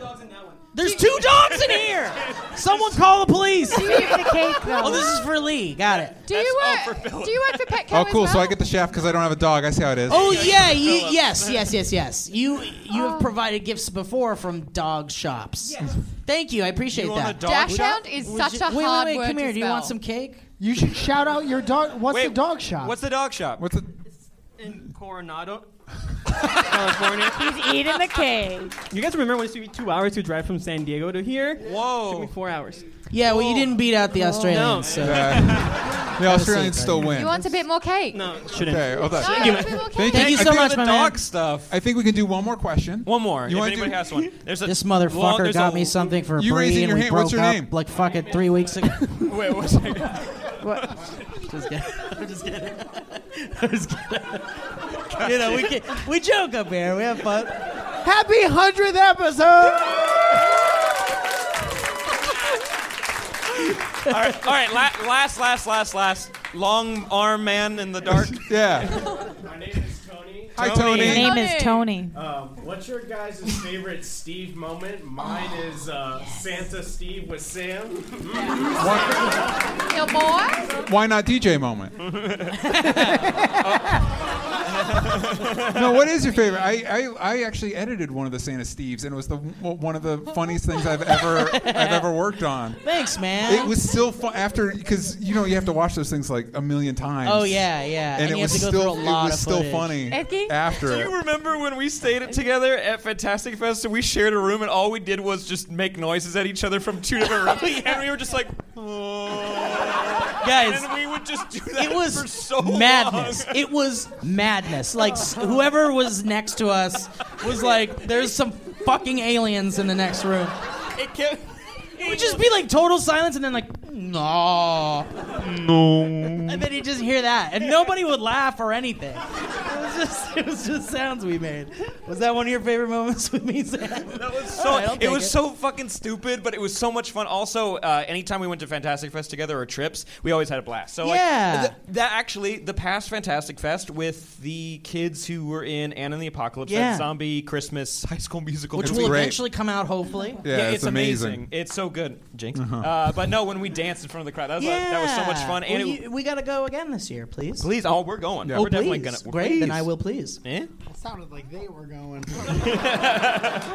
[SPEAKER 5] There's two dogs in here. Someone call the police. Oh, this is for Lee. Got it.
[SPEAKER 6] Do you work? Do you work for Petco?
[SPEAKER 2] Oh,
[SPEAKER 6] as
[SPEAKER 2] cool. So
[SPEAKER 6] well?
[SPEAKER 2] I get the chef because I don't have a dog. I see how it is.
[SPEAKER 5] Oh yeah, you, yes, yes, yes, yes. You you
[SPEAKER 6] Um,
[SPEAKER 5] have provided gifts before from dog shops. Thank you, I appreciate
[SPEAKER 3] You own a
[SPEAKER 5] that.
[SPEAKER 3] dog
[SPEAKER 6] Dash
[SPEAKER 3] shop?
[SPEAKER 6] hound is such a
[SPEAKER 5] wait, wait,
[SPEAKER 6] hard
[SPEAKER 5] wait,
[SPEAKER 6] word
[SPEAKER 5] come
[SPEAKER 6] to
[SPEAKER 5] here. Do you want
[SPEAKER 6] spell.
[SPEAKER 5] some cake?
[SPEAKER 9] You should shout out your dog. What's
[SPEAKER 3] Wait,
[SPEAKER 9] the dog shop?
[SPEAKER 3] What's the dog shop?
[SPEAKER 2] What's the
[SPEAKER 11] In Coronado, California.
[SPEAKER 8] He's eating the cake.
[SPEAKER 11] You guys remember when it used to be two hours to drive from San Diego to here? It took me
[SPEAKER 3] Whoa.
[SPEAKER 11] four hours.
[SPEAKER 5] Yeah, well, you didn't beat out
[SPEAKER 6] Oh.
[SPEAKER 5] the
[SPEAKER 11] No.
[SPEAKER 5] Australians. So. uh,
[SPEAKER 2] the Australians still win?
[SPEAKER 6] You want a bit more cake?
[SPEAKER 11] No, shouldn't.
[SPEAKER 2] okay, hold on.
[SPEAKER 6] No,
[SPEAKER 11] Thank you,
[SPEAKER 6] a bit more
[SPEAKER 2] Thank
[SPEAKER 6] cake.
[SPEAKER 5] Thank you
[SPEAKER 2] I
[SPEAKER 5] so
[SPEAKER 2] do
[SPEAKER 5] much,
[SPEAKER 3] the
[SPEAKER 5] my man.
[SPEAKER 3] dog stuff.
[SPEAKER 2] I think we can do one more question.
[SPEAKER 3] One more.
[SPEAKER 2] You
[SPEAKER 3] if
[SPEAKER 2] wanna
[SPEAKER 3] anybody
[SPEAKER 2] do-
[SPEAKER 3] has one, there's a
[SPEAKER 5] This
[SPEAKER 3] well,
[SPEAKER 5] motherfucker
[SPEAKER 3] there's
[SPEAKER 5] got
[SPEAKER 3] a-
[SPEAKER 5] me something for
[SPEAKER 2] You raising
[SPEAKER 5] free, and
[SPEAKER 2] your
[SPEAKER 5] we
[SPEAKER 2] hand.
[SPEAKER 5] broke
[SPEAKER 2] What's your
[SPEAKER 5] up
[SPEAKER 2] name?
[SPEAKER 5] like fucking three weeks ago.
[SPEAKER 3] Wait, what's that?
[SPEAKER 5] you know, we can, we joke up here, we have fun.
[SPEAKER 9] Happy hundredth episode.
[SPEAKER 3] all right, all right. La- last, last, last, last. Long arm man in the dark.
[SPEAKER 4] yeah.
[SPEAKER 13] My name is Tony.
[SPEAKER 3] Hi, Tony.
[SPEAKER 8] My name is Tony.
[SPEAKER 13] Um, what's your guys' favorite Steve moment? Mine is uh, Santa Steve with Sam.
[SPEAKER 6] Your boy?
[SPEAKER 4] Why not DJ moment? no, what is your favorite? I, I, I actually edited one of the Santa Steves, and it was the w- one of the funniest things I've ever I've ever worked on.
[SPEAKER 5] Thanks, man.
[SPEAKER 4] It was still fun after because you know you have to watch those things like a million times.
[SPEAKER 5] Oh, yeah, yeah.
[SPEAKER 4] and,
[SPEAKER 5] And
[SPEAKER 4] it
[SPEAKER 5] you
[SPEAKER 4] was
[SPEAKER 5] have to go
[SPEAKER 4] still
[SPEAKER 5] through
[SPEAKER 4] it
[SPEAKER 5] a lot
[SPEAKER 4] was
[SPEAKER 5] of
[SPEAKER 4] still
[SPEAKER 5] footage.
[SPEAKER 4] funny
[SPEAKER 6] Icky?
[SPEAKER 4] after
[SPEAKER 3] Do
[SPEAKER 4] it.
[SPEAKER 3] you remember when we stayed together at Fantastic Fest and we shared a room and all we did was just make noises at each other from two different rooms and we were just like, oh.
[SPEAKER 5] Guys,
[SPEAKER 3] and we would just do that
[SPEAKER 5] it was
[SPEAKER 3] for so
[SPEAKER 5] madness.
[SPEAKER 3] long.
[SPEAKER 5] It was madness. Like s- whoever was next to us was like, "There's some fucking aliens in the next room."
[SPEAKER 3] It kept.
[SPEAKER 5] It would just be like total silence, and then like, no, no, and then you just hear that, and nobody would laugh or anything. It was just, it was just sounds we made. Was that one of your favorite moments with me, Sam? That was
[SPEAKER 3] So it was so fucking stupid, but it was so much fun. Also, uh, anytime we went to Fantastic Fest together or trips, we always had a blast. So like,
[SPEAKER 5] Yeah.
[SPEAKER 3] th- that actually, the past Fantastic Fest with the kids who were in Anna and the Apocalypse,
[SPEAKER 5] Yeah.
[SPEAKER 3] that zombie Christmas high school musical,
[SPEAKER 5] which
[SPEAKER 3] movie.
[SPEAKER 5] will eventually come out, hopefully.
[SPEAKER 3] Yeah, it's, amazing. It's so good, Jinx. uh but no, when we danced in front of the crowd, that was like- that was so much fun. And
[SPEAKER 5] Well,
[SPEAKER 3] it,
[SPEAKER 5] you- we gotta go again this year, please.
[SPEAKER 3] please, oh, we're going.
[SPEAKER 5] Oh,
[SPEAKER 3] We're definitely
[SPEAKER 5] please.
[SPEAKER 3] gonna.
[SPEAKER 5] Great,
[SPEAKER 3] please.
[SPEAKER 5] then I will please.
[SPEAKER 3] Eh?
[SPEAKER 9] It sounded like they were going.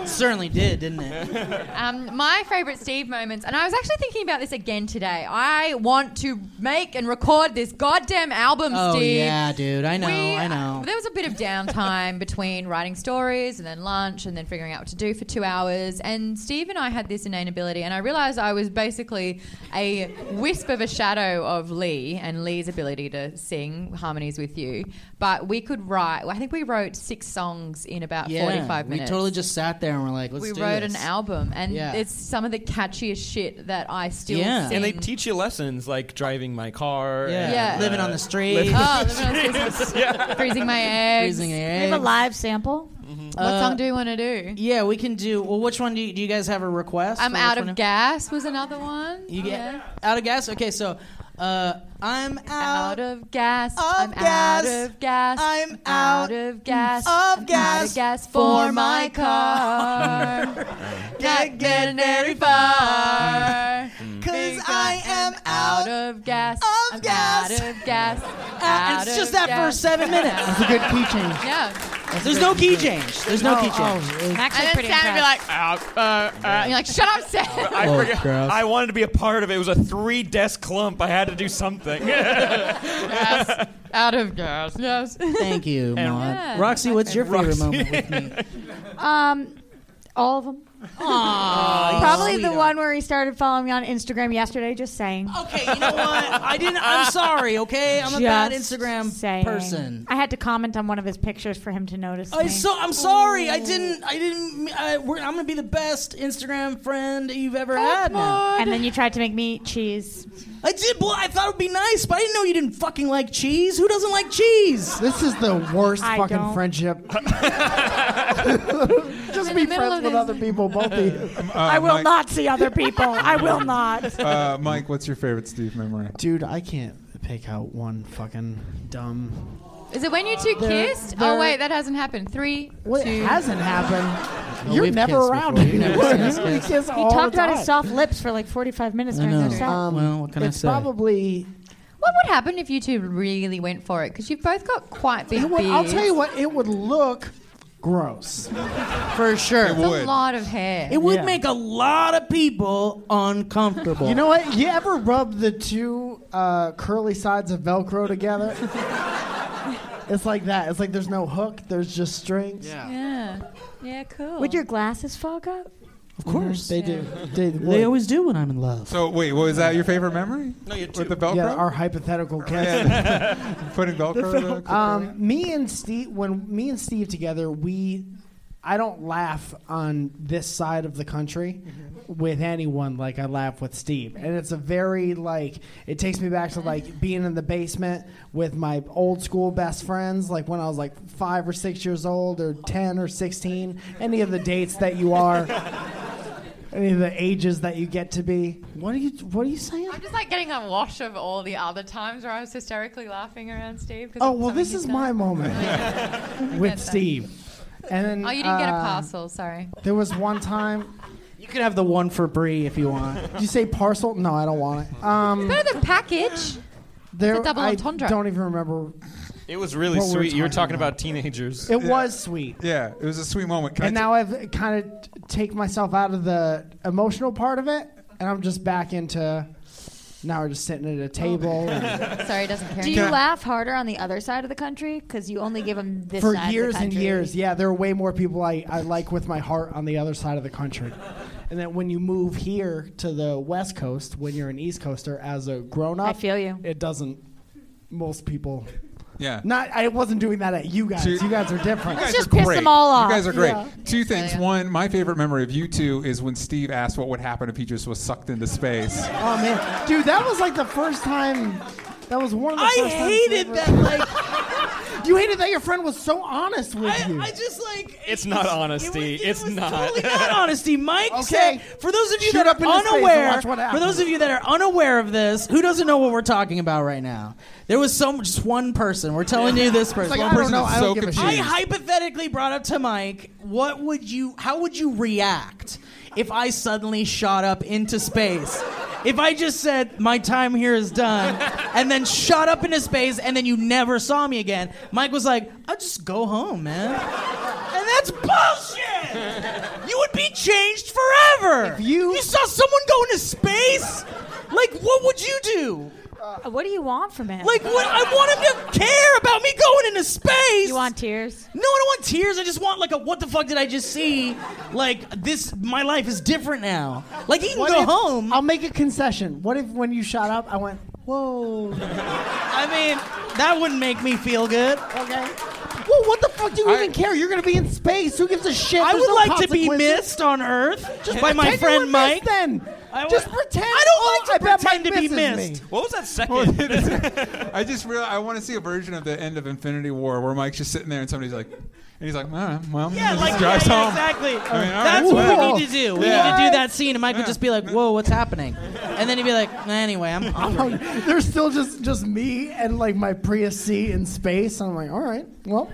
[SPEAKER 5] Certainly did, didn't it?
[SPEAKER 6] Um, my favorite Steve moments, and I was actually thinking about this again today. I want to make and record this goddamn album,
[SPEAKER 5] oh
[SPEAKER 6] Steve.
[SPEAKER 5] yeah, dude. I know.
[SPEAKER 6] We- uh,
[SPEAKER 5] I know.
[SPEAKER 6] There was a bit of downtime between writing stories and then lunch and then figuring out what to do for two hours. And Steve and I had this inane ability, and I realized I was basically a wisp of a shadow of Lee and Lee's ability to sing harmonies with you. But we could write, I think we wrote six songs in about
[SPEAKER 5] yeah,
[SPEAKER 6] 45 minutes.
[SPEAKER 5] We totally just sat there and we're like, let's
[SPEAKER 6] we
[SPEAKER 5] do
[SPEAKER 6] wrote
[SPEAKER 5] this.
[SPEAKER 6] an album, and
[SPEAKER 5] Yeah.
[SPEAKER 6] it's some of the catchiest shit that I still
[SPEAKER 5] Yeah.
[SPEAKER 6] sing.
[SPEAKER 3] And they teach you lessons like driving my car.
[SPEAKER 5] Yeah.
[SPEAKER 3] and,
[SPEAKER 6] Yeah.
[SPEAKER 3] uh,
[SPEAKER 5] Living on the street.
[SPEAKER 3] living-
[SPEAKER 6] oh, the Christmas. freezing my eggs.
[SPEAKER 5] Freezing
[SPEAKER 6] what
[SPEAKER 8] We have a live sample.
[SPEAKER 5] Uh,
[SPEAKER 6] song do you want to do?
[SPEAKER 5] Yeah, we can do. Well, which one do you, do you guys have a request?
[SPEAKER 6] I'm
[SPEAKER 5] for
[SPEAKER 6] out
[SPEAKER 5] which
[SPEAKER 6] of
[SPEAKER 5] one?
[SPEAKER 6] gas was another one.
[SPEAKER 5] You get
[SPEAKER 6] Yeah.
[SPEAKER 5] out of gas. Okay, so uh, I'm
[SPEAKER 6] Out
[SPEAKER 5] out,
[SPEAKER 6] of gas. I'm
[SPEAKER 5] gas.
[SPEAKER 6] out of gas.
[SPEAKER 5] I'm out
[SPEAKER 6] out of gas.
[SPEAKER 5] of
[SPEAKER 6] I'm Out
[SPEAKER 5] gas
[SPEAKER 6] of gas
[SPEAKER 5] for
[SPEAKER 6] for my
[SPEAKER 5] my
[SPEAKER 6] car. Not getting very far.
[SPEAKER 5] because I am
[SPEAKER 6] Out
[SPEAKER 5] out. of
[SPEAKER 6] of gas. I'm
[SPEAKER 5] gas.
[SPEAKER 6] Out of gas.
[SPEAKER 5] and it's
[SPEAKER 6] out
[SPEAKER 5] just
[SPEAKER 6] of
[SPEAKER 5] that
[SPEAKER 6] gas.
[SPEAKER 5] first seven minutes.
[SPEAKER 9] That's a good key change.
[SPEAKER 6] Yeah.
[SPEAKER 5] There's no key change. There's
[SPEAKER 6] Oh,
[SPEAKER 5] no key change.
[SPEAKER 8] I'm actually
[SPEAKER 6] And
[SPEAKER 8] pretty
[SPEAKER 6] then Sam would be
[SPEAKER 8] impressed.
[SPEAKER 6] like, uh, uh, and you're like, shut up, Sam.
[SPEAKER 3] I,
[SPEAKER 5] Oh,
[SPEAKER 3] forgot,
[SPEAKER 5] gross.
[SPEAKER 3] I wanted to be a part of it. It was a three desk clump. I had to do something.
[SPEAKER 6] Gas. Out of gas. Yes.
[SPEAKER 5] Thank you, Maud.
[SPEAKER 6] Yeah,
[SPEAKER 5] Roxy, what's your favorite moment with me?
[SPEAKER 8] Um, all of them. Probably the one where he started following me on Instagram yesterday. Just saying.
[SPEAKER 5] Okay, you know what? I didn't. I'm sorry. Okay, Oh, I'm a bad
[SPEAKER 8] Just
[SPEAKER 5] Instagram
[SPEAKER 8] saying.
[SPEAKER 5] person.
[SPEAKER 8] I had to comment on one of his pictures for him to notice.
[SPEAKER 5] I
[SPEAKER 8] me.
[SPEAKER 5] so I'm sorry.
[SPEAKER 8] Oh.
[SPEAKER 5] I didn't. I didn't. I, we're, I'm gonna be the best Instagram friend you've
[SPEAKER 8] Oh,
[SPEAKER 5] ever had. Now.
[SPEAKER 8] and then you tried to make me eat cheese.
[SPEAKER 5] I did. Well, I thought it'd be nice, but I didn't know you didn't fucking like cheese. Who doesn't like cheese?
[SPEAKER 9] This is the worst
[SPEAKER 8] I
[SPEAKER 9] fucking
[SPEAKER 8] don't.
[SPEAKER 9] friendship. Just
[SPEAKER 6] In the
[SPEAKER 9] be
[SPEAKER 6] middle
[SPEAKER 9] friends
[SPEAKER 6] of
[SPEAKER 9] with
[SPEAKER 6] this-
[SPEAKER 9] other people, both of you.
[SPEAKER 4] Uh,
[SPEAKER 8] I will
[SPEAKER 4] Mike,
[SPEAKER 8] not see other people. I will not.
[SPEAKER 4] Uh, Mike, what's your favorite Steve memory?
[SPEAKER 9] Dude, I can't pick out one fucking
[SPEAKER 5] Mm.
[SPEAKER 9] dumb.
[SPEAKER 6] Is it when you two kissed?
[SPEAKER 9] they're-
[SPEAKER 6] oh wait, that hasn't happened. Three,
[SPEAKER 9] Well, it
[SPEAKER 6] two.
[SPEAKER 9] hasn't happened. You're
[SPEAKER 5] we've
[SPEAKER 9] never
[SPEAKER 5] kissed
[SPEAKER 9] around.
[SPEAKER 5] before. You've never seen us
[SPEAKER 9] We
[SPEAKER 5] kiss.
[SPEAKER 9] kiss
[SPEAKER 8] He
[SPEAKER 9] all
[SPEAKER 8] talked
[SPEAKER 9] the
[SPEAKER 8] about his
[SPEAKER 9] time.
[SPEAKER 8] soft lips for like 45 minutes
[SPEAKER 5] I
[SPEAKER 8] during their
[SPEAKER 5] know.
[SPEAKER 8] set.
[SPEAKER 9] Um,
[SPEAKER 5] Well, what can I
[SPEAKER 9] it's
[SPEAKER 5] say?
[SPEAKER 9] Probably.
[SPEAKER 6] What would happen if you two really went for it? Because you've both got quite big
[SPEAKER 9] It would, I'll
[SPEAKER 6] beards.
[SPEAKER 9] tell you what. It would look gross.
[SPEAKER 5] For sure.
[SPEAKER 4] It
[SPEAKER 6] It's
[SPEAKER 4] would.
[SPEAKER 6] a lot of hair.
[SPEAKER 5] It would
[SPEAKER 9] Yeah.
[SPEAKER 5] make a lot of people uncomfortable.
[SPEAKER 9] You know what? You ever rub the two uh, curly sides of Velcro together? it's like that. It's like there's no hook. There's just strings. Yeah.
[SPEAKER 6] yeah. Yeah, cool.
[SPEAKER 8] Would your glasses fog up?
[SPEAKER 9] Of course they do. They,
[SPEAKER 5] they
[SPEAKER 9] would.
[SPEAKER 5] always do when I'm in love.
[SPEAKER 4] So wait, what was that your favorite memory?
[SPEAKER 3] no, you
[SPEAKER 4] With the Velcro?
[SPEAKER 9] Yeah, our hypothetical guest.
[SPEAKER 4] Yeah. Putting Velcro. to-
[SPEAKER 9] Um, me and Steve, when me and Steve together, we, I don't laugh on this side of the country
[SPEAKER 4] Mm-hmm.
[SPEAKER 9] with anyone like I laugh with Steve, and it's a very like it takes me back to like being in the basement with my old school best friends, like when I was like five or six years old, or ten or sixteen, any of the dates that you are. any of the ages that you get to be. What are you? What are you saying?
[SPEAKER 6] I'm just like getting a wash of all the other times where I was hysterically laughing around Steve. 'cause of
[SPEAKER 9] Oh well,
[SPEAKER 6] something
[SPEAKER 9] this
[SPEAKER 6] he's
[SPEAKER 9] is
[SPEAKER 6] done.
[SPEAKER 9] my moment with Steve. And then,
[SPEAKER 6] Oh, you didn't get a
[SPEAKER 9] uh,
[SPEAKER 6] parcel. Sorry.
[SPEAKER 9] There was one time.
[SPEAKER 5] You can have the one for Brie if you want.
[SPEAKER 9] Did you say parcel? No, I don't want it. Um,
[SPEAKER 6] Better than package.
[SPEAKER 9] there,
[SPEAKER 6] it's a double
[SPEAKER 9] I
[SPEAKER 6] entendre.
[SPEAKER 9] don't even remember.
[SPEAKER 3] It was really
[SPEAKER 9] What we were
[SPEAKER 3] sweet. you were talking
[SPEAKER 9] talking
[SPEAKER 3] about, teenagers.
[SPEAKER 9] It was sweet.
[SPEAKER 4] Yeah, it was a sweet moment. Can
[SPEAKER 9] and
[SPEAKER 4] I
[SPEAKER 9] now I've kind of take myself out of the emotional part of it, and I'm just back into. Now we're just sitting at a table. and-
[SPEAKER 6] Sorry, he doesn't care.
[SPEAKER 8] Do you laugh harder on the other side of the country? Because you only give them this
[SPEAKER 9] for
[SPEAKER 8] side of the
[SPEAKER 9] years and
[SPEAKER 8] country.
[SPEAKER 9] years. Yeah, there are way more people I, I like with my heart on the other side of the country. And then when you move here to the West Coast, when you're an East Coaster as a grown up,
[SPEAKER 8] I feel you.
[SPEAKER 9] It doesn't. Most people.
[SPEAKER 4] Yeah.
[SPEAKER 9] Not. I wasn't doing that at you guys.
[SPEAKER 4] Dude,
[SPEAKER 9] you guys are different.
[SPEAKER 4] You guys are great. You guys are great. Two things. One, my favorite memory of you two is when Steve asked what would happen if he just was sucked into space.
[SPEAKER 9] Oh man, dude, that was like the first time. That was one of the
[SPEAKER 5] I
[SPEAKER 9] first times
[SPEAKER 5] hated
[SPEAKER 9] ever-
[SPEAKER 5] that. Like
[SPEAKER 9] you hated that your friend was so honest with you.
[SPEAKER 5] I just like
[SPEAKER 3] It's not honesty. it's not.
[SPEAKER 5] totally not honesty, Mike.
[SPEAKER 9] Okay.
[SPEAKER 5] said- for those of you
[SPEAKER 9] Shoot
[SPEAKER 5] that
[SPEAKER 9] up
[SPEAKER 5] are
[SPEAKER 9] in his face and
[SPEAKER 5] unaware,
[SPEAKER 9] watch what
[SPEAKER 5] for
[SPEAKER 9] happens.
[SPEAKER 5] those of you that are unaware of this, who doesn't know what we're talking about right now? There was so just one person. We're telling you this person.
[SPEAKER 9] like,
[SPEAKER 5] one
[SPEAKER 9] I don't
[SPEAKER 5] person
[SPEAKER 9] know,
[SPEAKER 5] that's
[SPEAKER 9] I don't give a
[SPEAKER 5] I
[SPEAKER 9] shit.
[SPEAKER 5] hypothetically brought up to Mike, what would you? How would you react if I suddenly shot up into space? If I just said my time here is done, and then shot up into space, and then you never saw me again, Mike was like, "I'll just go home, man." And that's bullshit! You would be changed forever! you... saw someone go into space? Like, what would you do?
[SPEAKER 8] Uh, What do you want from him?
[SPEAKER 5] Like, what? I want him to care about me going into space!
[SPEAKER 8] You want tears?
[SPEAKER 5] No, I don't want tears. I just want, like, a what the fuck did I just see? Like, this, my life is different now. Like, he can
[SPEAKER 9] What
[SPEAKER 5] go
[SPEAKER 9] if-
[SPEAKER 5] home.
[SPEAKER 9] I'll make a concession. What if when you shot up, I went, whoa.
[SPEAKER 5] I mean, that wouldn't make me feel good.
[SPEAKER 9] Okay. Well, what the fuck do you even care? You're gonna be in space. Who gives a shit?
[SPEAKER 5] I
[SPEAKER 9] There's
[SPEAKER 5] would
[SPEAKER 9] no
[SPEAKER 5] like to be
[SPEAKER 9] consequences.
[SPEAKER 5] missed on Earth
[SPEAKER 9] Just
[SPEAKER 5] by my
[SPEAKER 9] pretend you were
[SPEAKER 5] friend Mike.
[SPEAKER 9] missed Then
[SPEAKER 5] I
[SPEAKER 9] just
[SPEAKER 5] would-
[SPEAKER 9] pretend.
[SPEAKER 5] I don't
[SPEAKER 9] oh,
[SPEAKER 5] like to
[SPEAKER 9] I bet
[SPEAKER 5] pretend
[SPEAKER 9] Mike
[SPEAKER 5] to be
[SPEAKER 9] misses
[SPEAKER 5] missed.
[SPEAKER 9] Me.
[SPEAKER 3] What was that second?
[SPEAKER 4] I just real I want to see a version of the end of Infinity War where Mike's just sitting there and somebody's like, and he's like, "Ah, well,
[SPEAKER 5] Yeah,
[SPEAKER 4] he just
[SPEAKER 5] like
[SPEAKER 4] drives
[SPEAKER 5] yeah, yeah,
[SPEAKER 4] home.
[SPEAKER 5] exactly.
[SPEAKER 4] I mean, all
[SPEAKER 5] That's
[SPEAKER 4] right,
[SPEAKER 5] what
[SPEAKER 4] whatever.
[SPEAKER 5] we need to do. We
[SPEAKER 4] Yeah.
[SPEAKER 5] need to do that scene, and Mike would just be like, "Whoa, what's happening?" And then he'd be like, "Anyway, I'm hungry."
[SPEAKER 9] There's still just just me and like my Prius C in space. I'm like, all right, well,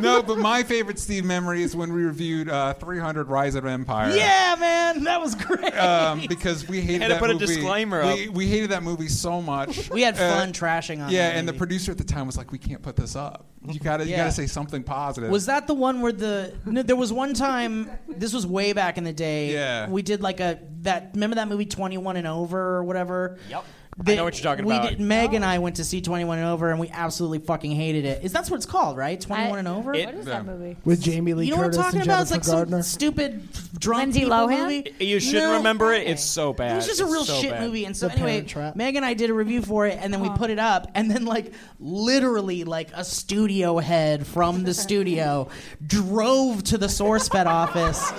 [SPEAKER 4] No, but my favorite Steve memory is when we reviewed uh, 300 Rise of Empire.
[SPEAKER 5] yeah, man, that was great.
[SPEAKER 4] Um, because we hated
[SPEAKER 3] Had to
[SPEAKER 4] that
[SPEAKER 3] put a
[SPEAKER 4] movie.
[SPEAKER 3] disclaimer
[SPEAKER 4] we, we hated that movie so much.
[SPEAKER 5] we had
[SPEAKER 4] Uh,
[SPEAKER 5] fun trashing on.
[SPEAKER 4] yeah,
[SPEAKER 5] that
[SPEAKER 4] and the
[SPEAKER 5] movie.
[SPEAKER 4] producer at the time was like, "We can't put this up. You gotta, you
[SPEAKER 5] Yeah.
[SPEAKER 4] gotta say something positive."
[SPEAKER 5] Was that the one where the no, there was one time this was way back in the day.
[SPEAKER 4] Yeah.
[SPEAKER 5] We did like a that remember that movie Twenty One and Over or whatever. Yep.
[SPEAKER 3] I know what you're talking
[SPEAKER 5] we
[SPEAKER 3] about.
[SPEAKER 5] Did, Meg
[SPEAKER 9] Oh.
[SPEAKER 5] and I went to see Twenty One and Over, and we absolutely fucking hated it. Is that's what it's called, right? Twenty One and Over.
[SPEAKER 8] what is that movie?
[SPEAKER 9] with Jamie Lee
[SPEAKER 5] you know what I'm
[SPEAKER 9] Curtis
[SPEAKER 5] talking
[SPEAKER 9] and
[SPEAKER 5] about? It's
[SPEAKER 9] Jennifer
[SPEAKER 5] like
[SPEAKER 9] Gardner.
[SPEAKER 5] some stupid drunk
[SPEAKER 8] Lindsay
[SPEAKER 5] people
[SPEAKER 8] Lohan?
[SPEAKER 5] movie.
[SPEAKER 3] you shouldn't
[SPEAKER 5] No.
[SPEAKER 3] remember it. It's so bad.
[SPEAKER 5] It was just a
[SPEAKER 3] It's
[SPEAKER 5] real
[SPEAKER 3] so
[SPEAKER 5] shit
[SPEAKER 3] bad.
[SPEAKER 5] movie, and so
[SPEAKER 9] The
[SPEAKER 5] anyway,
[SPEAKER 9] Parent Trap.
[SPEAKER 5] Meg and I did a review for it, and then we put it up, and then like literally like a studio head from the studio drove to the SourceFed office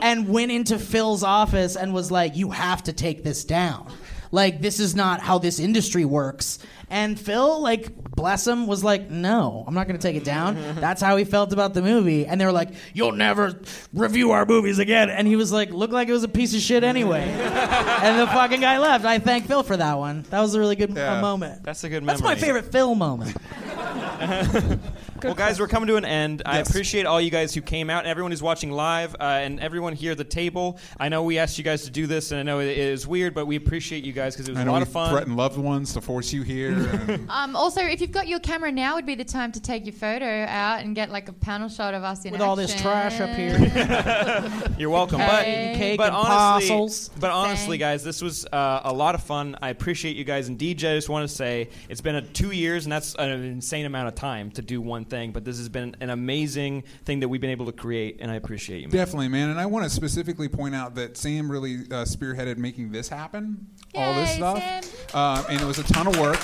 [SPEAKER 5] and went into Phil's office and was like, "You have to take this down. Like this is not how this industry works." And Phil, like, bless him, was like, no, I'm not going to take it down. That's how he felt about the movie. And they were like, you'll never review our movies again. And he was like, looked like it was a piece of shit anyway. and the fucking guy left. I thank Phil for that one. That was a really good uh,
[SPEAKER 4] Yeah.
[SPEAKER 5] moment.
[SPEAKER 3] That's a good
[SPEAKER 5] That's my
[SPEAKER 3] memory.
[SPEAKER 5] favorite Phil moment.
[SPEAKER 3] Well, guys, we're coming to an end. I appreciate all you guys who came out, and everyone who's watching live, uh, and everyone here at the table. I know we asked you guys to do this, and I know it is weird, but we appreciate you guys because it was
[SPEAKER 4] I
[SPEAKER 3] a
[SPEAKER 4] know
[SPEAKER 3] lot
[SPEAKER 4] we
[SPEAKER 3] of fun.
[SPEAKER 4] threatened loved ones to force you here. and-
[SPEAKER 6] Um, also, if you've got your camera now, would be the time to take your photo out and get like a panel shot of us in
[SPEAKER 5] With all this
[SPEAKER 6] action.
[SPEAKER 5] trash up here.
[SPEAKER 3] You're welcome. But,
[SPEAKER 6] Cake.
[SPEAKER 5] Cake
[SPEAKER 3] but
[SPEAKER 5] and
[SPEAKER 3] honestly,
[SPEAKER 5] parcels.
[SPEAKER 3] but honestly, guys,
[SPEAKER 6] Thanks.
[SPEAKER 3] this was uh, a lot of fun. I appreciate you guys. And DJ, I just want to say it's been a two years, and that's an insane amount of time to do one thing. But this has been an amazing thing that we've been able to create, and I appreciate you. Man.
[SPEAKER 4] Definitely, man. And I want to specifically point out that Sam really uh, spearheaded making this happen. all this
[SPEAKER 6] Yay,
[SPEAKER 4] stuff, Um, and it was a ton of work.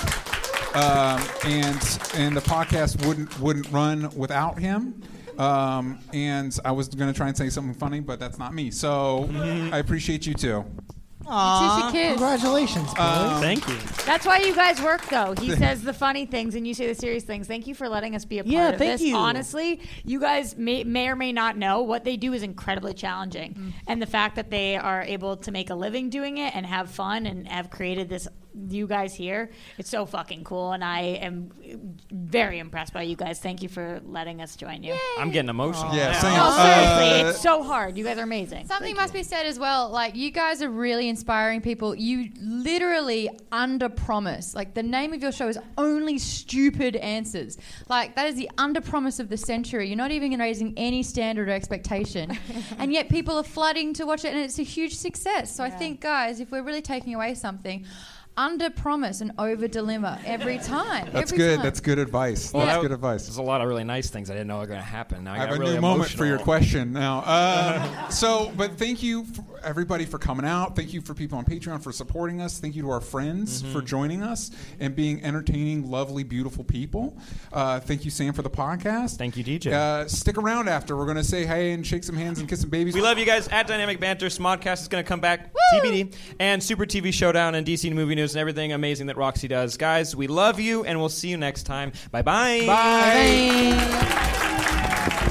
[SPEAKER 4] Um, and and the podcast wouldn't wouldn't run without him. Um, and I was going to try and say something funny, but that's not me. So I appreciate you too.
[SPEAKER 8] Aw.
[SPEAKER 4] uh,
[SPEAKER 9] It's just a kid. Congratulations,
[SPEAKER 5] Uh,
[SPEAKER 9] boys.
[SPEAKER 14] Thank you.
[SPEAKER 8] That's why you guys work, though. He says the funny things and you say the serious things. Thank you for letting us be a part
[SPEAKER 15] Yeah,
[SPEAKER 8] of
[SPEAKER 15] thank
[SPEAKER 8] this.
[SPEAKER 15] you.
[SPEAKER 8] Honestly, you guys may, may or may not know what they do is incredibly challenging,
[SPEAKER 15] Mm.
[SPEAKER 8] and the fact that they are able to make a living doing it and have fun and have created this. You guys here, it's so fucking cool, and I am very impressed by you guys. Thank you for letting us join you.
[SPEAKER 1] I'm getting emotional.
[SPEAKER 2] Yeah,
[SPEAKER 1] now.
[SPEAKER 2] same.
[SPEAKER 8] No, seriously,
[SPEAKER 2] Uh,
[SPEAKER 8] it's so hard. You guys are amazing.
[SPEAKER 6] Something must be said as well. Like you guys are really inspiring people. You literally under promise. Like the name of your show is only stupid answers. Like that is the under promise of the century. You're not even raising any standard or expectation. and yet people are flooding to watch it and it's a huge success. So I think guys, if we're really taking away something, under promise and over deliver every time.
[SPEAKER 2] That's
[SPEAKER 6] every
[SPEAKER 2] good.
[SPEAKER 6] time.
[SPEAKER 2] That's good advice.
[SPEAKER 6] Well,
[SPEAKER 2] That's
[SPEAKER 6] that-
[SPEAKER 2] good advice.
[SPEAKER 1] There's a lot of really nice things I didn't know were going to happen. Now I,
[SPEAKER 2] I have
[SPEAKER 1] got
[SPEAKER 2] a
[SPEAKER 1] really
[SPEAKER 2] new moment for your
[SPEAKER 1] emotional.
[SPEAKER 2] question now. Uh, so, but thank you, for everybody, for coming out. Thank you for people on Patreon for supporting us. Thank you to our friends for joining us and being entertaining, lovely, beautiful people. Uh, thank you, Sam, for the podcast. Thank
[SPEAKER 1] you, DJ.
[SPEAKER 2] Uh, stick around after. We're going to say hey and shake some hands and kiss some babies.
[SPEAKER 1] We love you guys at Dynamic Banter. Smodcast is going to come back, TBD, and Super TV Showdown and DC Movie News and everything amazing that Roxy does. Guys, we love you, and we'll see you next time. Bye-bye.
[SPEAKER 2] Bye.
[SPEAKER 1] bye.